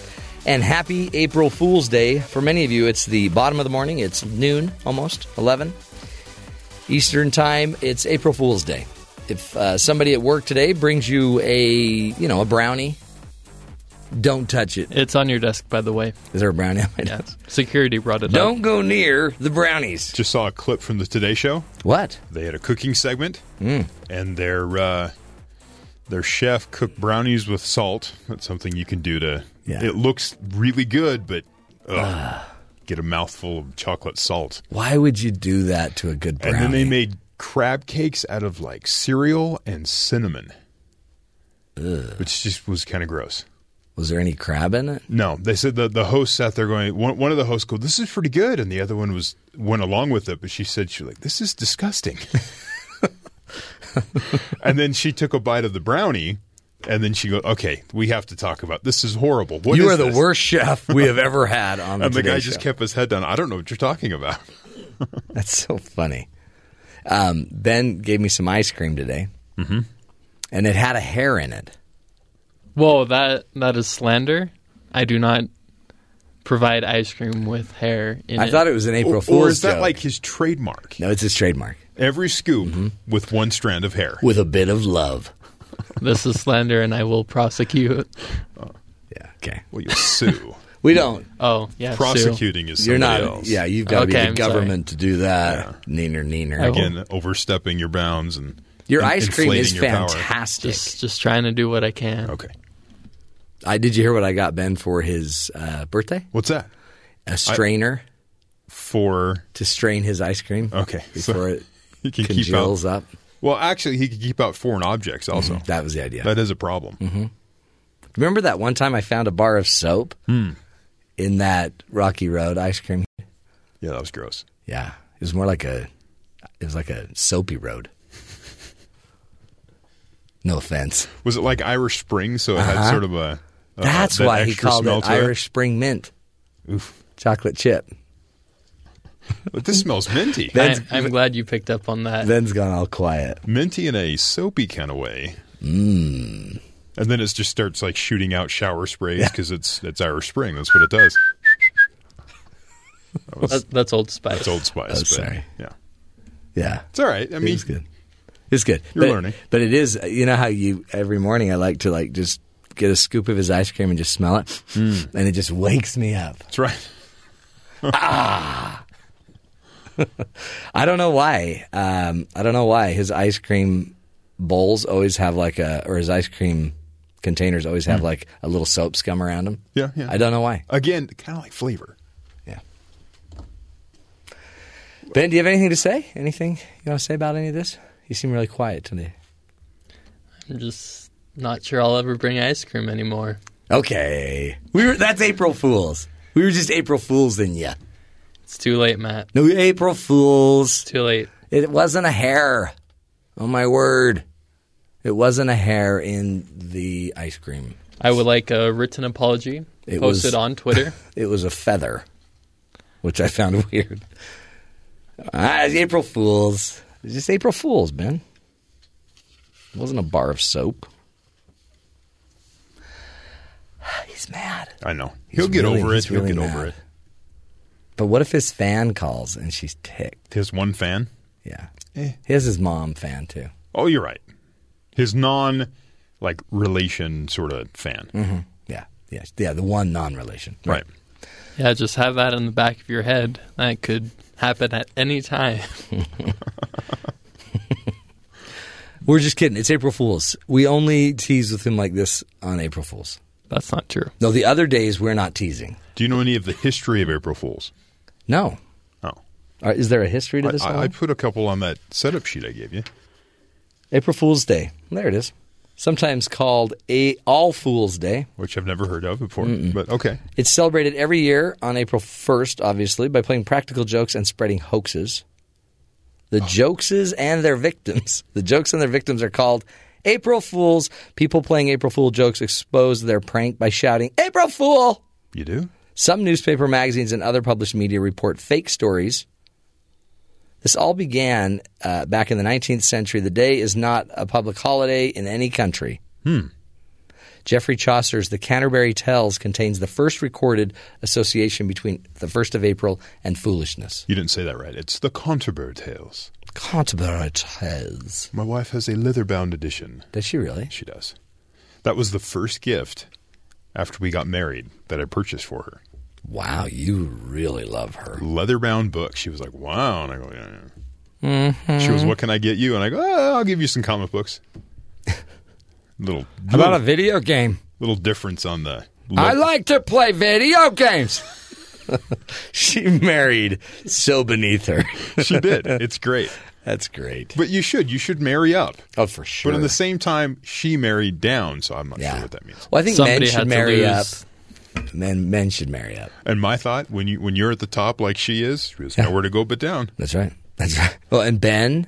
Speaker 1: And happy April Fool's Day. For many of you, it's the bottom of the morning. It's noon almost, 11 Eastern Time. It's April Fool's Day. If uh, somebody at work today brings you a, you know, a brownie, don't touch it.
Speaker 2: It's on your desk, by the way.
Speaker 1: Is there a brownie? on my
Speaker 2: Yeah.
Speaker 1: desk?
Speaker 2: Security brought it up.
Speaker 1: Don't go near the brownies.
Speaker 3: Just saw a clip from the Today Show.
Speaker 1: What?
Speaker 3: They had a cooking segment, and their uh, their chef cooked brownies with salt. That's something you can do to.
Speaker 1: Yeah.
Speaker 3: It looks really good, but ugh, get a mouthful of chocolate salt.
Speaker 1: Why would you do that to a good brownie?
Speaker 3: And then they made crab cakes out of like cereal and cinnamon, which just was kind of gross.
Speaker 1: Was there any crab in it?
Speaker 3: No, they said the the host sat there going. One, one of the hosts goes, "This is pretty good," and the other one was went along with it, but she said she was like, "This is disgusting." and then she took a bite of the brownie, and then she goes, "Okay, we have to talk about this. Is horrible. What
Speaker 1: you
Speaker 3: is
Speaker 1: are the
Speaker 3: this?"
Speaker 1: worst chef we have ever had on the
Speaker 3: And the
Speaker 1: Today
Speaker 3: guy
Speaker 1: Show.
Speaker 3: just kept his head down. I don't know what you're talking about.
Speaker 1: That's so funny. Um, ben gave me some ice cream today, mm-hmm. and it had a hair in it.
Speaker 2: Whoa, that that is slander. I do not provide ice cream with hair in
Speaker 1: I
Speaker 2: it.
Speaker 1: thought it was an April
Speaker 3: or,
Speaker 1: Fool's
Speaker 3: or is that
Speaker 1: joke.
Speaker 3: like his trademark?
Speaker 1: no, it's his trademark Mm-hmm.
Speaker 3: Every scoop with one strand of hair.
Speaker 1: with a bit of love.
Speaker 2: this is slander, and I will prosecute.
Speaker 1: Yeah. Okay.
Speaker 3: Oh. Well, you'll sue.
Speaker 1: We don't.
Speaker 2: Oh, yeah, Sue.
Speaker 3: Prosecuting is
Speaker 1: You're
Speaker 3: somebody
Speaker 1: not.
Speaker 3: else.
Speaker 1: Yeah. You've got to
Speaker 2: Okay,
Speaker 1: be the
Speaker 2: I'm sorry.
Speaker 1: government to do that. Neener, neener.
Speaker 2: I will.
Speaker 3: Again, overstepping your bounds and
Speaker 1: Your
Speaker 3: in-
Speaker 1: ice cream
Speaker 3: inflating
Speaker 1: is
Speaker 3: your power.
Speaker 1: fantastic.
Speaker 2: Just just trying to do what I can.
Speaker 3: Okay,
Speaker 1: I did. You hear what I got Ben for his uh, birthday?
Speaker 3: what's that
Speaker 1: A strainer
Speaker 3: for?
Speaker 1: to strain his ice cream.
Speaker 3: Okay, so
Speaker 1: Before it
Speaker 3: he can keep
Speaker 1: congeals up.
Speaker 3: out. Well, actually, he could keep out foreign objects. Also,
Speaker 1: Mm-hmm. That was the idea.
Speaker 3: that is a problem.
Speaker 1: Mm-hmm. Remember that one time I found a bar of soap
Speaker 3: Hmm.
Speaker 1: in that Rocky Road ice cream?
Speaker 3: Yeah, that was gross.
Speaker 1: Yeah. It was more like a it was like a soapy road. No offense. Uh-huh.
Speaker 3: Was it like Irish Spring? So it had sort of a. a-
Speaker 1: That's
Speaker 3: that
Speaker 1: why he
Speaker 3: extra
Speaker 1: called
Speaker 3: smell
Speaker 1: it
Speaker 3: to
Speaker 1: Irish Spring Mint. Chocolate chip.
Speaker 3: But this smells minty,
Speaker 2: I, I'm glad you picked up on that.
Speaker 1: Then's gone all quiet.
Speaker 3: minty in a soapy kind of way.
Speaker 1: Mm.
Speaker 3: And then it just starts like shooting out shower sprays because it's it's Irish Spring. That's what it does.
Speaker 2: That's, that's Old Spice.
Speaker 3: It's Old Spice.
Speaker 1: Oh,
Speaker 3: but,
Speaker 1: sorry.
Speaker 3: Yeah,
Speaker 1: Yeah.
Speaker 3: it's all right. I mean,
Speaker 1: it's good. It's good.
Speaker 3: You're
Speaker 1: but,
Speaker 3: learning.
Speaker 1: but it is. You know how you every morning I like to like just get a scoop of his ice cream and just smell it, and it just wakes me up.
Speaker 3: Hmm.
Speaker 1: Ah!
Speaker 3: that's right.
Speaker 1: I don't know why. Um, I don't know why his ice cream bowls always have like a, or his ice cream containers always
Speaker 3: Hmm.
Speaker 1: have like a little soap scum around them.
Speaker 3: Yeah, yeah.
Speaker 1: I don't know why.
Speaker 3: Again, kind of like flavor.
Speaker 1: Yeah. Ben, do you have anything to say? Anything you want to say about any of this? You seem really quiet today.
Speaker 2: I'm just not sure I'll ever bring ice cream anymore.
Speaker 1: Okay. We were that's April Fools. We were just April Fools in ya.
Speaker 2: It's too late, Matt.
Speaker 1: No April Fools.
Speaker 2: Too late.
Speaker 1: It wasn't a hair. Oh my word. It wasn't a hair in the ice cream.
Speaker 2: I would like a written apology
Speaker 1: It
Speaker 2: posted
Speaker 1: was-
Speaker 2: on Twitter.
Speaker 1: It was a feather, which I found weird. Ah, it's April Fools. It's just April Fools, Ben. It wasn't a bar of soap. He's mad.
Speaker 3: I know.
Speaker 1: He's
Speaker 3: He'll get
Speaker 1: really-
Speaker 3: over it.
Speaker 1: he's
Speaker 3: He'll
Speaker 1: really
Speaker 3: get
Speaker 1: mad.
Speaker 3: over it.
Speaker 1: But what if his fan calls and she's ticked?
Speaker 3: His one fan. Eh.
Speaker 1: Yeah. He has his mom fan too.
Speaker 3: Oh, you're right. His non like relation sort of fan.
Speaker 1: Mm-hmm. Yeah. Yeah. Yeah. The one non relation.
Speaker 3: Right.
Speaker 2: yeah, just have that in the back of your head. That could happen at any time.
Speaker 1: We're just kidding. It's April Fools. We only tease with him like this on April Fools.
Speaker 2: That's not true.
Speaker 1: No, the other days we're not teasing.
Speaker 3: Do you know any of the history of April Fools?
Speaker 1: No.
Speaker 3: Oh.
Speaker 1: Are- Is there a history to
Speaker 3: I,
Speaker 1: this
Speaker 3: I-
Speaker 1: one?
Speaker 3: I put a couple on that setup sheet I gave you.
Speaker 1: April Fool's Day. There it is. Sometimes called a All Fools Day.
Speaker 3: which I've never heard of before. But okay,
Speaker 1: It's celebrated every year on April 1st, obviously, by playing practical jokes and spreading hoaxes. The
Speaker 3: Oh.
Speaker 1: jokeses and their victims. The jokes and their victims are called April Fools. People playing April Fool jokes expose their prank by shouting, April Fool!
Speaker 3: you do.
Speaker 1: Some newspaper magazines and other published media report fake stories. This all began uh, back in the 19th century. The day is not a public holiday in any country. Geoffrey Chaucer's The Canterbury Tales contains the first recorded association between the 1st of April and foolishness.
Speaker 3: You didn't say that right. It's the Canterbury Tales.
Speaker 1: Canterbury Tales.
Speaker 3: My wife has a leather-bound edition.
Speaker 1: Does she really?
Speaker 3: She does. That was the first gift after we got married that I purchased for her.
Speaker 1: Wow, you really love her.
Speaker 3: Leather-bound book. She was like, "Wow," and I go, "Yeah." yeah."
Speaker 1: Mm-hmm.
Speaker 3: She was, "What can I get you?" And I go, oh, "I'll give you some comic books." little
Speaker 1: How about a
Speaker 3: little,
Speaker 1: video game?
Speaker 3: little difference on the.
Speaker 1: I like to play video games. she married so beneath her.
Speaker 3: she did. It's great,
Speaker 1: That's great.
Speaker 3: but you should you should marry up.
Speaker 1: Oh, for sure.
Speaker 3: But at the same time, she married down, so I'm not
Speaker 1: yeah.
Speaker 3: sure what that means.
Speaker 1: Well, I think
Speaker 2: Somebody
Speaker 1: men
Speaker 2: had
Speaker 1: should
Speaker 2: to
Speaker 1: marry up.
Speaker 2: lose.
Speaker 1: Men, men should marry up.
Speaker 3: And my thought, when you when you're at the top like she is, there's nowhere to go but down.
Speaker 1: That's right. That's right. Well, and Ben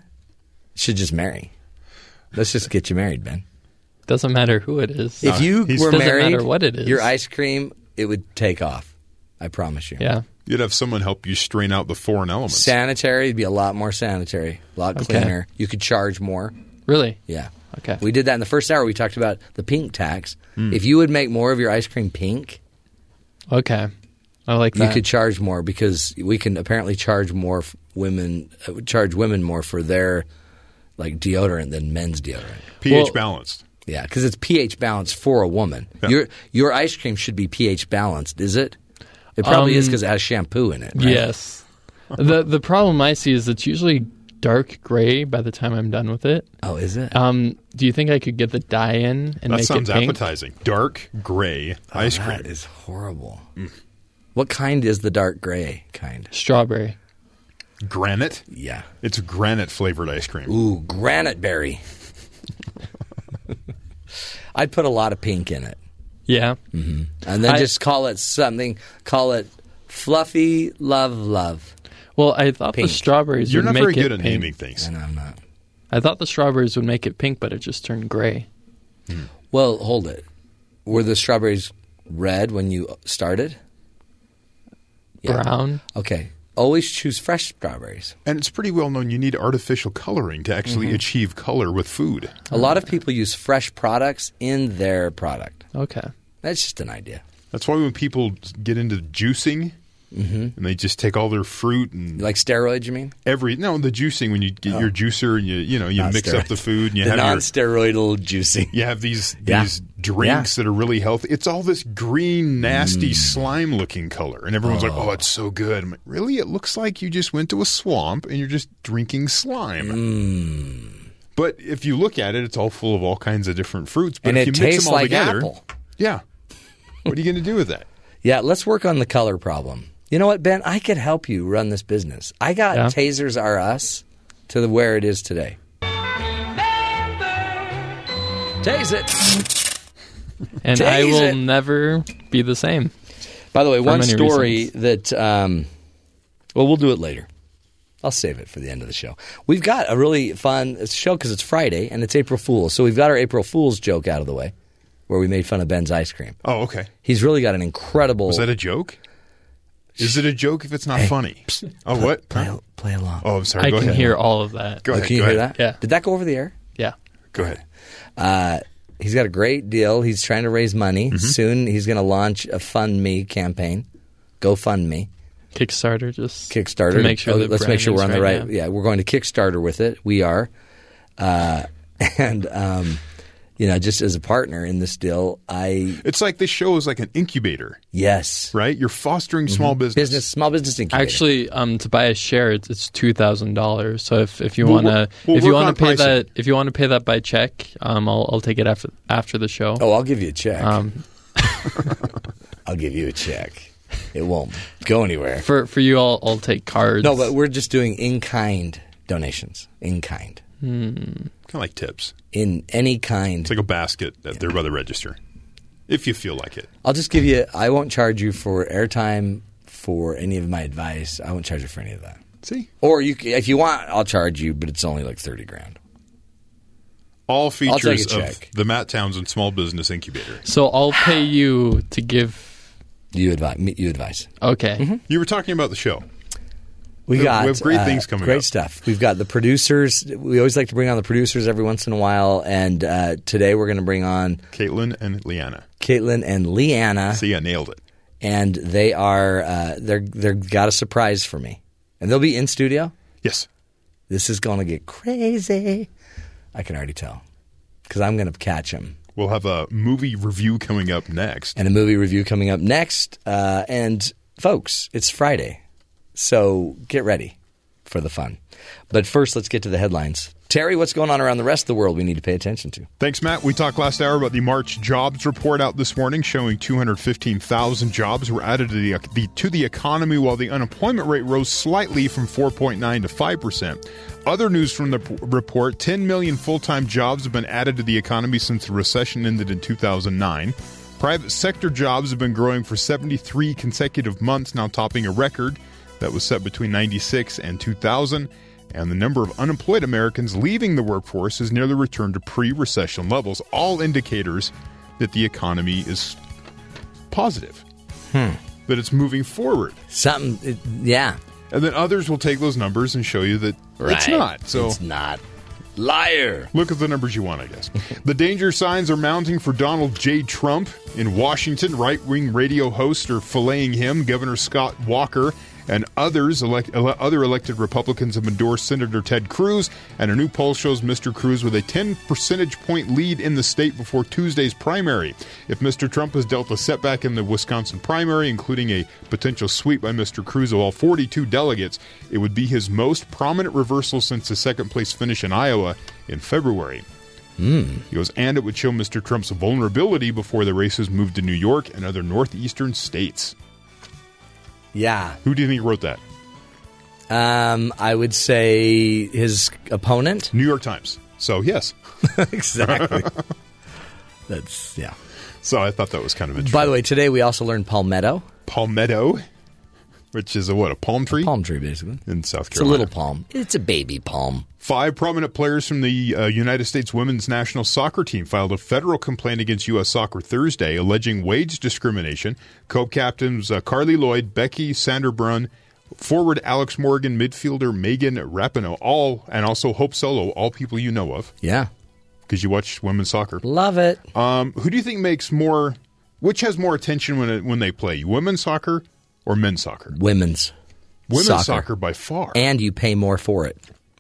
Speaker 1: should just marry. Let's just get you married, Ben.
Speaker 2: Doesn't matter who it is.
Speaker 1: If you
Speaker 3: he's-
Speaker 1: were
Speaker 2: Doesn't matter
Speaker 1: married,
Speaker 2: what it is.
Speaker 1: your ice cream it would take off. I promise you.
Speaker 2: yeah.
Speaker 3: You'd have someone help you strain out the foreign elements.
Speaker 1: Sanitary would be a lot more sanitary, a lot
Speaker 2: Okay.
Speaker 1: cleaner. You could charge more.
Speaker 2: Really?
Speaker 1: Yeah.
Speaker 2: Okay. Hmm.
Speaker 1: We did that in the first hour. We talked about the pink tax. If you would make more of your ice cream pink,
Speaker 2: Okay. I like that.
Speaker 1: you could charge more because we can apparently charge more f- women, uh, charge women more for their like deodorant than men's deodorant.
Speaker 3: pH
Speaker 2: Well-
Speaker 3: balanced.
Speaker 1: Yeah, because it's pH balanced for a woman.
Speaker 3: Yeah.
Speaker 1: Your your ice cream should be pH balanced, is it? It probably
Speaker 2: Um,
Speaker 1: is because it has shampoo in it. right?
Speaker 2: Yes. the the problem I see is it's usually dark gray by the time I'm done with it.
Speaker 1: Oh, is it?
Speaker 2: Um, do you think I could get the dye in and
Speaker 3: That
Speaker 2: make
Speaker 3: sounds
Speaker 2: it pink?
Speaker 3: appetizing. Dark gray ice cream.
Speaker 1: Oh,
Speaker 3: Mm.
Speaker 1: That is horrible. What kind is the dark gray kind?
Speaker 2: Strawberry.
Speaker 3: granite.
Speaker 1: Yeah.
Speaker 3: It's granite flavored ice cream.
Speaker 1: Ooh, granite berry. I'd put a lot of pink in it,
Speaker 2: Yeah.
Speaker 1: and then
Speaker 2: I-
Speaker 1: just call it something. Call it fluffy love love.
Speaker 2: Well, I thought
Speaker 1: Pink.
Speaker 2: the strawberries
Speaker 3: You're
Speaker 2: would
Speaker 3: not
Speaker 2: make
Speaker 3: very
Speaker 2: it
Speaker 3: good at
Speaker 2: pink.
Speaker 3: naming things.
Speaker 1: And I'm not.
Speaker 2: I thought the strawberries would make it pink, but it just turned gray.
Speaker 1: Well, hold it. Were the strawberries red when you started? Yeah.
Speaker 2: Brown.
Speaker 1: Okay. Always choose fresh strawberries. Mm-hmm.
Speaker 3: And it's pretty well known you need artificial coloring to actually achieve color with food.
Speaker 1: A lot of people use fresh products in their product.
Speaker 2: Okay.
Speaker 1: That's just an idea.
Speaker 3: That's why when people get into juicing and they just take all their fruit and
Speaker 1: You Mm-hmm. like steroids, you mean? Oh.
Speaker 3: every no the juicing when you get your juicer and you you know you
Speaker 1: Not
Speaker 3: mix up
Speaker 1: steroids.
Speaker 3: the food and you
Speaker 1: the
Speaker 3: have your
Speaker 1: non-steroidal juicing.
Speaker 3: you have these
Speaker 1: Yeah.
Speaker 3: these drinks that are really healthy. It's all this green, nasty,
Speaker 1: Mm.
Speaker 3: slime looking color, and everyone's like, "Oh, it's so good." I'm like, really, it looks like you just went to a swamp and you're just drinking slime.
Speaker 1: Mm.
Speaker 3: But if you look at it, it's all full of all kinds of different fruits. But
Speaker 1: and
Speaker 3: if
Speaker 1: it
Speaker 3: you mix
Speaker 1: tastes
Speaker 3: them all
Speaker 1: like
Speaker 3: together,
Speaker 1: apple.
Speaker 3: yeah. What are you going to do with that?
Speaker 1: Yeah, let's work on the color problem. You know what, Ben? I could help you run this business. I got
Speaker 2: Yeah.
Speaker 1: Tasers R Us to the where it is today. Tase it.
Speaker 2: And I
Speaker 1: Days
Speaker 2: will
Speaker 1: it-
Speaker 2: never be the same.
Speaker 1: By the way, one
Speaker 2: many
Speaker 1: story that um, well, we'll do it later. I'll save it for the end of the show. We've got a really fun show because it's Friday and it's April Fool's. So we've got our April Fool's joke out of the way, where we made fun of Ben's ice cream.
Speaker 3: Oh, okay.
Speaker 1: He's really got an incredible.
Speaker 3: Is that a joke? Is it a joke if it's not funny? Oh, what?
Speaker 1: play, play along?
Speaker 3: Oh, I'm sorry.
Speaker 2: I
Speaker 3: go
Speaker 2: can
Speaker 3: ahead.
Speaker 2: hear all of that.
Speaker 3: Go ahead.
Speaker 1: Can you
Speaker 3: go
Speaker 1: hear
Speaker 3: ahead.
Speaker 1: that?
Speaker 2: Yeah.
Speaker 1: Did that go over the air? Uh,
Speaker 2: Yeah.
Speaker 3: Go ahead.
Speaker 1: He's got a great deal. He's trying to raise money.
Speaker 3: Mm-hmm.
Speaker 1: Soon he's going to launch a Fund Me campaign. GoFundMe,
Speaker 2: Kickstarter just
Speaker 1: Kickstarter.
Speaker 2: To make sure
Speaker 1: Oh,
Speaker 2: that
Speaker 1: let's make sure we're on the right.
Speaker 2: now.
Speaker 1: Yeah, we're going to Kickstarter with it. We are, uh, and um, you know, just as a partner in this deal, I
Speaker 3: It's like this show is like an incubator,
Speaker 1: yes, Mm-hmm.
Speaker 3: right? You're fostering small business.
Speaker 1: business, small business incubator.
Speaker 2: Actually, um, to buy a share, it's, it's two thousand dollars. So if, if you
Speaker 3: We'll
Speaker 2: want to
Speaker 3: work- we'll
Speaker 2: if you
Speaker 3: work
Speaker 2: want
Speaker 3: on
Speaker 2: to pay
Speaker 3: pricing.
Speaker 2: that if you want to pay that by check, um, I'll I'll take it after after the show.
Speaker 1: oh, I'll give you a check.
Speaker 2: Um,
Speaker 1: I'll give you a check. It won't go anywhere.
Speaker 2: for for you, I'll I'll take cards.
Speaker 1: No, but we're just doing in kind donations. In kind,
Speaker 2: Hmm.
Speaker 3: kind of like tips.
Speaker 1: in any kind
Speaker 3: It's like a basket that they're by the register, if you feel like it.
Speaker 1: I'll just give you. I won't charge you for airtime for any of my advice. I won't charge you for any of that.
Speaker 3: See,
Speaker 1: Or you, c- if you want, I'll charge you, but it's only like thirty grand.
Speaker 3: all
Speaker 1: I'll take
Speaker 3: features
Speaker 1: a
Speaker 3: of
Speaker 1: check.
Speaker 3: the Matt Townsend Small Business Incubator.
Speaker 2: so I'll pay you to give.
Speaker 1: You advise. You advise.
Speaker 2: Okay.
Speaker 3: You were talking about the show.
Speaker 1: Mm-hmm.
Speaker 3: Uh,
Speaker 1: We
Speaker 3: We-
Speaker 1: got uh,
Speaker 3: we have great things coming
Speaker 1: Great
Speaker 3: up.
Speaker 1: stuff. We've got the producers. We always like to bring on the producers every once in a while, and uh, today we're going to bring on
Speaker 3: Caitlin and Leanna.
Speaker 1: Caitlin and Leanna,
Speaker 3: See, I nailed it.
Speaker 1: and they are uh, they're they're got a surprise for me, and they'll be in studio.
Speaker 3: Yes.
Speaker 1: This is going to get crazy. I can already tell because I'm going to catch them.
Speaker 3: We'll have a movie review coming up next.
Speaker 1: and a movie review coming up next. Uh, and folks, it's Friday, so get ready for the fun. But first, let's get to the headlines. Terry, what's going on around the rest of the world we need to pay attention to?
Speaker 3: Thanks, Matt. We talked last hour about the March jobs report out this morning, showing 215,000 jobs were added to the, the to the economy, while the unemployment rate rose slightly from 4.9 to 5 percent. Other news from the p- report: 10 million full-time jobs have been added to the economy since the recession ended in 2009. Private sector jobs have been growing for 73 consecutive months, now topping a record that was set between 96 and 2000, and the number of unemployed Americans leaving the workforce has nearly returned to pre recession levels, all indicators that the economy is positive,
Speaker 1: Hmm.
Speaker 3: that it's moving forward.
Speaker 1: Something, it- yeah,
Speaker 3: And then others will take those numbers and show you that it's not. So
Speaker 1: it's not liar.
Speaker 3: Look at the numbers you want, I guess. the danger signs are mounting for Donald J. Trump in Washington. Right wing radio hosts are filleting him. Governor Scott Walker and others, elect, ele- other elected Republicans, have endorsed Senator Ted Cruz. And a new poll shows Mr. Cruz with a 10 percentage point lead in the state before Tuesday's primary. If Mr. Trump has dealt a setback in the Wisconsin primary, including a potential sweep by Mr. Cruz of all 42 delegates, it would be his most prominent reversal since the second place finish in Iowa in February. He goes, and it would show Mr. Trump's vulnerability before the races moved to New York and other northeastern states.
Speaker 1: Yeah,
Speaker 3: Who do you think wrote that?
Speaker 1: um, I would say his opponent.
Speaker 3: New York Times. So yes.
Speaker 1: exactly. That's yeah.
Speaker 3: So I thought that was kind of interesting.
Speaker 1: By the way, today we also learned palmetto.
Speaker 3: Palmetto. which is a what a palm tree
Speaker 1: Palm tree, basically.
Speaker 3: in South
Speaker 1: It's a
Speaker 3: Carolina.
Speaker 1: little palm. It's a baby palm.
Speaker 3: Five prominent players from the uh, United States women's national soccer team filed a federal complaint against U.S. Soccer Thursday, alleging wage discrimination. Co-captains uh, Carly Lloyd, Becky Sanderbrun, forward Alex Morgan, midfielder Megan Rapinoe, all and also Hope Solo, all people you know of
Speaker 1: Yeah.
Speaker 3: because you watch women's soccer.
Speaker 1: Love it.
Speaker 3: Um, who do you think makes more? Which has more attention when it, when they play women's soccer or men's soccer?
Speaker 1: Women's.
Speaker 3: Women's
Speaker 1: Soccer.
Speaker 3: soccer, by far.
Speaker 1: And you pay more for it.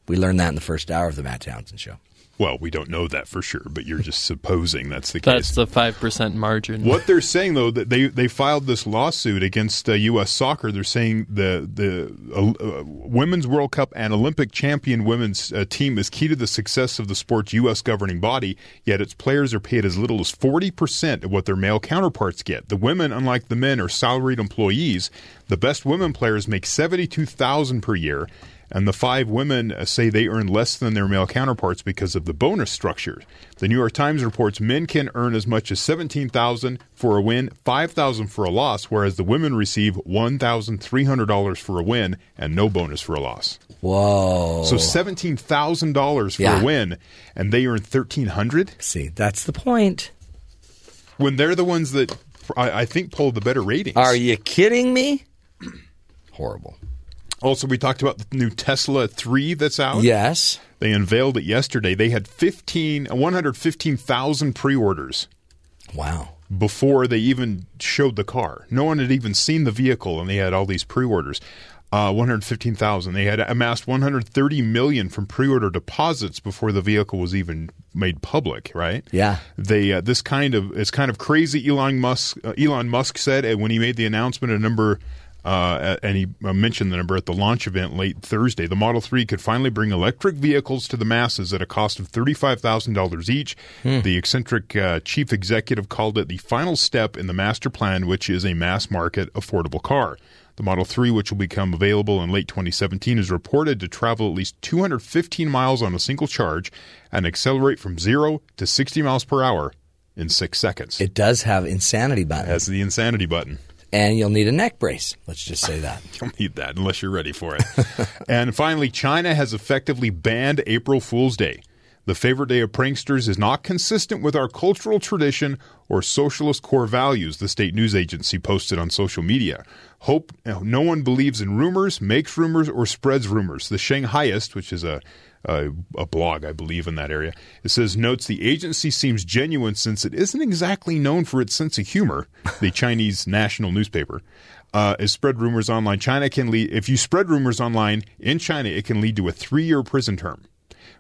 Speaker 1: We learned that in the first hour of the Matt Townsend show.
Speaker 3: well, we don't know that for sure, but you're just supposing that's the case.
Speaker 2: That's the five percent margin.
Speaker 3: What they're saying though that they they filed this lawsuit against uh, U.S. Soccer. They're saying the the uh, uh, Women's World Cup and Olympic champion women's uh, team is key to the success of the sport's U.S. governing body. Yet its players are paid as little as forty percent of what their male counterparts get. The women, unlike the men, are salaried employees. The best women players make seventy two thousand per year. And the five women uh, say they earn less than their male counterparts because of the bonus structure. The New York Times reports men can earn as much as 17000 for a win, 5000 for a loss, whereas the women receive $1,300 for a win and no bonus for a loss.
Speaker 1: Whoa.
Speaker 3: So $17,000 for
Speaker 1: Yeah.
Speaker 3: a win, and they earn 1300
Speaker 1: See, that's the point.
Speaker 3: when they're the ones that I, I think pull the better ratings.
Speaker 1: Are you kidding me? Horrible.
Speaker 3: also, we talked about the new Tesla 3 that's out.
Speaker 1: Yes.
Speaker 3: They unveiled it yesterday. They had 15, 115,000 pre orders
Speaker 1: Wow.
Speaker 3: before they even showed the car. No one had even seen the vehicle, and they had all these pre orders. Uh, 115,000. They had amassed 130 million from pre-order deposits before the vehicle was even made public, right?
Speaker 1: Yeah.
Speaker 3: They uh, this kind of it's kind of crazy. Elon Musk uh, Elon Musk said uh, when he made the announcement a number uh, and he uh, mentioned the number at the launch event late Thursday. The Model 3 could finally bring electric vehicles to the masses at a cost of $35,000 each. The eccentric uh, chief executive called it the final step in the master plan, which is a mass market affordable car. The Model 3, which will become available in late 2017, is reported to travel at least 215 miles on a single charge and accelerate from 0 to 60 miles per hour in 6 seconds.
Speaker 1: It does have insanity buttons.
Speaker 3: That's the insanity button.
Speaker 1: And you'll need a neck brace. Let's just say that.
Speaker 3: don't need that unless you're ready for it. and finally, China has effectively banned April Fool's Day. The favorite day of pranksters is not consistent with our cultural tradition or socialist core values, the state news agency posted on social media. Hope no one believes in rumors, makes rumors, or spreads rumors. The Shanghaiist, which is a a, uh, a blog, I believe, in that area. It says notes the agency seems genuine since it isn't exactly known for its sense of humor. The Chinese national newspaper uh, is spread rumors online. China can lead if you spread rumors online in China, it can lead to a three-year prison term.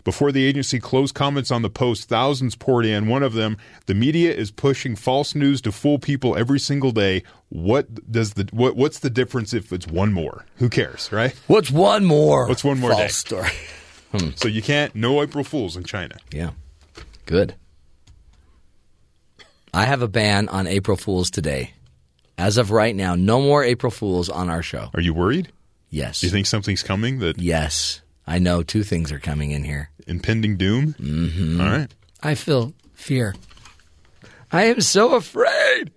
Speaker 3: Before the agency closed comments on the post, thousands poured in. One of them, the media is pushing false news to fool people every single day. What does the what, what's the difference if it's one more? Who cares, right?
Speaker 1: What's one more?
Speaker 3: What's one more
Speaker 1: false
Speaker 3: day? Hmm.
Speaker 1: story?
Speaker 3: So you can't no April Fools in China.
Speaker 1: Yeah. Good. I have a ban on April Fools today. As of right now, no more April Fools on our show.
Speaker 3: Are you worried?
Speaker 1: Yes.
Speaker 3: Do you think something's coming? That
Speaker 1: Yes. I know two things are coming in here.
Speaker 3: impending doom? Mm-hmm. right.
Speaker 1: I feel fear. I am so afraid.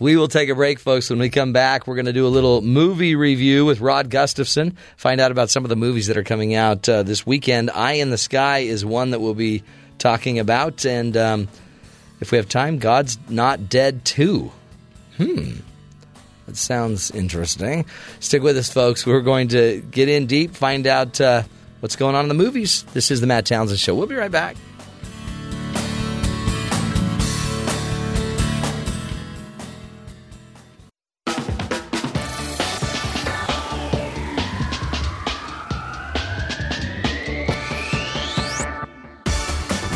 Speaker 1: We will take a break, folks. When we come back, we're going to do a little movie review with Rod Gustafson, find out about some of the movies that are coming out uh, this weekend. Eye in the Sky is one that we'll be talking about. And um, if we have time, God's Not Dead too. That sounds interesting. Stick with us, folks. We're going to get in deep, find out uh, what's going on in the movies. This is the Matt Townsend Show. We'll be right back.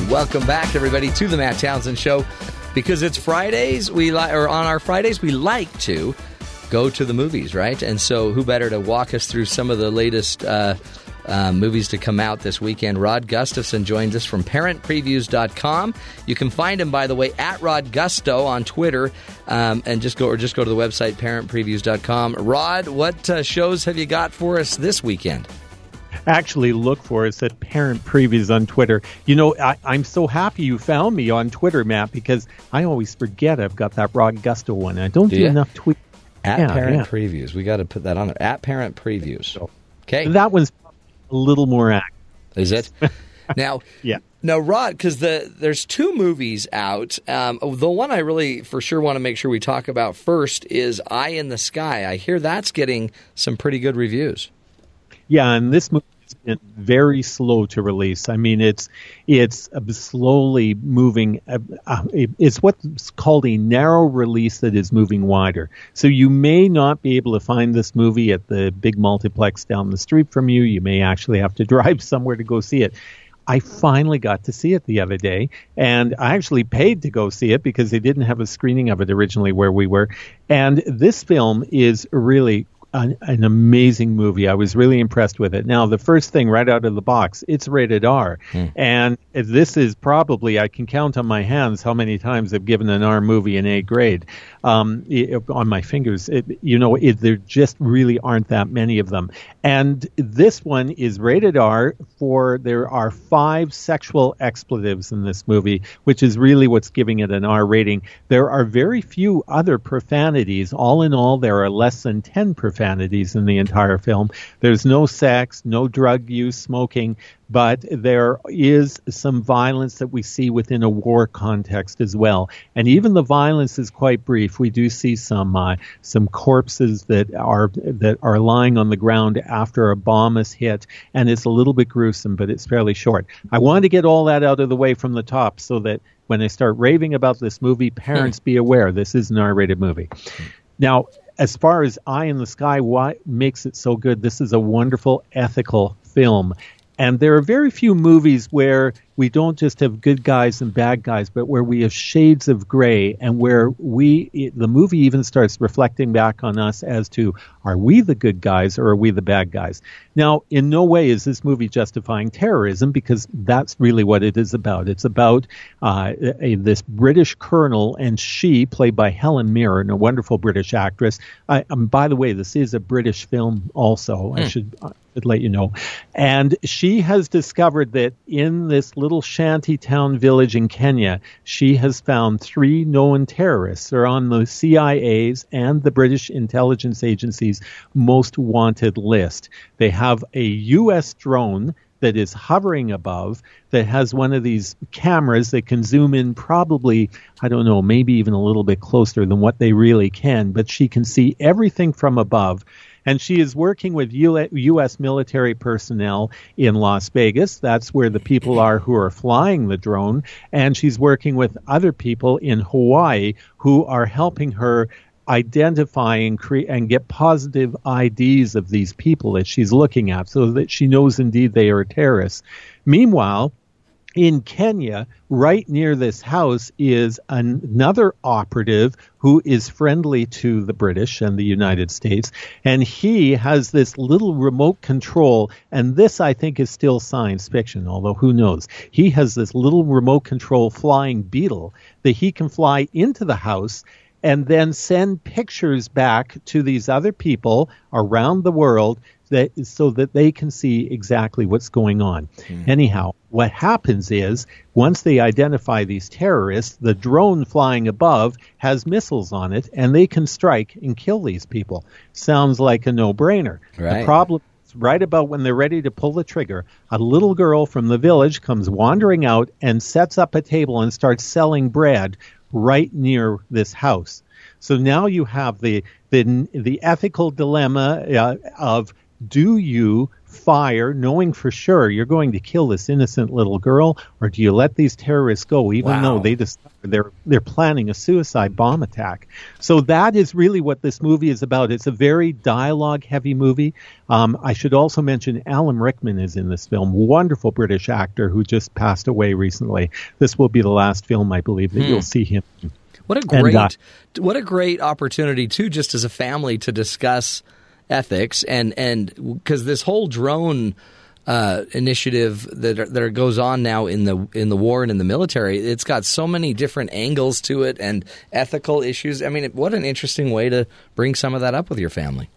Speaker 1: Welcome back, everybody, to the Matt Townsend Show. Because it's Fridays, we li- or on our Fridays we like to go to the movies, right? And so, who better to walk us through some of the latest uh, uh, movies to come out this weekend? Rod Gustafson joins us from ParentPreviews.com. You can find him, by the way, at Rod Gusto on Twitter, um, and just go or just go to the website ParentPreviews.com. Rod, what uh, shows have you got for us this weekend?
Speaker 11: actually look for is at Parent Previews on Twitter. You know, I, I'm so happy you found me on Twitter, Matt, because I always forget I've got that Rod Gusto one. I don't do
Speaker 1: ya?
Speaker 11: enough tweet.
Speaker 1: At
Speaker 11: Yeah,
Speaker 1: Parent
Speaker 11: yeah.
Speaker 1: Previews. We got to put that on it. At Parent Previews. Okay.
Speaker 11: That one's a little more active.
Speaker 1: Is it? now, yeah. Now, Rod, because the there's two movies out. Um, the one I really for sure want to make sure we talk about first is Eye in the Sky. I hear that's getting some pretty good reviews.
Speaker 11: Yeah, and this movie has been very slow to release. I mean, it's it's uh, slowly moving. Uh, uh, it- it's what's called a narrow release that is moving wider. So you may not be able to find this movie at the big multiplex down the street from you. You may actually have to drive somewhere to go see it. I finally got to see it the other day, and I actually paid to go see it because they didn't have a screening of it originally where we were. And this film is really an, an amazing movie. I was really impressed with it. Now, the first thing right out of the box, it's rated R. And this is probably, I can count on my hands how many times I've given an R movie an A grade um, i- on my fingers. It, you know, it, there just really aren't that many of them. And this one is rated R for there are five sexual expletives in this movie, which is really what's giving it an R rating. There are very few other profanities. All in all, there are less than 10 profanities in the entire film. There's no sex, no drug use, smoking, but there is some violence that we see within a war context as well. And even the violence is quite brief. We do see some uh, some corpses that are that are lying on the ground after a bomb is hit, and it's a little bit gruesome, but it's fairly short. I wanted to get all that out of the way from the top so that when I start raving about this movie, parents be aware this is an R-rated movie. Now, as far as Eye in the Sky, what makes it so good? This is a wonderful ethical film. And there are very few movies where we don't just have good guys and bad guys, but where we have shades of gray and where we, it, the movie even starts reflecting back on us as to are we the good guys or are we the bad guys? Now, in no way is this movie justifying terrorism because that's really what it is about. It's about uh, a, this British colonel and she, played by Helen Mirren, a wonderful British actress. I, um, by the way, this is a British film also. I should I should let you know. And she has discovered that in this little shanty town village in Kenya, she has found three known terrorists. They're on the CIA's and the British intelligence agency's most wanted list. They have a U.S. drone that is hovering above that has one of these cameras that can zoom in probably i don't know maybe even a little bit closer than what they really can but she can see everything from above and she is working with U- U.S. military personnel in Las Vegas. That's where the people are who are flying the drone. And she's working with other people in Hawaii who are helping her identify and create and get positive IDs of these people that she's looking at so that she knows indeed they are terrorists. Meanwhile, in Kenya, right near this house, is an- another operative who is friendly to the British and the United States. And he has this little remote control. And this, I think, is still science fiction, although who knows? He has this little remote control flying beetle that he can fly into the house and then send pictures back to these other people around the world that so that they can see exactly what's going on. Anyhow, what happens is once they identify these terrorists, the drone flying above has missiles on it and they can strike and kill these people. Sounds like a no-brainer.
Speaker 1: Right.
Speaker 11: The problem is right about when they're ready to pull the trigger, a little girl from the village comes wandering out and sets up a table and starts selling bread right near this house. So now you have the the the ethical dilemma uh, of do you fire knowing for sure you're going to kill this innocent little girl or do you let these terrorists go even
Speaker 1: Wow.
Speaker 11: though they discover they're they're planning a suicide bomb attack so that is really what this movie is about it's a very dialogue heavy movie um, i should also mention alan rickman is in this film wonderful british actor who just passed away recently this will be the last film i believe that
Speaker 1: Hmm.
Speaker 11: you'll see him in.
Speaker 1: What a
Speaker 11: And,
Speaker 1: great,
Speaker 11: uh,
Speaker 1: what a great opportunity too, just as a family to discuss ethics and and because this whole drone uh, initiative that are, that goes on now in the in the war and in the military, it's got so many different angles to it and ethical issues. I mean, what an interesting way to bring some of that up with your family.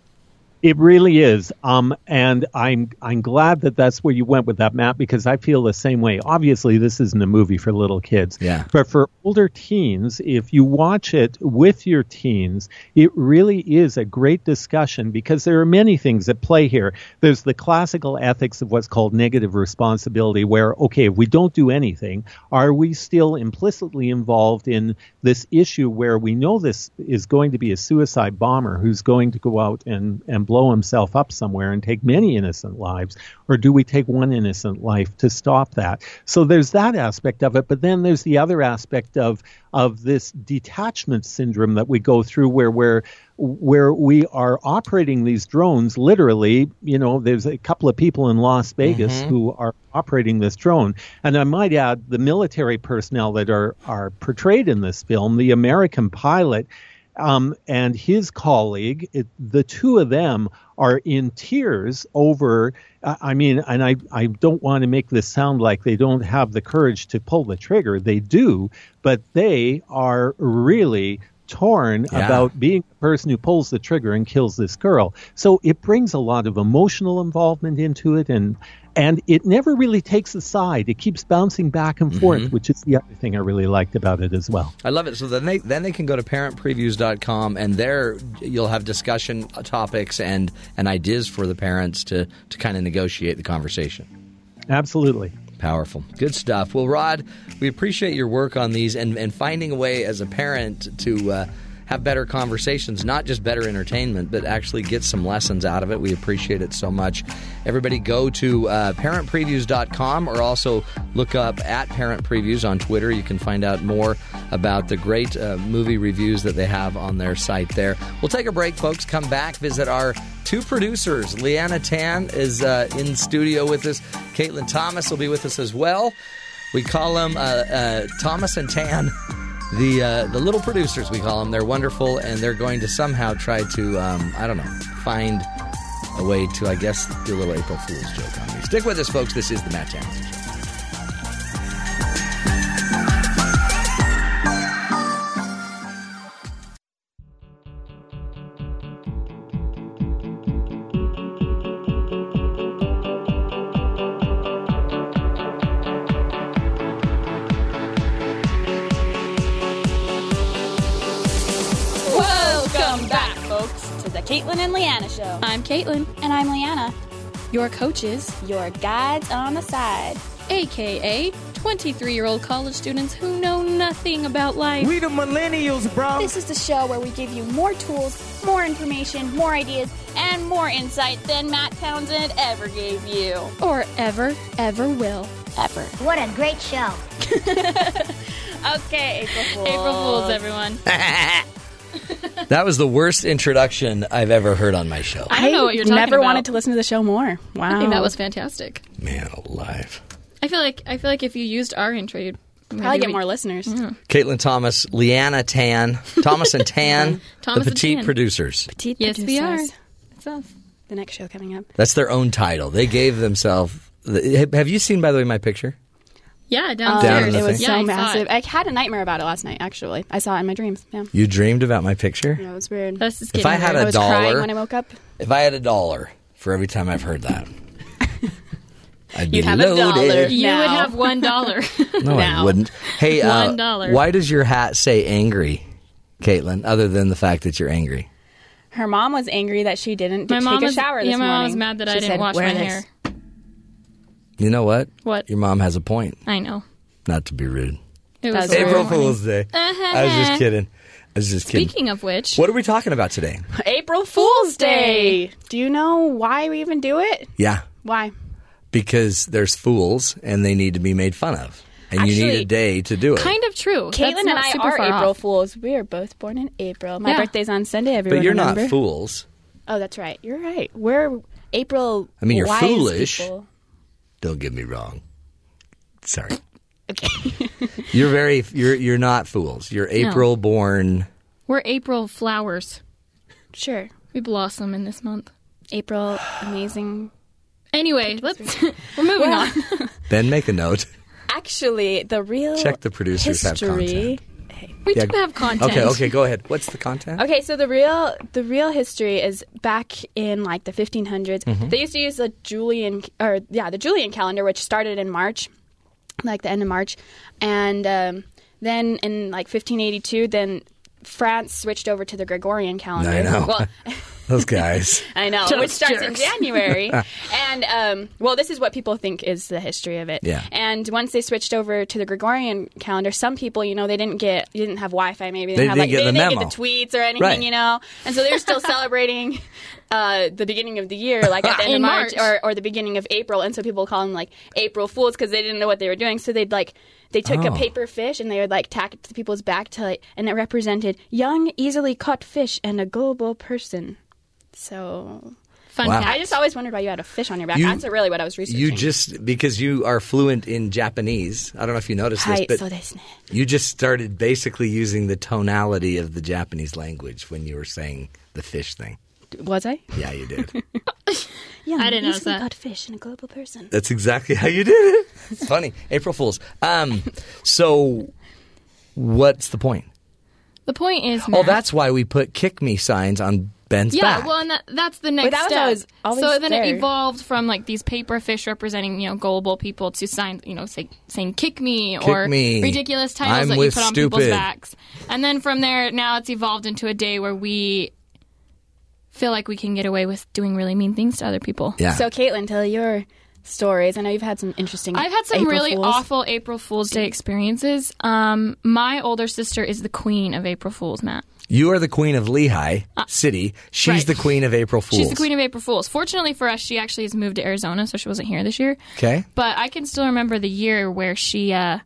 Speaker 11: It really is, um, and I'm I'm glad that that's where you went with that, Matt, because I feel the same way. Obviously, this isn't a movie for little kids,
Speaker 1: Yeah.
Speaker 11: but for older teens, if you watch it with your teens, it really is a great discussion because there are many things at play here. There's the classical ethics of what's called negative responsibility, where, okay, if we don't do anything, are we still implicitly involved in this issue where we know this is going to be a suicide bomber who's going to go out and, and blow himself up somewhere and take many innocent lives? Or do we take one innocent life to stop that? So there's that aspect of it. But then there's the other aspect of, of this detachment syndrome that we go through where we're where we are operating these drones literally you know there's a couple of people in las vegas
Speaker 8: Mhm.
Speaker 11: who are operating this drone and i might add the military personnel that are are portrayed in this film the american pilot um, and his colleague, it, the two of them are in tears over. I I mean, and I, I don't want to make this sound like they don't have the courage to pull the trigger. They do, but they are really torn
Speaker 1: Yeah.
Speaker 11: about being the person who pulls the trigger and kills this girl. So it brings a lot of emotional involvement into it and and it never really takes a side. It keeps bouncing back and forth, which is the other thing I really liked about it as well.
Speaker 1: I love it. So then they then they can go to parentpreviews.com and there you'll have discussion topics and and ideas for the parents to to kind of negotiate the conversation.
Speaker 11: Absolutely.
Speaker 1: Powerful. Good stuff. Well, Rod, we appreciate your work on these and and finding a way as a parent to uh, have better conversations, not just better entertainment, but actually get some lessons out of it. We appreciate it so much. Everybody go to uh, parentpreviews.com or also look up at Parent Previews on Twitter. You can find out more about the great uh, movie reviews that they have on their site there. We'll take a break, folks. Come back, visit our two producers. Leanna Tan is uh, in studio with us, Caitlin Thomas will be with us as well. We call them uh, uh, Thomas and Tan. The uh, the little producers we call them. They're wonderful, and they're going to somehow try to um, I don't know find a way to I guess do a little April Fool's joke on me. Stick with us, folks. This is the Matt Townsend. Show.
Speaker 4: Welcome back, folks, to the Caitlin and Leanna Show. I'm Caitlin. And I'm Leanna. Your coaches, your guides on the side,
Speaker 12: aka 23 year old college students who know nothing about life.
Speaker 4: We the millennials, bro. This is the show where we give you more tools, more information, more ideas, and more insight than Matt Townsend ever gave you.
Speaker 12: Or ever, ever will. Ever. What a great show.
Speaker 4: Okay, April Fools.
Speaker 12: April Fools, everyone. I
Speaker 1: That was the worst introduction I've ever heard on my show.
Speaker 12: don't know what you're talking
Speaker 13: never
Speaker 12: about.
Speaker 13: wanted to listen to the show more. Wow.
Speaker 12: I think that was fantastic.
Speaker 1: Man alive.
Speaker 12: I feel like I feel like if you used our intro, you'd Mm-hmm.
Speaker 13: Probably get more listeners.
Speaker 1: Caitlin Thomas, Leanna Tan, Thomas and Tan, the
Speaker 13: Thomas and
Speaker 1: petite
Speaker 13: Tan.
Speaker 1: producers.
Speaker 13: Petite
Speaker 12: Yes, we are.
Speaker 13: producers. The next show coming up.
Speaker 1: That's their own title. They gave themselves. the- Have you seen, by the way, my picture?
Speaker 12: Yeah,
Speaker 1: downstairs. Down in the
Speaker 13: Um, it was
Speaker 1: thing.
Speaker 13: so
Speaker 1: Yeah, I saw
Speaker 13: massive. I had a nightmare about it last night. Actually, I saw it in my dreams. Yeah,
Speaker 1: You dreamed about my picture?
Speaker 13: yeah it was weird.
Speaker 12: That's just
Speaker 1: If I had a
Speaker 13: was crying
Speaker 1: dollar,
Speaker 13: when I woke up.
Speaker 1: if I had a dollar for every time I've heard that, I'd be
Speaker 13: You'd have a
Speaker 1: loaded.
Speaker 13: dollar.
Speaker 12: You would
Speaker 13: Now.
Speaker 12: have one dollar.
Speaker 1: No, I wouldn't. Hey, uh,
Speaker 12: One dollar.
Speaker 1: why does your hat say angry, Caitlin? Other than the fact that you're angry,
Speaker 13: Her mom was angry that she didn't
Speaker 12: My
Speaker 13: take
Speaker 12: mom
Speaker 13: a
Speaker 12: was-
Speaker 13: shower this
Speaker 12: yeah, my mom
Speaker 13: morning.
Speaker 12: was mad that I
Speaker 13: She
Speaker 12: didn't
Speaker 13: said,
Speaker 12: wash
Speaker 13: "Wear
Speaker 12: my
Speaker 13: this."
Speaker 12: hair.
Speaker 1: you know what?
Speaker 12: What?
Speaker 1: Your mom has a point.
Speaker 12: I know.
Speaker 1: Not to be rude.
Speaker 12: It was a
Speaker 1: April
Speaker 12: weird
Speaker 1: Fool's Day.
Speaker 12: morning.
Speaker 1: I was
Speaker 13: Uh-huh.
Speaker 1: just kidding. I was just kidding.
Speaker 12: Speaking of which,
Speaker 1: What are we talking about today?
Speaker 13: April Fool's Day. Do you know why we even do it?
Speaker 1: Yeah,
Speaker 13: Why?
Speaker 1: because there's fools and they need to be made fun of, and you need
Speaker 13: Actually,
Speaker 1: a day to do it.
Speaker 12: of true.
Speaker 13: Caitlin and I are April
Speaker 12: Off.
Speaker 13: Fools. We are both born in April. My
Speaker 12: Yeah.
Speaker 13: birthday's on Sunday. Everyone,
Speaker 1: but you're
Speaker 13: remember?
Speaker 1: not fools.
Speaker 13: Oh, that's right. You're right. We're April.
Speaker 1: I mean, you're
Speaker 13: wise
Speaker 1: foolish.
Speaker 13: people.
Speaker 1: Don't get me wrong. Sorry.
Speaker 13: Okay.
Speaker 1: You're very you're you're not fools. You're
Speaker 12: No.
Speaker 1: April born.
Speaker 12: We're April flowers.
Speaker 13: Sure.
Speaker 12: We blossom in this month.
Speaker 13: April, amazing.
Speaker 12: Anyway, let's. we're moving on.
Speaker 1: Ben, make a note.
Speaker 13: Actually, the real
Speaker 1: Check the producers have
Speaker 13: history
Speaker 12: Hey.
Speaker 13: We do have content.
Speaker 1: Okay, okay, go ahead. What's the content?
Speaker 13: Okay, so the real the real history is back in like the 1500s.
Speaker 1: Mhm.
Speaker 13: They used to use the Julian or yeah, the Julian calendar which started in March, like the end of March. And um, then in like 1582 then France switched over to the Gregorian calendar.
Speaker 1: I know.
Speaker 13: Well,
Speaker 1: Those guys.
Speaker 13: I know,
Speaker 12: Just
Speaker 13: which starts in
Speaker 12: jerks.
Speaker 13: January. and um, well, this is what people think is the history of it.
Speaker 12: Yeah.
Speaker 13: And once they switched over to the Gregorian calendar, some people, you know, they didn't get, they didn't have Wi-Fi. Maybe
Speaker 12: They
Speaker 13: have
Speaker 12: didn't
Speaker 13: like
Speaker 12: get
Speaker 13: they
Speaker 12: the
Speaker 13: didn't
Speaker 12: memo.
Speaker 13: get the tweets or anything,
Speaker 12: Right.
Speaker 13: you know. And so they're still celebrating uh, the beginning of the year, like at the end
Speaker 12: In
Speaker 13: of March,
Speaker 12: March.
Speaker 13: Or, or the beginning of April. And so people call them like April Fools because they didn't know what they were doing. So they'd like. They took a
Speaker 12: Oh.
Speaker 13: paper fish and they would like tack it to people's back to like, and it represented young, easily caught fish and a gullible person. So
Speaker 1: Fun Wow.
Speaker 13: I just always wondered why you had a fish on your back.
Speaker 1: You-
Speaker 13: That's really what I was researching.
Speaker 1: You just because you are fluent in Japanese. I don't know if you noticed this,
Speaker 13: Hi,
Speaker 1: but
Speaker 13: so desu ne.
Speaker 1: you just started basically using the tonality of the Japanese language when you were saying the fish thing.
Speaker 13: was I?
Speaker 1: Yeah, you did.
Speaker 13: Yeah,
Speaker 12: I didn't notice
Speaker 13: easily
Speaker 12: that.
Speaker 13: Caught fish and a global person.
Speaker 1: That's exactly how you did it. It's funny. April Fools. Um, so, what's the point?
Speaker 12: The point is,
Speaker 1: Oh,
Speaker 12: Matt-
Speaker 1: that's why we put kick me signs on Ben's
Speaker 12: yeah.
Speaker 1: back.
Speaker 12: Well, and that, that's the next
Speaker 13: that was
Speaker 12: step.
Speaker 13: always- always
Speaker 12: so then it
Speaker 13: there.
Speaker 12: evolved from like these paper fish representing you know gullible people to sign you know say, saying "kick me"
Speaker 1: Kick
Speaker 12: or
Speaker 1: me.
Speaker 12: ridiculous titles
Speaker 1: I'm
Speaker 12: that you
Speaker 1: with
Speaker 12: put on
Speaker 1: stupid.
Speaker 12: people's backs. And then from there, now it's evolved into a day where we feel like we can get away with doing really mean things to other people.
Speaker 13: So, Caitlin, tell your stories. I know you've had some interesting.
Speaker 12: I've had some
Speaker 13: April
Speaker 12: really
Speaker 13: Fools.
Speaker 12: awful April Fool's Day experiences. Um, my older sister is the queen of April Fools, Matt.
Speaker 1: you are the queen of Lehigh
Speaker 13: Uh,
Speaker 1: City. She's
Speaker 12: right.
Speaker 1: the queen of April Fools.
Speaker 12: She's the queen of April Fools. Fortunately for us, she actually has moved to Arizona, so she wasn't here this year.
Speaker 1: Okay.
Speaker 12: But I can still remember the year where she uh,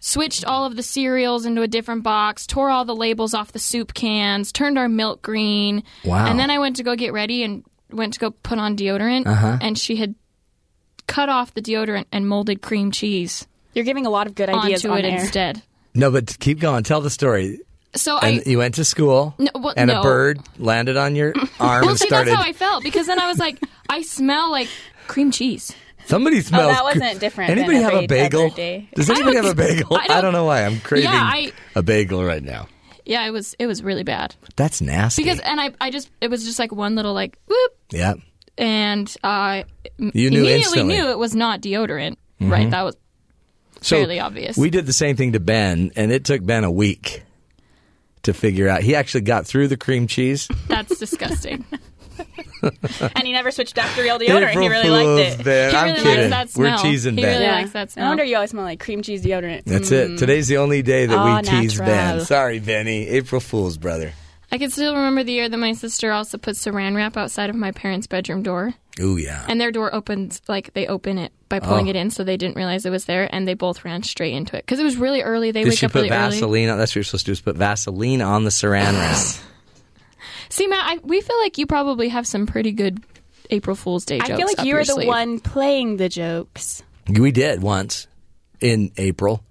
Speaker 12: switched all of the cereals into a different box, tore all the labels off the soup cans, turned our milk green.
Speaker 10: Wow.
Speaker 12: And then I went to go get ready and went to go put on deodorant,
Speaker 10: Uh-huh.
Speaker 12: and she had cut off the deodorant and molded cream cheese.
Speaker 13: You're giving a lot of good
Speaker 12: onto it
Speaker 13: air.
Speaker 12: instead.
Speaker 1: No, but keep going. Tell the story.
Speaker 12: So
Speaker 1: and
Speaker 12: I
Speaker 1: you went to school,
Speaker 12: No, well,
Speaker 1: and a
Speaker 12: no.
Speaker 1: bird landed on your arm
Speaker 12: well,
Speaker 1: and
Speaker 12: see,
Speaker 1: started.
Speaker 12: that's how I felt because then I was like, I smell like cream cheese.
Speaker 1: Somebody smells.
Speaker 12: Oh, that
Speaker 1: cr-
Speaker 12: wasn't different than
Speaker 1: Anybody have
Speaker 12: every
Speaker 1: a bagel?
Speaker 12: other day.
Speaker 1: Does
Speaker 12: I
Speaker 1: anybody
Speaker 12: don't-
Speaker 1: have a bagel?
Speaker 12: I
Speaker 1: I don't,
Speaker 12: don't-
Speaker 1: know why I'm craving
Speaker 12: Yeah, I-
Speaker 1: a bagel right now.
Speaker 12: Yeah, it was it was really bad
Speaker 1: That's nasty.
Speaker 12: because and I I just it was just like one little like whoop
Speaker 1: yeah,
Speaker 12: and I m-
Speaker 1: You knew
Speaker 12: immediately
Speaker 1: instantly.
Speaker 12: knew it was not deodorant.
Speaker 1: Mhm.
Speaker 12: Right, that was
Speaker 1: so
Speaker 12: fairly obvious.
Speaker 1: We did the same thing to Ben, and it took Ben a week to figure out. He actually got through the cream cheese.
Speaker 12: That's disgusting.
Speaker 13: and he never switched back to real deodorant.
Speaker 1: April
Speaker 13: he really
Speaker 1: Fools,
Speaker 13: liked it.
Speaker 1: Ben.
Speaker 13: He
Speaker 1: I'm
Speaker 13: really likes
Speaker 1: kidding.
Speaker 13: that
Speaker 1: We're
Speaker 13: smell.
Speaker 1: cheesing
Speaker 12: He
Speaker 1: Ben.
Speaker 12: really likes that
Speaker 13: No
Speaker 12: smell.
Speaker 13: wonder you always smell like cream cheese deodorant.
Speaker 1: That's
Speaker 13: Mm.
Speaker 12: Mm-hmm.
Speaker 1: it. Today's the only day that
Speaker 12: Oh,
Speaker 13: Ah,
Speaker 1: we tease Ben.
Speaker 13: natural.
Speaker 1: Sorry, Benny. April Fool's brother.
Speaker 12: I can still remember the year that my sister also put saran wrap outside of my parents' bedroom door.
Speaker 1: Ooh yeah.
Speaker 12: And their door opens like they open it by pulling
Speaker 1: Oh.
Speaker 12: it in, so they didn't realize it was there, and they both ran straight into it because it was really early. They
Speaker 1: Did
Speaker 12: wake
Speaker 1: she
Speaker 12: up
Speaker 1: put
Speaker 12: really early.
Speaker 1: Vaseline? on That's what you're supposed to do. Is put Vaseline on the Saran wrap.
Speaker 12: See, Matt, I, we feel like you probably have some pretty good April Fool's Day jokes.
Speaker 13: I feel like
Speaker 12: up
Speaker 13: you
Speaker 12: your
Speaker 13: were the
Speaker 12: sleeve.
Speaker 13: one playing the jokes.
Speaker 1: We did once in April.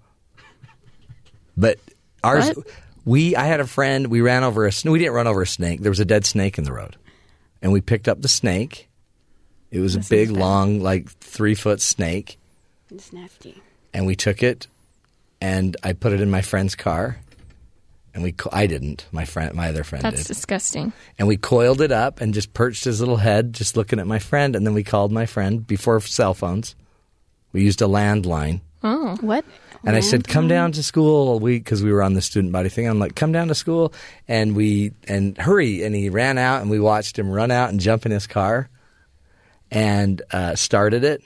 Speaker 1: But ours
Speaker 13: What?
Speaker 1: we I had a friend, we ran over a sn- we didn't run over a snake. There was a dead snake in the road. And we picked up the snake. It was a big, long, like three foot snake,
Speaker 13: It's nasty.
Speaker 1: and we took it and I put it in my friend's car. And we co- I didn't. My friend my other friend
Speaker 12: That's
Speaker 1: did.
Speaker 12: disgusting.
Speaker 1: And we coiled it up and just perched his little head, just looking at my friend. And then we called my friend before cell phones. We used a landline.
Speaker 12: Oh,
Speaker 13: what? Mm-hmm.
Speaker 1: And I said, "Come down to school," we because we were on the student body thing. I'm like, "Come down to school," and we and hurry. And he ran out, and we watched him run out and jump in his car, and uh, started it.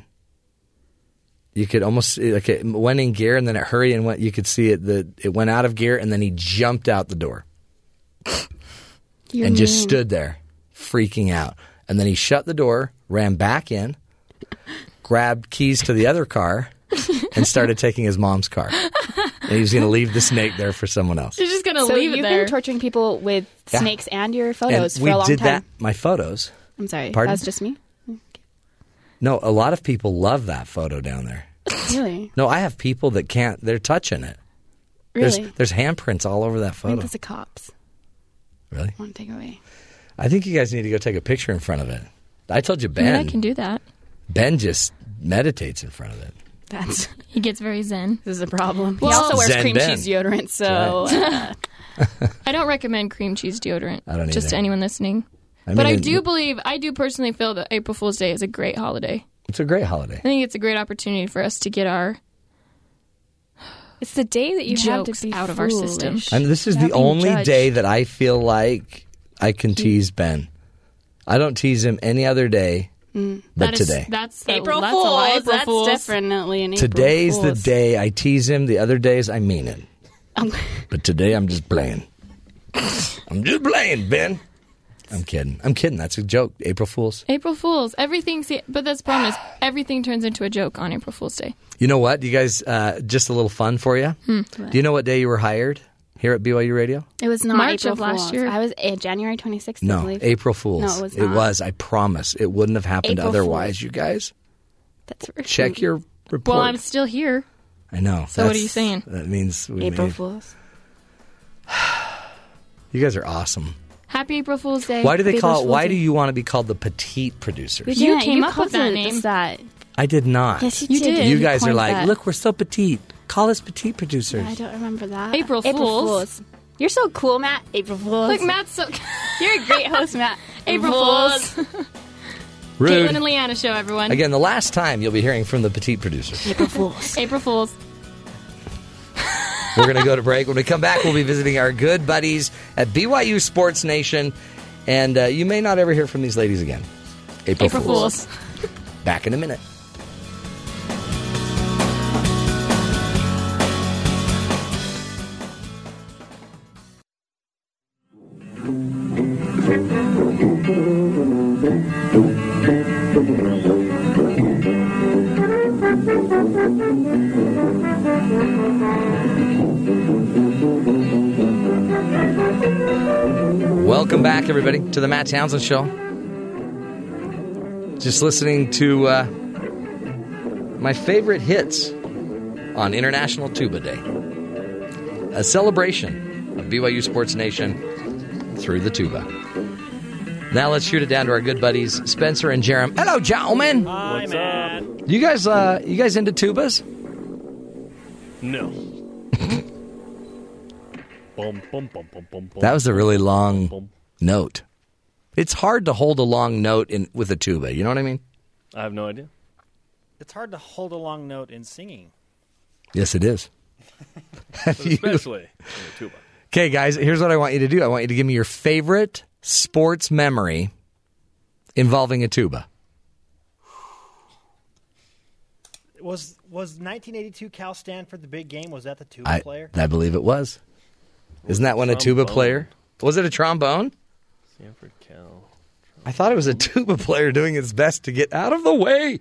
Speaker 1: You could almost see- like it went in gear, and then it hurried and went. You could see it that it went out of gear, and then he jumped out the door and just stood there, freaking out. And then he shut the door, ran back in, grabbed keys to the other car, and started taking his mom's car. And he was going to leave the snake there for someone else.
Speaker 12: She's just gonna
Speaker 13: so
Speaker 12: leave it
Speaker 13: You've
Speaker 12: there.
Speaker 13: been torturing people with
Speaker 1: Yeah.
Speaker 13: snakes and your photos
Speaker 1: and
Speaker 13: for
Speaker 1: we
Speaker 13: a long
Speaker 1: did
Speaker 13: time.
Speaker 1: that. My photos.
Speaker 13: I'm sorry.
Speaker 1: Pardon?
Speaker 13: That was just me.
Speaker 1: No, a lot of people love that photo down there.
Speaker 13: Really?
Speaker 1: No, I have people that can't. They're touching it.
Speaker 13: Really?
Speaker 1: There's, there's handprints all over that
Speaker 13: I think
Speaker 1: photo.
Speaker 13: that's the cops.
Speaker 1: Really?
Speaker 13: Want to take away?
Speaker 1: I think you guys need to go take a picture in front of it. I told you,
Speaker 12: I mean,
Speaker 1: Ben.
Speaker 12: I can do that.
Speaker 1: Ben just meditates in front of it.
Speaker 13: That's
Speaker 12: he gets very zen.
Speaker 14: This is a problem.
Speaker 13: He also wears
Speaker 1: Zen
Speaker 13: cream
Speaker 1: Ben.
Speaker 13: cheese deodorant, so
Speaker 1: That's
Speaker 13: uh,
Speaker 12: I don't recommend cream cheese deodorant.
Speaker 1: I don't
Speaker 12: Just
Speaker 1: either.
Speaker 12: to anyone listening.
Speaker 1: I mean,
Speaker 12: but I
Speaker 1: it-
Speaker 12: do believe, I do personally feel that April Fool's Day is a great holiday.
Speaker 1: It's a great holiday.
Speaker 12: I think it's a great opportunity for us to get our
Speaker 13: it's the day that
Speaker 12: you have to be
Speaker 13: out of our system.
Speaker 12: foolish.
Speaker 1: And this is the only day that I feel like I can tease Ben. I don't tease him any other day
Speaker 14: Mm.
Speaker 1: but
Speaker 12: That is-
Speaker 1: today.
Speaker 12: That's the-
Speaker 14: April
Speaker 12: that's a
Speaker 14: Fools.
Speaker 12: lie, April
Speaker 14: that's
Speaker 12: Fools.
Speaker 14: definitely an April
Speaker 1: Today's the
Speaker 14: Fools.
Speaker 1: day I tease him. The other days I mean it. but today I'm just playing. I'm just playing, Ben. I'm kidding. I'm kidding. That's a joke. April Fools.
Speaker 12: April Fools. Everything, see, but that's the problem is everything turns into a joke on April Fool's Day.
Speaker 1: You know what? You guys, uh, just a little fun for you.
Speaker 12: Hmm.
Speaker 1: Do you know what day you were hired here at BYU Radio?
Speaker 13: It was not
Speaker 12: March
Speaker 13: April
Speaker 12: of last
Speaker 13: Fool's.
Speaker 12: year.
Speaker 13: I was uh, January 26th, I
Speaker 1: No,
Speaker 13: believe.
Speaker 1: April Fools.
Speaker 13: No, it was not.
Speaker 1: I promise. It wouldn't have happened
Speaker 13: April
Speaker 1: otherwise.
Speaker 13: Fools.
Speaker 1: You guys,
Speaker 13: That's
Speaker 1: check your report.
Speaker 12: Well, I'm still here.
Speaker 1: I know.
Speaker 12: So what are
Speaker 1: That's-
Speaker 12: you saying?
Speaker 1: That means we made-
Speaker 12: Fools.
Speaker 1: You guys are awesome.
Speaker 12: Happy April Fool's Day.
Speaker 1: Why do they call? it? Why do you want to be called the petite producers?
Speaker 12: You came up with that
Speaker 13: called it
Speaker 12: name.
Speaker 13: that.
Speaker 1: I did not.
Speaker 13: Yes, you You did. did.
Speaker 1: You
Speaker 13: You
Speaker 1: guys are
Speaker 13: coined
Speaker 1: like,
Speaker 13: that.
Speaker 1: look, we're so petite. Call us petite producers.
Speaker 13: I don't remember that.
Speaker 12: April Fools.
Speaker 13: You're so cool, Matt. April Fools.
Speaker 12: Look, Matt's so.
Speaker 13: You're a great host, Matt.
Speaker 12: April Fools.
Speaker 1: Rude.
Speaker 12: Caitlin and Leanna show, everyone.
Speaker 1: Again, the last time you'll be hearing from the petite producers.
Speaker 12: April Fools. April Fools.
Speaker 1: We're going to go to break. When we come back, we'll be visiting our good buddies at BYU Sports Nation, and uh, you may not ever hear from these ladies again. April,
Speaker 12: April Fools.
Speaker 1: Back in a minute. Welcome back, everybody, to the Matt Townsend Show. Just listening to uh, my favorite hits on International Tuba Day, a celebration of BYU Sports Nation through the tuba. Now let's shoot it down to our good buddies Spencer and Jerem. Hello, gentlemen.
Speaker 15: Hi, Matt.
Speaker 1: You guys, uh, you guys into tubas?
Speaker 15: No. bum, bum, bum, bum, bum, bum.
Speaker 1: That was a really long note. It's hard to hold a long note in with a tuba. You know what I mean?
Speaker 15: I have no idea.
Speaker 16: It's hard to hold a long note in singing.
Speaker 1: Yes, it is.
Speaker 15: Especially in the tuba.
Speaker 1: Okay, guys, here's what I want you to do. I want you to give me your favorite sports memory involving a tuba.
Speaker 16: Was was 1982 Cal Stanford the big game? Was that the tuba
Speaker 1: I,
Speaker 16: player?
Speaker 1: I believe it was. Isn't that when a tuba
Speaker 15: Trombone.
Speaker 1: player? Was it a trombone?
Speaker 15: Sanford Cal.
Speaker 1: I thought it was a tuba player doing his best to get out of the way.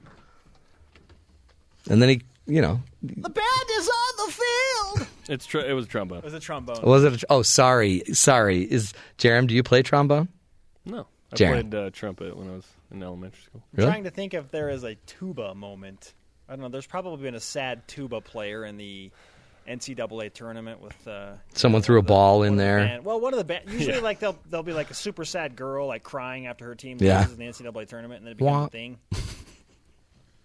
Speaker 1: And then he, you know,
Speaker 16: The band is on the field.
Speaker 15: It's tr- it was trombone.
Speaker 16: it was a trombone.
Speaker 1: was it? A, tr- oh, sorry, sorry. Is Jerem? Do you play trombone?
Speaker 15: No. I
Speaker 1: Jared.
Speaker 15: played uh, trumpet when I was in elementary school.
Speaker 16: I'm Trying to think if there is a tuba moment. I don't know. There's probably been a sad tuba player in the NCAA tournament with uh,
Speaker 1: Someone threw a ball in there.
Speaker 16: band. Well, one of the band. Usually,
Speaker 15: Yeah.
Speaker 16: like they'll they'll be like a super sad girl like crying after her team
Speaker 1: Yeah.
Speaker 16: loses in the NCAA tournament, and then it becomes
Speaker 1: Wah.
Speaker 16: a thing.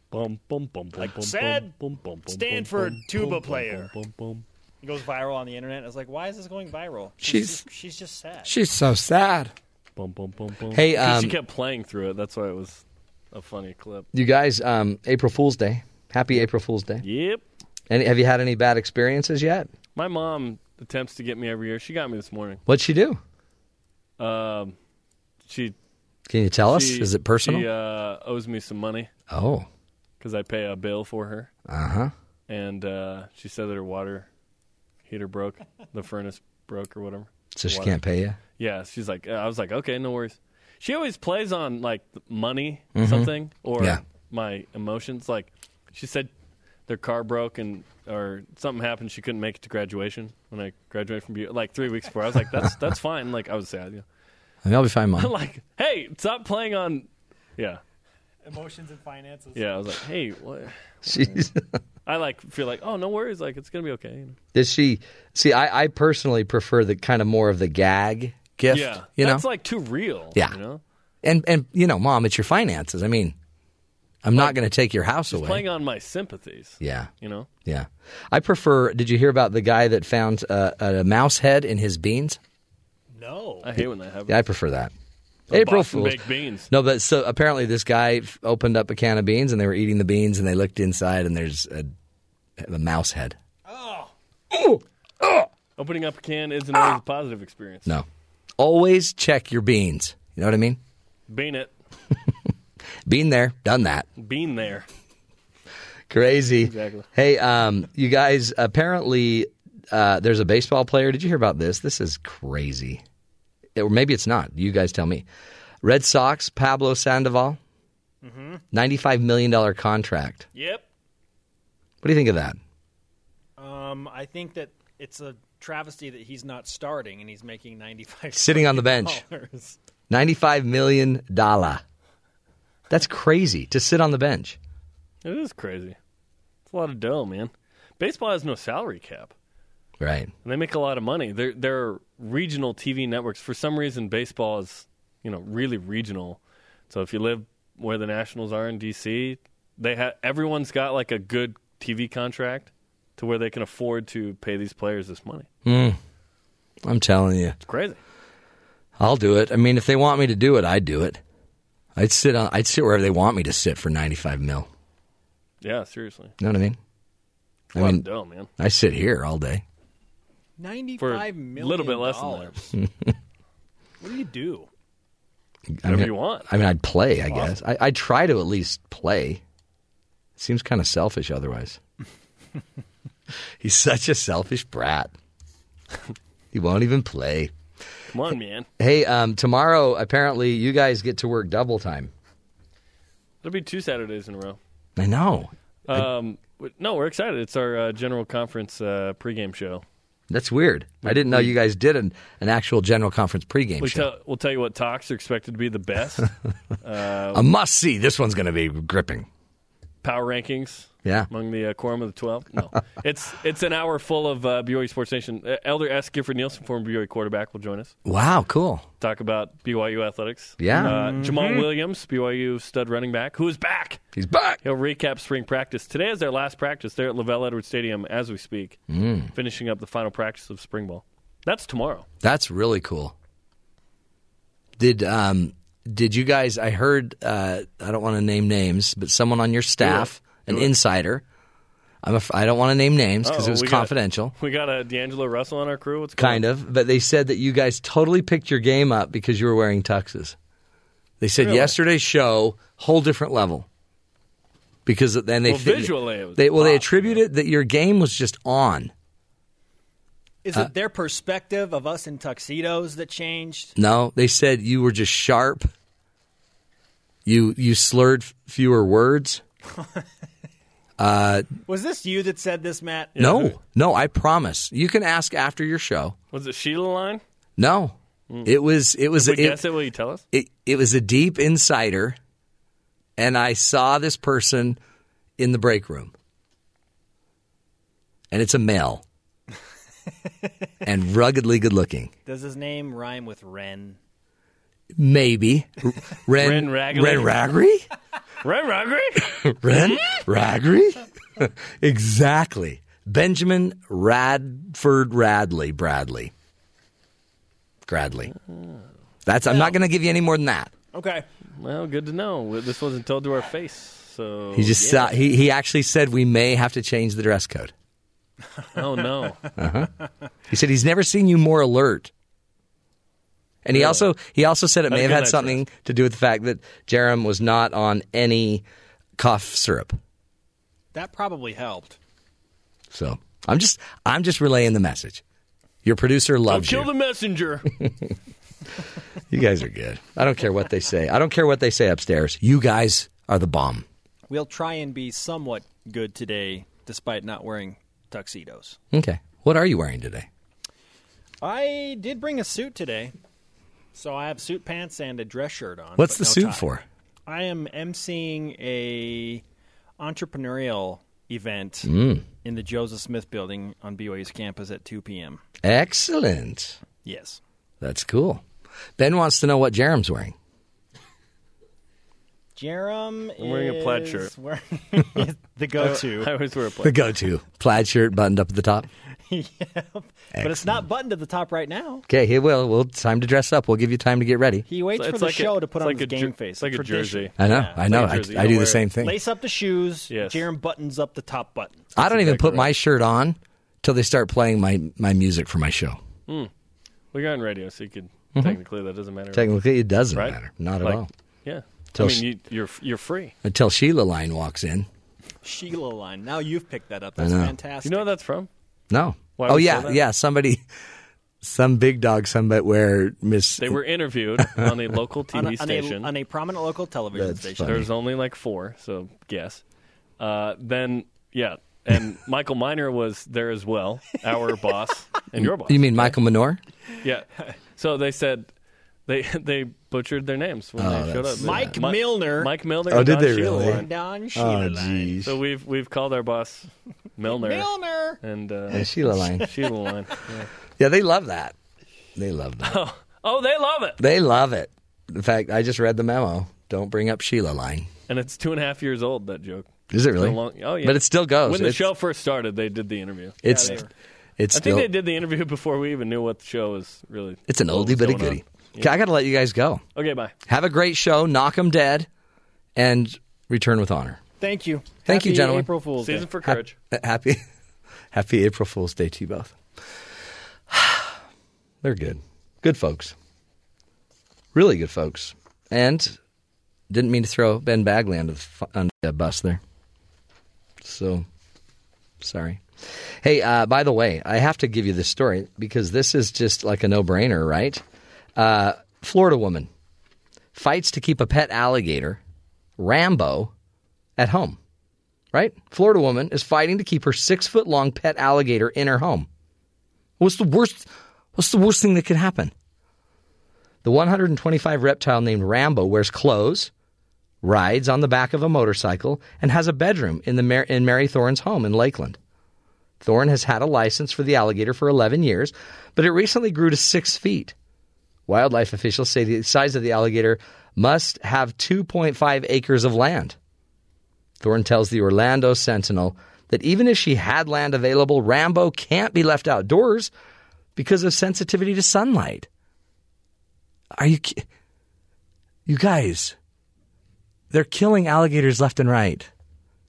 Speaker 15: Bum, bum, bum, bum,
Speaker 16: Like
Speaker 15: bum,
Speaker 16: sad
Speaker 15: bum, bum, bum,
Speaker 16: Stanford
Speaker 15: bum,
Speaker 16: tuba
Speaker 15: bum, bum,
Speaker 16: player.
Speaker 15: bum, bum, bum.
Speaker 16: It goes viral on the internet. I was like, why is this going viral?
Speaker 15: She's-
Speaker 16: just, she's just sad.
Speaker 1: She's so sad.
Speaker 15: Bum, bum, bum, bum.
Speaker 1: Hey,
Speaker 15: 'Cause
Speaker 1: um,
Speaker 15: she kept playing through it. That's why it was a funny clip.
Speaker 1: You guys, um, April Fool's Day. Happy April Fool's Day.
Speaker 15: Yep.
Speaker 1: Any, have you had any bad experiences yet?
Speaker 15: My mom attempts to get me every year. She got me this morning.
Speaker 1: What'd she do?
Speaker 15: Um, she
Speaker 1: Can you tell us?
Speaker 15: she-
Speaker 1: Is it personal?
Speaker 15: She uh, owes me some money
Speaker 1: oh,
Speaker 15: because I pay a bill for her,
Speaker 1: uh huh.
Speaker 15: and uh, she said that her water heater broke, the furnace broke, or whatever.
Speaker 1: So she
Speaker 15: Water.
Speaker 1: can't pay you?
Speaker 15: Yeah, she's like, I was like, okay, no worries. She always plays on like money,
Speaker 1: Mhm.
Speaker 15: something, or
Speaker 1: Yeah.
Speaker 15: my emotions. Like, she said their car broke and or something happened. She couldn't make it to graduation when I graduated from Bu- like three weeks before. I was like, that's that's fine. Like I was sad. Yeah.
Speaker 1: I mean, I'll be fine,
Speaker 15: I'm
Speaker 1: Mom.
Speaker 15: like, hey, stop playing on. Yeah,
Speaker 16: Emotions and finances.
Speaker 15: yeah. I was like, hey, what?
Speaker 1: She's.
Speaker 15: I like feel like, oh, no worries. Like it's gonna be okay. you know?
Speaker 1: Did she see? I, I personally prefer the kind of more of the gag gift.
Speaker 15: yeah,
Speaker 1: you know,
Speaker 15: that's like too real.
Speaker 1: yeah.
Speaker 15: you know,
Speaker 1: And and you know, mom, it's your finances. I mean, I'm not going to take your house
Speaker 15: Just
Speaker 1: away.
Speaker 15: playing on my sympathies.
Speaker 1: Yeah.
Speaker 15: You know?
Speaker 1: Yeah. I prefer. Did you hear about the guy that found uh, a mouse head in his beans?
Speaker 15: No. I hate when that happens.
Speaker 1: Yeah, I prefer that.
Speaker 15: A
Speaker 1: April
Speaker 15: box of
Speaker 1: Fool's.
Speaker 15: baked beans.
Speaker 1: No, but so apparently this guy f- opened up a can of beans and they were eating the beans and they looked inside and there's a, a mouse head.
Speaker 15: Opening up a can isn't always a positive experience.
Speaker 1: No. Always check your beans. You know what I mean?
Speaker 15: Bean it.
Speaker 1: Been there, done that.
Speaker 15: Bean there.
Speaker 1: Crazy.
Speaker 15: Exactly.
Speaker 1: Hey, um, you guys, apparently uh, there's a baseball player. Did you hear about this? This is crazy. Or maybe it's not. You guys tell me. Red Sox, Pablo Sandoval,
Speaker 16: Mm-hmm.
Speaker 1: $95 million contract.
Speaker 16: Yep.
Speaker 1: What do you think of that?
Speaker 16: Um, I think that it's a travesty that he's not starting and he's making ninety five.
Speaker 1: Sitting on the bench. $95 million. That's crazy to sit on the bench.
Speaker 15: It is crazy. It's a lot of dough, man. Baseball has no salary cap.
Speaker 1: Right.
Speaker 15: And they make a lot of money. They're they're regional TV networks. For some reason, baseball is you know really regional. So if you live where the Nationals are in DC, they ha- everyone's got like a good TV contract to where they can afford to pay these players this money.
Speaker 1: Mm. I'm telling you.
Speaker 15: It's crazy.
Speaker 1: I'll do it. I mean, if they want me to do it, I'd do it. I'd sit on. I'd sit wherever they want me to sit for ninety-five mil.
Speaker 15: Yeah, seriously.
Speaker 1: You know what I mean?
Speaker 15: A lot of dough, man.
Speaker 1: I sit here all day.
Speaker 16: Ninety
Speaker 15: For
Speaker 16: five
Speaker 15: a
Speaker 16: million.
Speaker 15: little bit less than
Speaker 16: dollars.
Speaker 15: that.
Speaker 16: What do you do?
Speaker 1: I mean,
Speaker 15: you want.
Speaker 1: I mean, I'd play. I guess. I, I try to at least play. Seems kind of selfish otherwise. He's such a selfish brat. he won't even play.
Speaker 15: Come on, man.
Speaker 1: Hey, um, tomorrow apparently you guys get to work double time.
Speaker 15: It'll be two Saturdays in a row.
Speaker 1: I know.
Speaker 15: Um, w- no, we're excited. It's our uh, general conference uh, pregame show.
Speaker 1: That's weird. I didn't know you guys did an, an actual general conference pregame
Speaker 15: We
Speaker 1: show.
Speaker 15: tell, we'll tell you what talks are expected to be the best. uh,
Speaker 1: A must see. This one's going to be gripping.
Speaker 15: power rankings.
Speaker 1: Yeah.
Speaker 15: Among the uh, quorum of the 12. No. it's it's an hour full of uh, BYU Sports Nation. Uh, Elder S. Gifford Nielsen, former BYU quarterback, will join us.
Speaker 1: Wow, cool.
Speaker 15: Talk about BYU athletics.
Speaker 1: Yeah.
Speaker 15: Uh, Jamal
Speaker 1: Mhm.
Speaker 15: Williams, BYU stud running back, who is back.
Speaker 1: He's back.
Speaker 15: He'll recap spring practice. Today is their last practice. They're at Lavelle Edwards Stadium as we speak,
Speaker 1: Mm.
Speaker 15: finishing up the final practice of spring ball. That's tomorrow.
Speaker 1: That's really cool. Did um did you guys I heard uh I don't want to name names, but someone on your staff, an insider. I'm af- I don't want to name names cuz it
Speaker 15: Uh-oh,
Speaker 1: was
Speaker 15: we got-
Speaker 1: confidential.
Speaker 15: we got a D'Angelo Russell on our crew. What's
Speaker 1: kind of, but they said that you guys totally picked your game up because you were wearing tuxes. They said
Speaker 15: Really?
Speaker 1: yesterday's show whole different level because then they
Speaker 15: Well,
Speaker 1: fit-
Speaker 15: visually it was
Speaker 1: they well they attribute it that your game was just on.
Speaker 16: Is
Speaker 1: Uh,
Speaker 16: it their perspective of us in tuxedos that changed?
Speaker 1: No, they said you were just sharp. You you slurred f- fewer words. uh,
Speaker 16: Was this you that said this, Matt?
Speaker 1: No, no, I promise. You can ask after your show.
Speaker 15: Was it Sheila line?
Speaker 1: No,
Speaker 15: Mm.
Speaker 1: it was it was
Speaker 15: If we
Speaker 1: it-
Speaker 15: guess it, will you tell us?
Speaker 1: it it was a deep insider, and I saw this person in the break room, and it's a male, and ruggedly good looking.
Speaker 16: Does his name rhyme with Ren?
Speaker 1: Maybe R-
Speaker 16: Ren
Speaker 1: Ren
Speaker 16: Raggery.
Speaker 1: Ren Raggery.
Speaker 15: Ren Raggery?
Speaker 1: Ren Raggery? exactly. Benjamin Radford Radley Bradley. Gradley. That's I'm not going to give you any more than that.
Speaker 16: Okay.
Speaker 15: Well, good to know. This wasn't told to our face, so
Speaker 1: He just
Speaker 15: yeah.
Speaker 1: saw, he he actually said we may have to change the dress code.
Speaker 15: Oh no!
Speaker 1: Uh-huh. he said he's never seen you more alert. And he also he also said it
Speaker 15: Had a
Speaker 1: may have
Speaker 15: good
Speaker 1: had
Speaker 15: night's
Speaker 1: something to do with the fact that Jerem was not on any cough syrup.
Speaker 16: That probably helped.
Speaker 1: So I'm just I'm just relaying the message. Your producer
Speaker 15: Don't
Speaker 1: loves you.
Speaker 15: kill the messenger.
Speaker 1: You guys are good. I don't care what they say. I don't care what they say upstairs. You guys are the bomb.
Speaker 16: We'll try and be somewhat good today, despite not wearing tuxedos.
Speaker 1: Okay. What are you wearing today?
Speaker 16: I did bring a suit today, so I have suit pants and a dress shirt on.
Speaker 1: What's
Speaker 16: but
Speaker 1: the
Speaker 16: no
Speaker 1: suit
Speaker 16: tie.
Speaker 1: for?
Speaker 16: I am emceeing a entrepreneurial event
Speaker 1: Mm.
Speaker 16: in the Joseph Smith Building on BYU's campus at 2 p.m.
Speaker 1: Excellent.
Speaker 16: Yes.
Speaker 1: That's cool. Ben wants to know what Jerem's wearing.
Speaker 16: Jerem
Speaker 15: I'm wearing a plaid shirt.
Speaker 16: is wearing the go-to.
Speaker 15: I, I always wear a plaid.
Speaker 1: The go-to plaid shirt buttoned up at the top.
Speaker 16: yep. But it's not buttoned at the top right now.
Speaker 1: Okay, he will. Well, it's time to dress up. We'll give you time to get ready.
Speaker 16: He waits
Speaker 15: It's-
Speaker 16: for
Speaker 15: it's
Speaker 16: the
Speaker 15: like a-
Speaker 16: show to put
Speaker 15: it's
Speaker 16: on
Speaker 15: like
Speaker 16: his
Speaker 15: a jer-
Speaker 16: game face.
Speaker 15: it's like a
Speaker 16: tradition.
Speaker 15: jersey.
Speaker 1: I know. I know.
Speaker 15: Like a
Speaker 1: I,
Speaker 15: jersey.
Speaker 1: I
Speaker 15: You
Speaker 1: do
Speaker 15: wear
Speaker 1: the
Speaker 15: it.
Speaker 1: same thing.
Speaker 16: Lace up the shoes.
Speaker 15: Yes.
Speaker 16: Jerem buttons up the top button.
Speaker 1: I don't even put my shirt on till they start playing my, my music for my show.
Speaker 15: Mm. Well, you're on radio, so you could
Speaker 1: Mhm.
Speaker 15: technically that doesn't matter.
Speaker 1: Technically, it doesn't
Speaker 15: Right?
Speaker 1: matter. Not at
Speaker 15: Like,
Speaker 1: all.
Speaker 15: Yeah.
Speaker 1: Till
Speaker 15: I
Speaker 1: sh-
Speaker 15: mean, you, you're you're free.
Speaker 1: Until Sheila Line walks in.
Speaker 16: Sheila line. Now you've picked that up.
Speaker 1: I
Speaker 16: That's
Speaker 1: know.
Speaker 16: fantastic.
Speaker 15: You know where that's from?
Speaker 1: No.
Speaker 15: Why
Speaker 1: oh
Speaker 15: would you
Speaker 1: yeah,
Speaker 15: say that?
Speaker 1: yeah. Somebody, some big dog, somebody where Miss
Speaker 15: They were interviewed on a local TV
Speaker 16: on, a, on,
Speaker 15: station.
Speaker 16: a, on a prominent local television
Speaker 1: That's
Speaker 16: station.
Speaker 1: funny.
Speaker 15: There's only like four, so guess. Uh, then yeah, and Michael Miner was there as well, our boss and your boss.
Speaker 1: You mean Michael Minor?
Speaker 15: Yeah. So they said they they butchered their names when
Speaker 1: Oh,
Speaker 15: they showed
Speaker 1: that's-
Speaker 15: up.
Speaker 16: Mike
Speaker 15: Mi-
Speaker 16: Milner.
Speaker 15: Mike Milner.
Speaker 1: Oh,
Speaker 15: and
Speaker 1: did
Speaker 15: Don
Speaker 1: they
Speaker 15: Sheila
Speaker 1: really?
Speaker 15: line.
Speaker 16: Don
Speaker 1: Oh
Speaker 16: Sheila.
Speaker 1: jeez.
Speaker 15: So we've we've called our boss Milner.
Speaker 16: Milner.
Speaker 15: And uh,
Speaker 1: Yeah, Sheila line.
Speaker 15: Sheila line. Yeah.
Speaker 1: Yeah, they love that. They love that.
Speaker 15: Oh, oh, they love it.
Speaker 1: They love it. In fact, I just read the memo. Don't bring up Sheila Line.
Speaker 15: And it's two and a half years old. That joke.
Speaker 1: Is it
Speaker 15: It's
Speaker 1: really?
Speaker 15: been a long- oh yeah.
Speaker 1: But it still goes.
Speaker 15: When the
Speaker 1: It's-
Speaker 15: show first started, they did the interview.
Speaker 1: It's
Speaker 15: Yeah, they were.
Speaker 1: it's
Speaker 15: I
Speaker 1: still
Speaker 15: think they did the interview before we even knew what the show was really.
Speaker 1: it's an
Speaker 15: what was
Speaker 1: oldie but
Speaker 15: going
Speaker 1: a
Speaker 15: on.
Speaker 1: goodie. Okay, I got to let you guys go.
Speaker 15: Okay, bye.
Speaker 1: Have a great show. Knock 'em dead, and return with honor.
Speaker 16: Thank you.
Speaker 1: Thank you,
Speaker 16: Happy
Speaker 1: gentlemen.
Speaker 16: April Fool's Day.
Speaker 15: Season for courage.
Speaker 1: Happy, happy April Fool's Day to you both. They're good, good folks, really good folks. And didn't mean to throw Ben Bagley under the, fu- under the bus there. So sorry. Hey, uh, by the way, I have to give you this story because this is just like a no-brainer, right? Uh, Florida woman fights to keep a pet alligator, Rambo, at home right? Florida woman is fighting to keep her six foot long pet alligator in her home. What's the worst? What's the worst thing that could happen? The 125 reptile named Rambo wears clothes, rides on the back of a motorcycle, and has a bedroom in the Mar- in Mary Thorne's home in Lakeland. Thorne has had a license for the alligator for 11 years, but it recently grew to six feet. Wildlife officials say the size of the alligator must have 2.5 acres of land. Thorne tells the Orlando Sentinel that even if she had land available, Rambo can't be left outdoors because of sensitivity to sunlight. Are you ki- You guys, they're killing alligators left and right.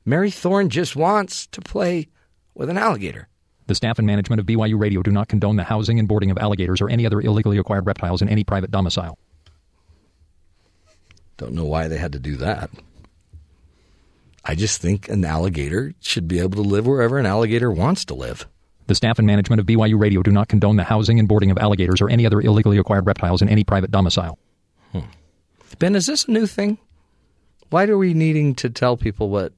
Speaker 1: Mary Thorne just wants to play with an alligator.
Speaker 17: The staff and management of BYU Radio do not condone the housing and boarding of alligators or any other illegally acquired reptiles in any private domicile.
Speaker 1: Don't know why they had to do that. I just think an alligator should be able to live wherever an alligator wants to live.
Speaker 17: The staff and management of BYU Radio do not condone the housing and boarding of alligators or any other illegally acquired reptiles in any private domicile.
Speaker 1: Ben, is this a new thing? Why are we needing to tell people what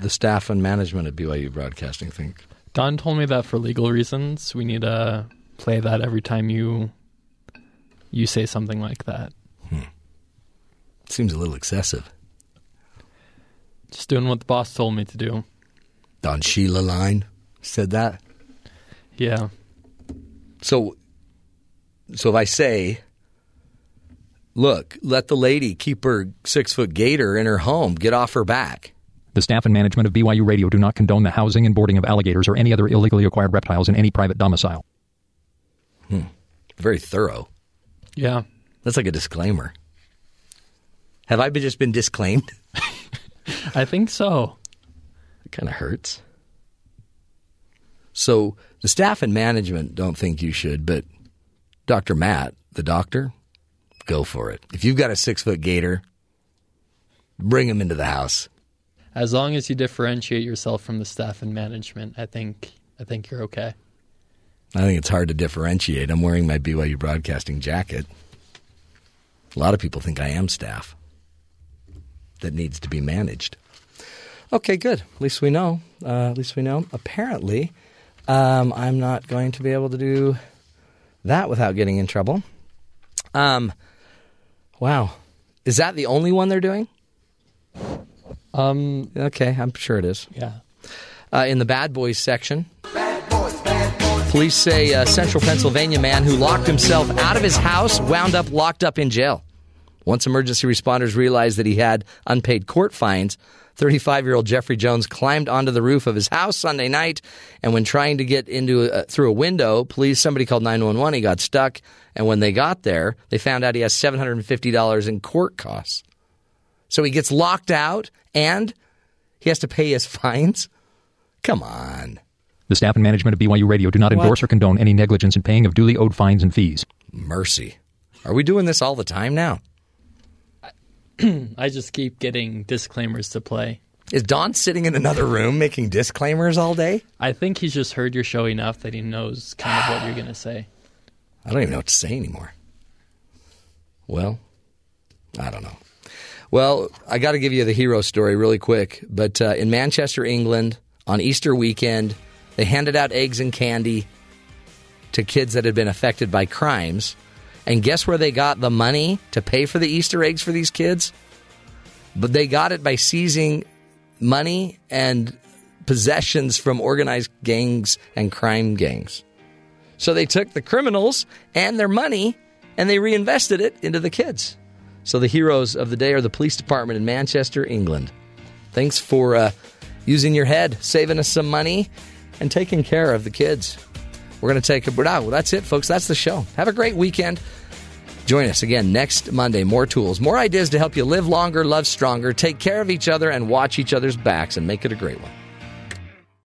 Speaker 1: the staff and management at BYU Broadcasting think?
Speaker 2: Don told me that for legal reasons, we need to play that every time you you say something like that.
Speaker 1: Seems a little excessive.
Speaker 2: Just doing what the boss told me to do.
Speaker 1: Don Sheila Line said that.
Speaker 2: Yeah.
Speaker 1: So, so if I say, look, let the lady keep her six foot gator in her home, get off her back.
Speaker 17: The staff and management of BYU Radio do not condone the housing and boarding of alligators or any other illegally acquired reptiles in any private domicile.
Speaker 1: Very thorough.
Speaker 2: Yeah.
Speaker 1: That's like a disclaimer. Have I been just been disclaimed?
Speaker 2: I think so.
Speaker 1: It kind of hurts. So the staff and management don't think you should, but Dr. Matt, the doctor, go for it. If you've got a six foot gator, bring him into the house.
Speaker 2: As long as you differentiate yourself from the staff and management, I think I think you're okay.
Speaker 1: I think it's hard to differentiate. I'm wearing my BYU broadcasting jacket. A lot of people think I am staff that needs to be managed. Okay, good. At least we know. Uh, at least we know. Apparently, um, I'm not going to be able to do that without getting in trouble. Um, wow. Is that the only one they're doing?
Speaker 2: Um,
Speaker 1: okay, I'm sure it is.
Speaker 2: Yeah.
Speaker 1: Uh, in the bad boys section, police say a central Pennsylvania man who locked himself out of his house wound up locked up in jail. Once emergency responders realized that he had unpaid court fines, 35 year old Jeffrey Jones climbed onto the roof of his house Sunday night. And when trying to get into a, through a window, police, somebody called 911. He got stuck. And when they got there, they found out he has $750 in court costs. So he gets locked out and he has to pay his fines? Come on.
Speaker 17: The staff and management of BYU Radio do not
Speaker 1: What?
Speaker 17: endorse or condone any negligence in paying of duly owed fines and fees.
Speaker 1: Mercy. Are we doing this all the time now?
Speaker 2: I just keep getting disclaimers to play.
Speaker 1: Is Don sitting in another room making disclaimers all day?
Speaker 2: I think he's just heard your show enough that he knows kind of what you're going to say.
Speaker 1: I don't even know what to say anymore. Well, I don't know. Well, I got to give you the hero story really quick. But uh, in Manchester, England, on Easter weekend, they handed out eggs and candy to kids that had been affected by crimes. And guess where they got the money to pay for the Easter eggs for these kids? But they got it by seizing money and possessions from organized gangs and crime gangs. So they took the criminals and their money and they reinvested it into the kids. So the heroes of the day are the police department in Manchester, England. Thanks for uh, using your head, saving us some money, and taking care of the kids. We're going to take a but ah, well, that's it, folks. That's the show. Have a great weekend. Join us again next Monday. More tools, more ideas to help you live longer, love stronger, take care of each other, and watch each other's backs and make it a great one.